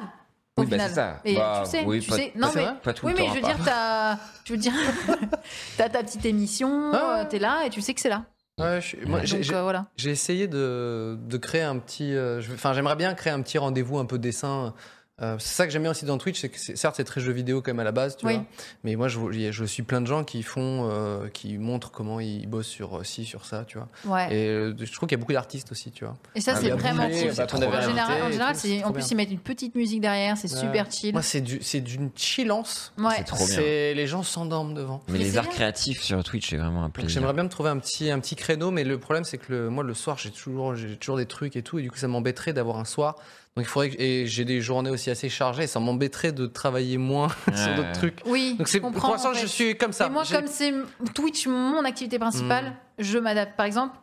S3: Au
S2: Oui, bah,
S3: final.
S2: c'est ça.
S3: Et
S2: Bah,
S3: tu sais,
S2: oui,
S3: tu
S2: pas-
S3: sais. Non,
S1: c'est
S3: mais
S1: vrai
S2: Pas tout
S3: oui,
S2: le
S3: mais
S2: temps, hein,
S3: je veux
S2: pas.
S3: dire, t'as, je veux dire, t'as ta petite émission,
S1: Ouais.
S2: Ah
S3: euh, t'es là et tu sais que c'est là.
S1: Ouais, je suis- moi, j'ai-
S3: Ah. Donc
S1: j'ai-
S3: euh, voilà.
S1: J'ai essayé de, de créer un petit. euh, je- Enfin, j'aimerais bien créer un petit rendez-vous un peu dessin. Euh, c'est ça que j'aime bien aussi dans Twitch, c'est que c'est- certes c'est très jeu vidéo quand même à la base, tu
S3: Oui.
S1: vois. Mais moi, je, vois- je suis plein de gens qui font, euh, qui montrent comment ils bossent sur euh, ci, sur ça, tu vois.
S3: Ouais.
S1: Et euh, je trouve qu'il y a beaucoup d'artistes aussi, tu vois.
S3: Et, ça,
S2: Ah,
S3: c'est
S2: mais à
S3: vraiment
S2: bouger,
S3: cool.
S2: bah,
S1: qu'on
S2: trop
S1: avait
S2: bien.
S3: En général,
S1: invité
S3: en
S1: et
S3: général,
S1: tout,
S3: c'est- en
S1: trop
S3: plus
S1: bien.
S3: ils mettent une petite musique derrière, c'est
S1: Ouais.
S3: super chill.
S1: Moi, c'est du- c'est d'une chillance.
S3: Ouais.
S2: Trop bien.
S1: C'est les gens s'endorment devant.
S2: Mais
S3: Mais
S2: les
S3: c'est
S2: arts
S3: bien.
S2: créatifs sur Twitch, c'est vraiment un
S1: Donc
S2: plaisir.
S1: j'aimerais bien me trouver un petit, un petit créneau, mais le problème c'est que le, moi le soir j'ai toujours, j'ai toujours des trucs et tout, et du coup ça m'embêterait d'avoir un soir Donc il faudrait que et j'ai des journées aussi assez chargées, ça m'embêterait de travailler moins sur
S2: Ouais.
S1: d'autres trucs.
S3: Oui,
S1: Donc
S3: je
S1: c'est pour
S3: comprends.
S1: l'instant
S3: en fait.
S1: je suis comme ça.
S3: Mais moi,
S1: J'ai-
S3: comme c'est Twitch mon activité principale,
S1: Mm.
S3: je m'adapte. Par exemple,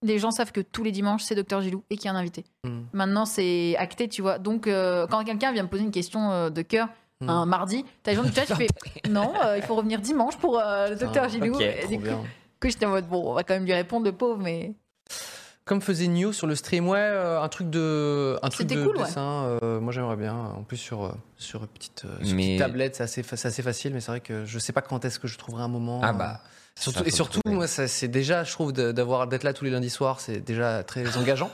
S3: les gens savent que tous les dimanches, c'est Docteur Gilou et qu'il y a un invité.
S1: Mm.
S3: Maintenant, c'est acté, tu vois. Donc, euh, quand quelqu'un vient me poser une question euh, de cœur,
S1: Mm.
S3: un mardi, t'as les gens du chat, je fais non, euh, il faut revenir dimanche pour euh, le Docteur
S1: Ah,
S3: Gilou.
S2: ok,
S3: Et
S1: Trop
S3: du coup,
S1: bien.
S3: du coup, j'étais en mode bon, on va quand même lui répondre, le pauvre, mais.
S1: Comme faisait Nio sur le stream, ouais, euh, un truc de, un truc
S3: C'était
S1: de
S3: cool, ouais.
S1: dessin. euh, moi j'aimerais bien. En plus sur euh, sur une petite, euh, sur
S2: Mais-
S1: petite tablette, c'est assez, fa- c'est assez facile, mais c'est vrai que je sais pas quand est-ce que je trouverai un moment.
S2: Ah
S1: euh,
S2: bah,
S1: surtout-
S2: ça, faut
S1: et surtout,
S2: trouver.
S1: moi ça- c'est déjà, je trouve, de- d'avoir d'être là tous les lundis soirs, c'est déjà très engageant.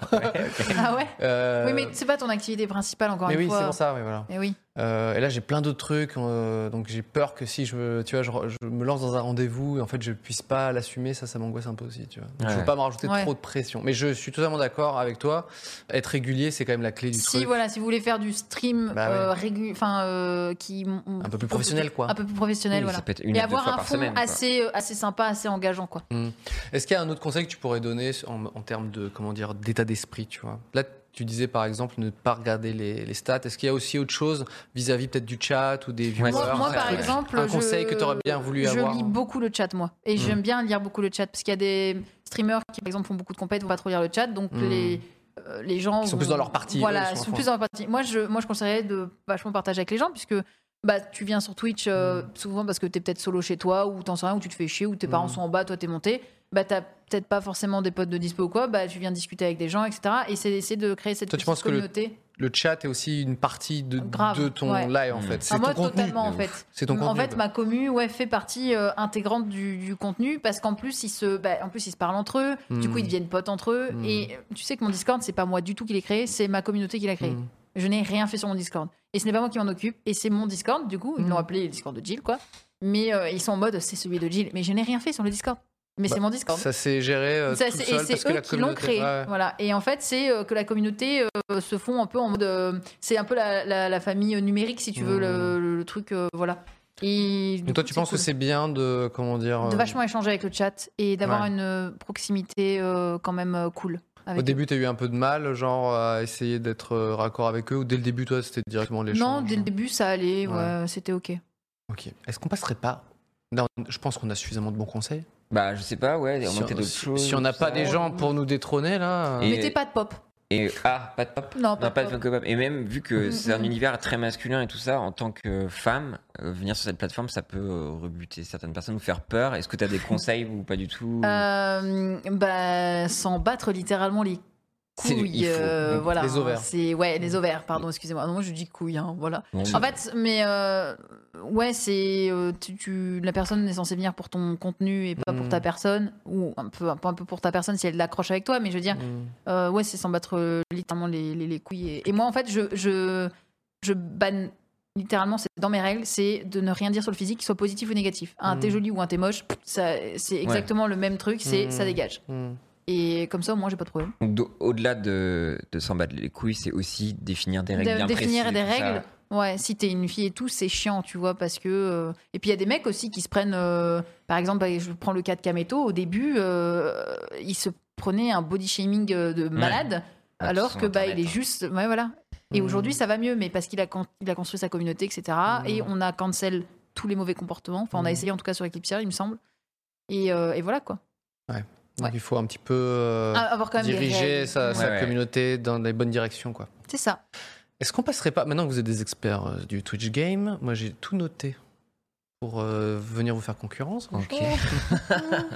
S3: Ah ouais
S1: Euh,
S3: Oui, mais c'est pas ton activité principale, encore
S1: mais
S3: une
S1: oui,
S3: fois.
S1: c'est pour ça, oui, voilà.
S3: Mais Eh oui.
S1: Euh, et là, j'ai plein d'autres trucs, euh, donc j'ai peur que si je, me- tu vois, je, re- je me lance dans un rendez-vous et en fait je puisse pas l'assumer, ça, ça m'angoisse un peu aussi, tu vois. Donc, Je
S2: Ouais.
S1: veux pas me rajouter
S3: Ouais.
S1: trop de pression. Mais je suis totalement d'accord avec toi. Être régulier, c'est quand même la clé du
S3: Si
S1: truc.
S3: voilà, si vous voulez faire du stream
S1: Bah ouais.
S3: euh, régu- enfin euh, qui
S1: Un peu plus professionnel, quoi.
S3: un peu plus professionnel,
S2: Oui,
S3: voilà.
S2: ça peut être une
S3: et
S2: à deux
S3: avoir
S2: fois
S3: un
S2: par
S3: fond
S2: semaine, quoi.
S3: assez euh, assez sympa, assez engageant, quoi.
S1: Est-ce qu'il y a un autre conseil que tu pourrais donner en, en termes de comment dire d'état d'esprit, tu vois Là, tu disais par exemple ne pas regarder les, les stats. Est-ce qu'il y a aussi autre chose vis-à-vis peut-être du chat ou des viewers
S2: Ouais,
S3: Moi,
S2: c'est
S3: moi,
S2: vrai,
S3: par
S2: ouais.
S3: exemple,
S1: Un
S3: je-
S1: conseil que t'aurais bien voulu avoir. Mm.
S3: Je lis beaucoup le chat, moi, et j'aime bien lire beaucoup le chat parce qu'il y a des streamers qui, par exemple, font beaucoup de compètes, vont pas trop lire le chat, donc
S1: Mm.
S3: les euh, les gens
S1: Ils sont
S3: vont-
S1: plus dans leur partie, eux, ils
S3: Voilà,
S1: sont
S3: ils
S1: à
S3: sont
S1: fond.
S3: plus dans leur partie. Moi, je moi je conseillerais de vachement partager avec les gens puisque bah, tu viens sur Twitch euh, souvent parce que t'es peut-être solo chez toi ou t'en sais rien ou tu te fais chier ou tes parents
S1: Mm.
S3: sont en bas, toi t'es monté. Bah t'as peut-être pas forcément des potes de dispo ou quoi. Bah tu viens discuter avec des gens, etc. Et c'est essayer de créer cette
S1: Toi, tu
S3: petite
S1: penses que le-
S3: communauté.
S1: Le chat est aussi une partie de,
S3: Grave,
S1: de ton
S3: ouais.
S1: live en fait.
S2: Mm.
S1: C'est
S3: Ah, moi,
S1: ton contenu.
S3: totalement, en
S2: de
S3: fait.
S2: ouf.
S1: C'est ton
S3: en
S1: contenu,
S3: fait,
S1: bah.
S3: ma commu, ouais, fait partie euh, intégrante du, du contenu parce qu'en plus, ils se, bah, en plus, ils se parlent entre eux. Du
S1: Mm.
S3: coup, ils deviennent potes entre eux.
S1: Mm.
S3: Et euh, tu sais que mon Discord, c'est pas moi du tout qui l'ai créé, c'est ma communauté qui l'a créé.
S1: Mm.
S3: Je n'ai rien fait sur mon Discord. Et ce n'est pas moi qui m'en occupe. Et c'est mon Discord, du coup, ils
S1: Mm.
S3: l'ont appelé le Discord de Jill, quoi. Mais euh, ils sont en mode, c'est celui de Jill. Mais je n'ai rien fait sur le Discord. Mais
S1: Bah,
S3: c'est mon Discord.
S1: Ça s'est géré euh,
S3: Ça,
S1: tout
S3: c'est-
S1: seul
S3: et
S1: parce
S3: c'est
S1: que
S3: eux
S1: la
S3: qui l'ont
S1: communauté.
S3: créé.
S1: ouais.
S3: Voilà. Et en fait, c'est euh, que la communauté euh, se font un peu en mode. euh, c'est un peu la, la- la famille euh, numérique, si tu veux,
S1: Mm.
S3: le, le- le truc. euh, voilà. Et du
S1: Donc toi,
S3: coup,
S1: tu penses
S3: cool.
S1: que c'est bien de comment dire
S3: De
S1: euh,
S3: vachement échanger avec le chat et d'avoir
S1: Ouais.
S3: une euh, proximité euh, quand même euh, cool. avec
S1: Au
S3: eux.
S1: début, t'as eu un peu de mal, genre à essayer d'être euh, raccord avec eux, ou dès le début, toi, c'était directement les
S3: Non, dès le début, ça allait, ouais,
S1: Ouais.
S3: c'était ok.
S1: Ok. Est-ce qu'on passerait pas Là, on- je pense qu'on a suffisamment de bons conseils.
S2: Bah, je sais pas, ouais, on a
S1: si,
S2: peut-être
S1: on,
S2: d'autres
S1: si-
S2: choses.
S1: si on n'a
S2: tout
S1: pas
S2: ça.
S1: des gens pour nous détrôner, là.
S2: Et-
S1: euh,
S3: Mettez pas de pop.
S2: Et, ah, pas de pop.
S3: Non, pas
S2: Non,
S3: de
S2: pas de
S3: pop.
S2: Funko Pop. Et même, vu que
S3: Mm,
S2: c'est un
S3: mm.
S2: univers très masculin et tout ça, en tant que femme, euh, venir sur cette plateforme, ça peut euh, rebuter certaines personnes ou faire peur. Est-ce que tu as des conseils ou pas du tout
S3: Euh, bah, s'en battre littéralement les
S2: C'est- il
S3: couilles.
S2: faut.
S3: euh,
S2: Donc, Mmh.
S3: voilà,
S1: les ovaires.
S3: C'est ouais, les ovaires. Pardon, excusez-moi. Non, moi, je dis couilles. hein, voilà.
S2: Bon,
S3: En fait, mais euh, ouais, c'est euh, tu, tu- la personne est censée venir pour ton contenu et pas
S1: Mm.
S3: pour ta personne ou un peu un peu, un peu pour ta personne si elle l'accroche avec toi. Mais je veux dire,
S1: hmm.
S3: euh, ouais, c'est s'en battre euh, littéralement les, les, les couilles. Et, et moi, en fait, je je je banne littéralement, c'est dans mes règles, c'est de ne rien dire sur le physique, qu'il soit positif ou négatif. Un
S1: Mm.
S3: t'es joli ou un t'es moche, ça c'est exactement le même truc, c'est
S1: Mm.
S3: ça dégage.
S1: Hmm.
S3: Et comme ça, au moins, j'ai pas de problème.
S2: Donc, d'au- au-delà de, de s'en battre les couilles, c'est aussi définir des règles
S3: De-
S2: bien
S3: définir
S2: précises
S3: des
S2: et tout ça.
S3: règles. Ouais, si t'es une fille et tout, c'est chiant, tu vois, parce que. euh, Et puis il y a des mecs aussi qui se prennent. euh, Par exemple, bah, je prends le cas de Kameto. Au début, euh, il se prenait un body shaming euh, de malade,
S2: Ah,
S3: alors
S2: sur
S3: que bah,
S2: Internet,
S3: il est
S2: hein. Mmh.
S3: juste. Ouais, voilà. Et
S1: Mm.
S3: aujourd'hui, ça va mieux, mais parce qu'il a, con- il a construit sa communauté, etc.
S2: Mmh.
S3: Et on a cancel tous les mauvais comportements. Enfin, on a
S1: Mm.
S3: essayé en tout cas sur Eclipsia, il me semble. Et, euh, et voilà quoi.
S1: Donc,
S3: Ouais.
S1: il faut un petit peu euh,
S3: Ah, avoir quand même des
S1: diriger
S3: règles.
S1: sa, sa
S2: Ouais, ouais.
S1: communauté dans les bonnes directions, quoi.
S3: C'est ça.
S1: Est-ce qu'on passerait pas, maintenant que vous êtes des experts euh, du Twitch game, moi j'ai tout noté pour euh, venir vous faire concurrence. hein.
S2: Ok.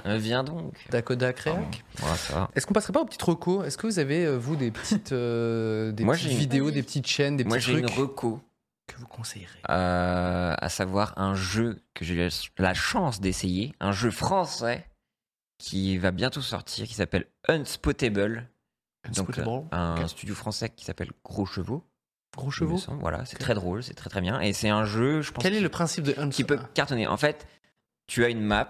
S2: Euh, Viens donc.
S1: Dakoda
S2: Pardon.
S1: Créac.
S2: Ouais, ça va.
S1: Est-ce qu'on passerait pas aux petites recos Est-ce que vous avez, euh, vous, des petites, euh, des
S2: Moi,
S1: petites
S2: j'ai une-
S1: vidéos, des petites chaînes, des
S2: Moi,
S1: petits
S2: j'ai une
S1: trucs
S2: reco,
S1: que vous conseillerez
S2: euh, à savoir un jeu que j'ai eu la- la chance d'essayer, un jeu français qui va bientôt sortir, qui s'appelle Unspotable. Donc,
S1: Unspootable,
S2: euh, un
S1: ok.
S2: studio françis qui s'appelle Gros Chevaux.
S1: Gros
S2: il me
S1: chevaux
S2: semble. Voilà, c'est
S1: Ok.
S2: très drôle, c'est très très bien. Et c'est un jeu, je pense,
S1: Quel est
S2: qui-
S1: le principe de Unspootable
S2: qui peut cartonner. En fait, tu as une map,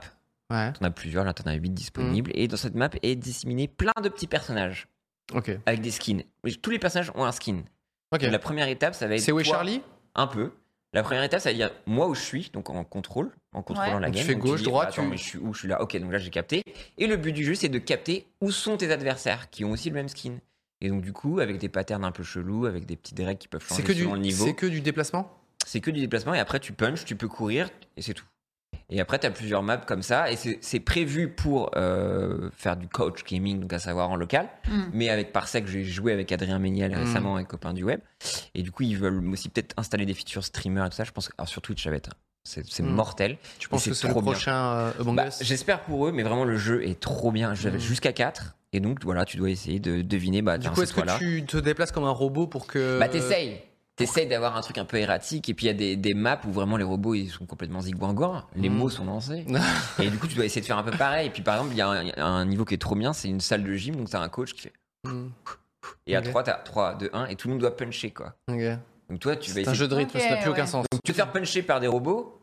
S1: Ouais,
S2: t'en as plusieurs, là t'en as 8 disponibles,
S1: Mmh.
S2: et dans cette map est disséminé plein de petits personnages
S1: ok.
S2: avec des skins. Tous les personnages ont un skin.
S1: Ok.
S2: Donc, La première étape, ça va être.
S1: C'est Way
S2: toi,
S1: Charlie
S2: Un peu. La première étape, ça va dire moi où je suis, donc en contrôle, en contrôlant
S3: Ouais.
S2: la
S1: Donc, tu
S2: game.
S1: fais
S2: Donc,
S1: gauche,
S2: dis,
S1: droite,
S2: attends,
S1: tu-
S2: mais je suis où Je suis là. Ok, donc là j'ai capté. Et le but du jeu, c'est de capter où sont tes adversaires qui ont aussi le même skin. Et Et donc, du coup, avec des patterns un peu chelous, avec des petites règles qui peuvent changer
S1: C'est que,
S2: selon le
S1: du,
S2: niveau.
S1: c'est que du déplacement
S2: c'est que du déplacement et après tu punches, tu peux courir et c'est tout. Et après, tu as plusieurs maps comme ça et c'est c'est prévu pour euh, faire du coach gaming, donc à savoir en local.
S3: Mm.
S2: Mais avec Parsec, j'ai joué avec Adrien Méniel
S1: Mm.
S2: récemment, avec copain du web. Et du coup, ils veulent aussi peut-être installer des features streamer et tout ça. Je pense que alors, sur Twitch, ça va être. C'est c'est
S1: Mm.
S2: mortel.
S1: Tu penses
S2: c'est
S1: que c'est le
S2: trop bien.
S1: prochain euh, Among
S2: Bah,
S1: Us
S2: J'espère pour eux, mais vraiment, le jeu est trop bien. Je l'avais
S1: Mm.
S2: jusqu'à 4. Et donc, voilà, tu dois essayer de deviner. Bah,
S1: Du
S2: tiens,
S1: coup,
S2: cette
S1: est-ce que
S2: fois-là.
S1: tu te déplaces comme un robot pour que.
S2: Bah t'essayes. T'essayes d'avoir un truc un peu erratique et puis il y a des, des maps où vraiment les robots ils sont complètement zigouangois, les
S1: Mm.
S2: mots sont lancés. et du coup tu dois essayer de faire un peu pareil. Et puis par exemple il y, a un- il y a un niveau qui est trop bien, c'est une salle de gym donc t'as un coach qui fait
S1: Mm.
S2: et à
S1: Ok.
S2: 3 t'as 3, 2, 1 et tout le monde doit puncher quoi.
S1: Ok.
S2: Donc toi tu vas
S1: C'est un
S2: essayer
S1: jeu de rythme,
S3: Ok,
S1: ça n'a plus aucun
S3: ouais.
S1: sens.
S2: tu te faire puncher par des robots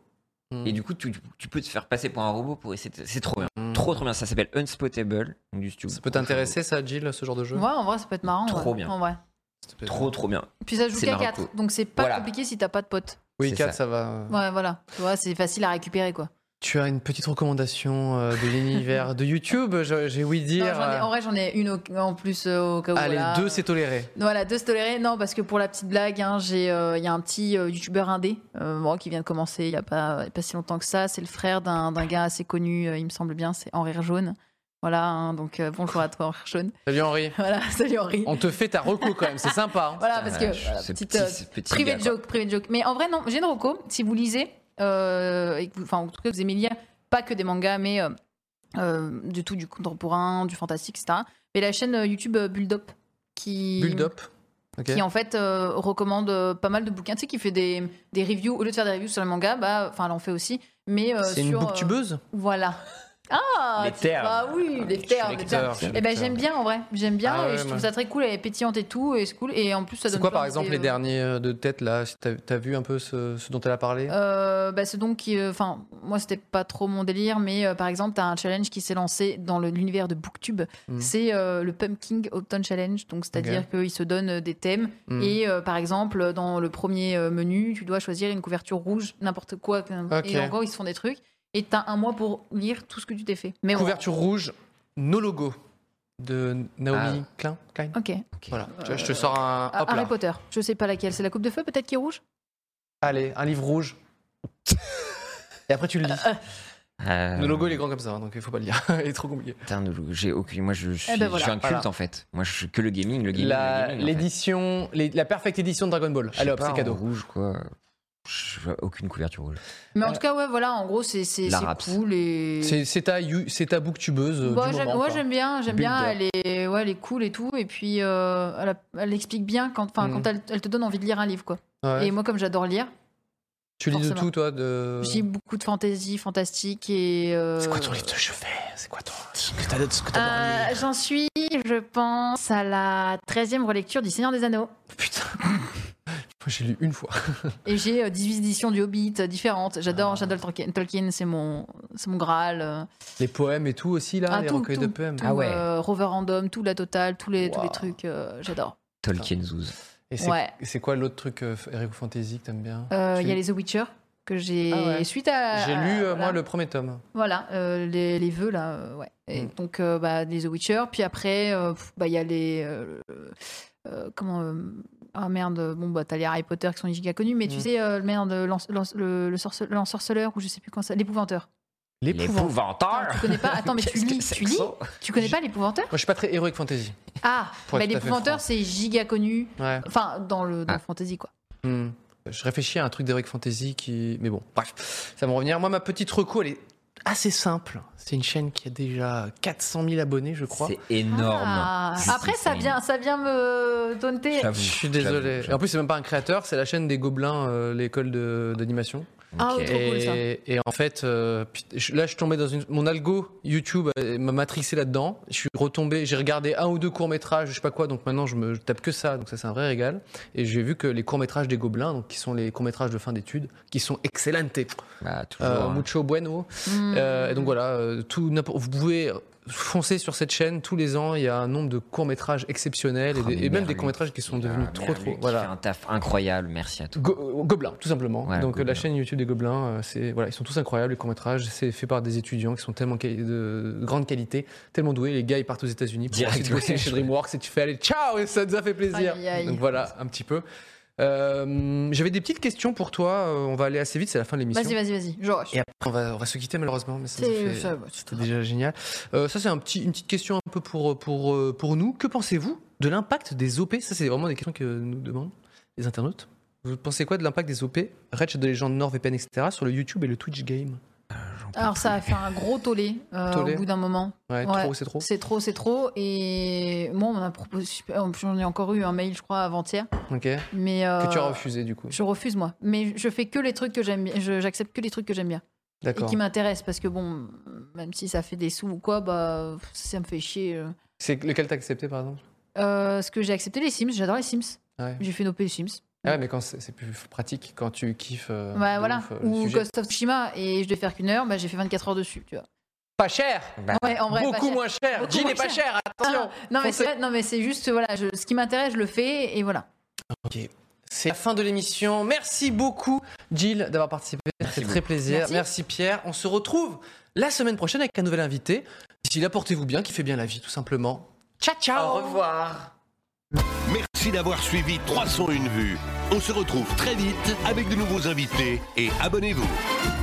S1: Mm.
S2: et du coup tu, tu peux te faire passer pour un robot pour essayer. de- C'est trop bien,
S1: Mm.
S2: trop trop bien. Ça s'appelle Unspotable. Donc, du studio.
S1: Ça peut t'intéresser, ça, Jill, ce genre de jeu
S3: Ouais, en vrai, ça peut être marrant.
S2: Trop
S3: ouais,
S2: bien.
S3: En vrai.
S2: Trop trop bien.
S3: Puis ça joue
S2: C'est
S3: qu'à
S2: Marocco.
S3: 4, donc c'est pas
S2: Voilà.
S3: compliqué si t'as pas de potes.
S1: Oui,
S2: C'est
S1: 4,
S2: ça.
S1: ça va.
S3: Ouais, voilà. Tu vois, c'est facile à récupérer, quoi.
S1: Tu as une petite recommandation euh, de l'univers de YouTube, je- j'ai oui
S3: Non,
S1: dire.
S3: j'en ai- en vrai, j'en ai une au- en plus euh, au cas où.
S1: Allez,
S3: voilà.
S1: euh, Ah, deux, c'est toléré.
S3: Non, Voilà, deux se tolérer. Non, parce que pour la petite blague, hein, j'ai, euh, il y a un petit euh, youtubeur indé euh, bon, qui vient de commencer il n'y a pas, il y a pas si longtemps que ça. C'est le frère d'un d'un gars assez connu, euh, il me semble bien, c'est Henri Jaune. Voilà, hein, donc euh, bonjour à toi, Henri Jaune.
S1: Salut Henri.
S3: Voilà, salut Henri.
S1: On te fait ta reco quand même, c'est sympa. hein.
S3: Voilà, parce que
S2: Ah,
S3: voilà,
S2: ce
S3: petite,
S2: petit-
S3: euh,
S2: ce petit
S3: Privé
S2: gars,
S3: de
S2: quoi.
S3: joke, privé de joke. Mais en vrai, non, j'ai une reco. Si vous lisez, euh, et que vous- enfin, en tout cas, vous aimez lire, pas que des mangas, mais euh, euh, du tout, du contemporain, du fantastique, etc. Mais la chaîne euh, YouTube euh, Bulldop, qui,
S1: Bulldop. Ok.
S3: qui en fait euh, recommande euh, pas mal de bouquins. Tu sais, qui fait des, des reviews, au lieu de faire des reviews sur les mangas, bah, enfin, elle en fait aussi. Mais, euh,
S1: C'est une E
S3: sur, euh,
S1: booktubeuse
S3: Voilà. Ah,
S2: Les
S3: tu-
S2: termes.
S3: Bah oui, les termes. les termes.
S1: Lecteur, Ah, je suis
S3: Eh ben
S1: lecteur.
S3: j'aime bien en vrai, j'aime bien
S1: Ah ouais,
S3: et je trouve
S1: moi.
S3: ça très cool, elle est pétillante et tout et c'est cool et en plus ça donne
S1: C'est quoi
S3: plein
S1: par exemple
S3: d'idées,
S1: les
S3: euh,
S1: derniers euh, de tête là Si T'as t'as vu un peu ce, ce dont elle a parlé
S3: euh, bah, c'est donc qui, euh, enfin, moi c'était pas trop mon délire, mais euh, par exemple t'as un challenge qui s'est lancé dans le- l'univers de Booktube,
S1: Mhm.
S3: c'est euh, le Pumpkin Opton Challenge, donc c'est-à-dire qu'ils se donnent euh, des thèmes
S1: Hmm.
S3: et euh, par exemple dans le premier euh, menu tu dois choisir une couverture rouge, n'importe quoi,
S1: Ok.
S3: et en gros ils se font des trucs et t'as un mois pour lire tout ce que tu t'es fait. Mais bon.
S1: Couverture rouge, nos logos de Naomi Klein. Klein.
S3: Ok.
S1: Voilà, Tu vois, je te sors un.
S3: Ah,
S1: Hop là.
S3: Harry Potter, je sais pas laquelle, c'est la coupe de feu peut-être qui est rouge
S1: Allez, un livre rouge. Et après tu le lis.
S2: Euh,
S1: Le logo il est grand comme ça, hein, donc il faut pas le lire. il est trop compliqué.
S2: Putain, nous- j'ai aucune. Moi, je, je suis,
S3: ben
S2: je
S3: voilà,
S2: suis un culte
S1: Eh voilà.
S2: en fait. Moi, je suis que le gaming, le gaming. le
S1: La-
S2: gaming, en fait.
S1: L'édition, les- la perfecte édition de Dragon Ball.
S2: Je sais
S1: Allez hop,
S2: pas,
S1: c'est
S2: en
S1: cadeau.
S2: Rouge quoi. Je vois aucune couverture rouge.
S3: Mais en tout cas ouais voilà, en gros c'est c'est
S2: La
S3: c'est
S2: Raps.
S3: cool et
S1: Euh, C'est c'est ta, you- c'est ta booktubeuse euh,
S3: Moi
S1: du
S3: j'aime
S1: moment.
S3: ouais,
S1: quoi.
S3: j'aime bien, j'aime
S1: Build.
S3: bien. Elle est, ouais, elle est cool et tout. Et puis, euh, elle, a- elle explique bien quand, enfin,
S1: Mm.
S3: quand elle, elle te donne envie de lire un livre, quoi.
S1: Ouais.
S3: Et moi, comme j'adore lire,
S1: tu lis de
S3: forcément.
S1: tout, toi de...
S3: j'ai beaucoup de fantasy, fantastique et. euh,
S1: C'est quoi ton livre de chevet C'est quoi ton... Ce que t'as de- ce que t'as
S3: euh,
S1: dormi
S3: J'en suis, je pense, à la 13 e relecture du Seigneur des Anneaux.
S1: Putain. Moi, J'ai lu une fois.
S3: Et j'ai euh, 18 éditions du Hobbit euh, différentes. J'adore,
S1: Ah.
S3: j'adore Tolkien, Tolkien, c'est mon, c'est mon Graal. euh,
S1: Les poèmes et tout aussi, là,
S3: Ah,
S1: les
S3: tout,
S1: recueils de poèmes.
S3: tout,
S2: Ah ouais.
S3: euh, Rover Random, tout la totale, tous les, tous
S1: Waouh.
S3: les trucs, euh, j'adore.
S2: Tolkien Zouz.
S1: Et c'est
S3: Ouais.
S1: c'est quoi l'autre truc, euh, Eric ou Fantasy, que t'aimes bien
S3: Euh,
S1: Tu
S3: Il y a
S1: lis-
S3: les The Witcher que j'ai
S1: Ah ouais.
S3: suite à.
S1: J'ai
S3: à-
S1: lu, euh,
S3: voilà.
S1: moi, le premier tome.
S3: Voilà, euh, les, les vœux là, euh, ouais. Et
S1: Mm.
S3: donc euh, bah, les The Witcher, puis après euh, pff, bah il y a les euh, euh, comment euh, ah merde bon bah t'as les Harry Potter qui sont les giga connus, mais
S1: Mm.
S3: tu sais euh, le merde l'en- l'en- le, le sorce- l'ensorceleur ou je sais plus quand ça, l'épouvanteur.
S1: L'épouvante.
S3: Attends,
S2: L'épouvanteur
S3: tu connais pas Attends mais tu
S2: Qu'est-ce que
S3: lis,
S2: c'est
S3: tu
S2: que
S3: lis
S2: ça
S3: Tu connais pas l'épouvanteur
S1: Moi, je suis pas très Heroic Fantasy.
S3: Ah,
S1: Pour
S3: bah,
S1: être tout à fait
S3: l'épouvanteur
S1: franc.
S3: c'est giga connu,
S1: Ouais.
S3: enfin dans le dans
S2: Ah.
S3: le fantasy quoi.
S1: Hmm. Je réfléchis à un truc d'Heroic Fantasy qui. Mais bon, bref, ça va me revenir. Moi, ma petite reco, elle est assez simple. C'est une chaîne qui a déjà 400 000 abonnés, je crois.
S2: C'est énorme.
S3: Ah.
S2: C'est-
S3: Après
S2: c'est
S3: ça vient ça vient me taunter.
S1: Je
S2: J'avoue,
S1: suis
S2: j'avoue,
S1: désolé.
S2: j'avoue.
S1: En plus, c'est même pas un créateur, c'est la chaîne des Gobelins, euh, l'école de- d'animation.
S3: Ah,
S2: Ok.
S3: Trop cool, ça.
S1: Et, et en fait, euh, put- je- là, je suis tombé dans une. Mon algo YouTube euh, m'a matrixé là-dedans. Je suis retombé, j'ai regardé un ou deux courts-métrages, je sais pas quoi, donc maintenant, je, me, je tape que ça, donc ça, c'est un vrai régal. Et j'ai vu que les courts-métrages des Gobelins, donc, qui sont les courts-métrages de fin d'études, qui sont excellentes.
S2: Bah, toujours.
S1: Euh,
S2: hein.
S1: mucho bueno.
S3: Mm.
S1: Euh, et donc voilà, euh, tout, n'importe- vous pouvez foncez sur cette chaîne. Tous les ans, il y a un nombre de courts-métrages exceptionnels et,
S2: Oh,
S1: des-
S2: mais
S1: et même des
S2: Merluc.
S1: courts-métrages qui sont
S2: Putain,
S1: devenus trop,
S2: Merluc
S1: trop.
S2: qui fait
S1: Voilà.
S2: un taf incroyable, merci à tous.
S1: Go- euh, Gobelins, tout simplement.
S2: Ouais,
S1: Donc euh,
S2: Gobelins.
S1: la chaîne YouTube des Gobelins, euh, c'est voilà, ils sont tous incroyables les courts métrages. C'est fait par des étudiants qui sont tellement quali- de grande qualité, tellement doués. Les gars, ils partent aux États-Unis pour
S2: Direct,
S1: ensuite bosser
S2: ouais.
S1: chez DreamWorks et tu fais aller ciao et ça nous a fait plaisir.
S3: Aïe, aïe.
S1: Donc voilà, un petit peu. Euh, J'avais des petites questions pour toi. Euh, On va aller assez vite, c'est la fin de l'émission.
S3: Vas-y, vas-y, vas-y. Je rush.
S1: Et après, on va, on va se quitter malheureusement, mais ça nous a
S3: C'est-
S1: fait-
S3: ça va, c'est
S1: c'était
S3: pas grave.
S1: déjà génial. Euh, ça, c'est un petit, une petite question un peu pour, pour, euh, pour nous. Que pensez-vous de l'impact des OP Ça, c'est vraiment des questions que nous demandent les internautes. Vous pensez quoi de l'impact des OP, Red Shadow Legends, NordVPN, etc. sur le YouTube et le Twitch game
S3: Alors ça a fait un gros tollé, euh,
S1: Tollé.
S3: au bout d'un moment.
S1: Ouais,
S3: Ouais.
S1: trop, c'est trop.
S3: C'est trop, c'est trop. Et moi, on m'a proposé. J'en ai encore eu un mail, je crois, avant-hier.
S1: Ok. Que
S3: Mais euh,
S1: tu as refusé du coup.
S3: Je refuse moi, mais je fais que les trucs que j'aime bien. Je- J'accepte que les trucs que j'aime bien et
S1: D'accord.
S3: qui m'intéressent parce que bon, même si ça fait des sous ou quoi, bah ça me fait chier. euh.
S1: C'est lequel t'as accepté par exemple
S3: Euh, ce que j'ai accepté les Sims, j'adore les Sims.
S1: Ouais.
S3: J'ai fait une OP les Sims.
S1: Ah ouais, mais quand c'est c'est plus pratique, quand tu kiffes. euh,
S3: ouais,
S1: de
S3: voilà.
S1: ouf, euh, le
S3: Ou
S1: sujet.
S3: Ghost of Tsushima et je devais faire qu'une heure, bah j'ai fait 24 heures dessus, tu vois.
S1: Pas cher
S2: Bah,
S3: Ouais, en vrai. pas
S1: Ah, Beaucoup
S3: cher.
S1: moins cher
S3: Beaucoup
S1: Jean
S3: moins
S1: n'est pas
S3: cher.
S1: cher,
S3: Ah,
S1: attention
S3: non, mais
S1: Foncez.
S3: c'est- non mais c'est juste voilà, je- ce qui m'intéresse, je le fais et voilà.
S1: Ok. C'est la fin de l'émission. Merci beaucoup, Jill, d'avoir participé.
S2: Merci
S1: C'est très plaisir. Merci.
S3: Merci.
S1: Pierre. On se retrouve la semaine prochaine avec un nouvel invité. D'ici là, portez-vous bien, qui fait bien la vie, tout simplement. Ciao, ciao.
S2: Au revoir.
S4: Merci d'avoir suivi 301 vues. On se retrouve très vite avec de nouveaux invités et abonnez-vous.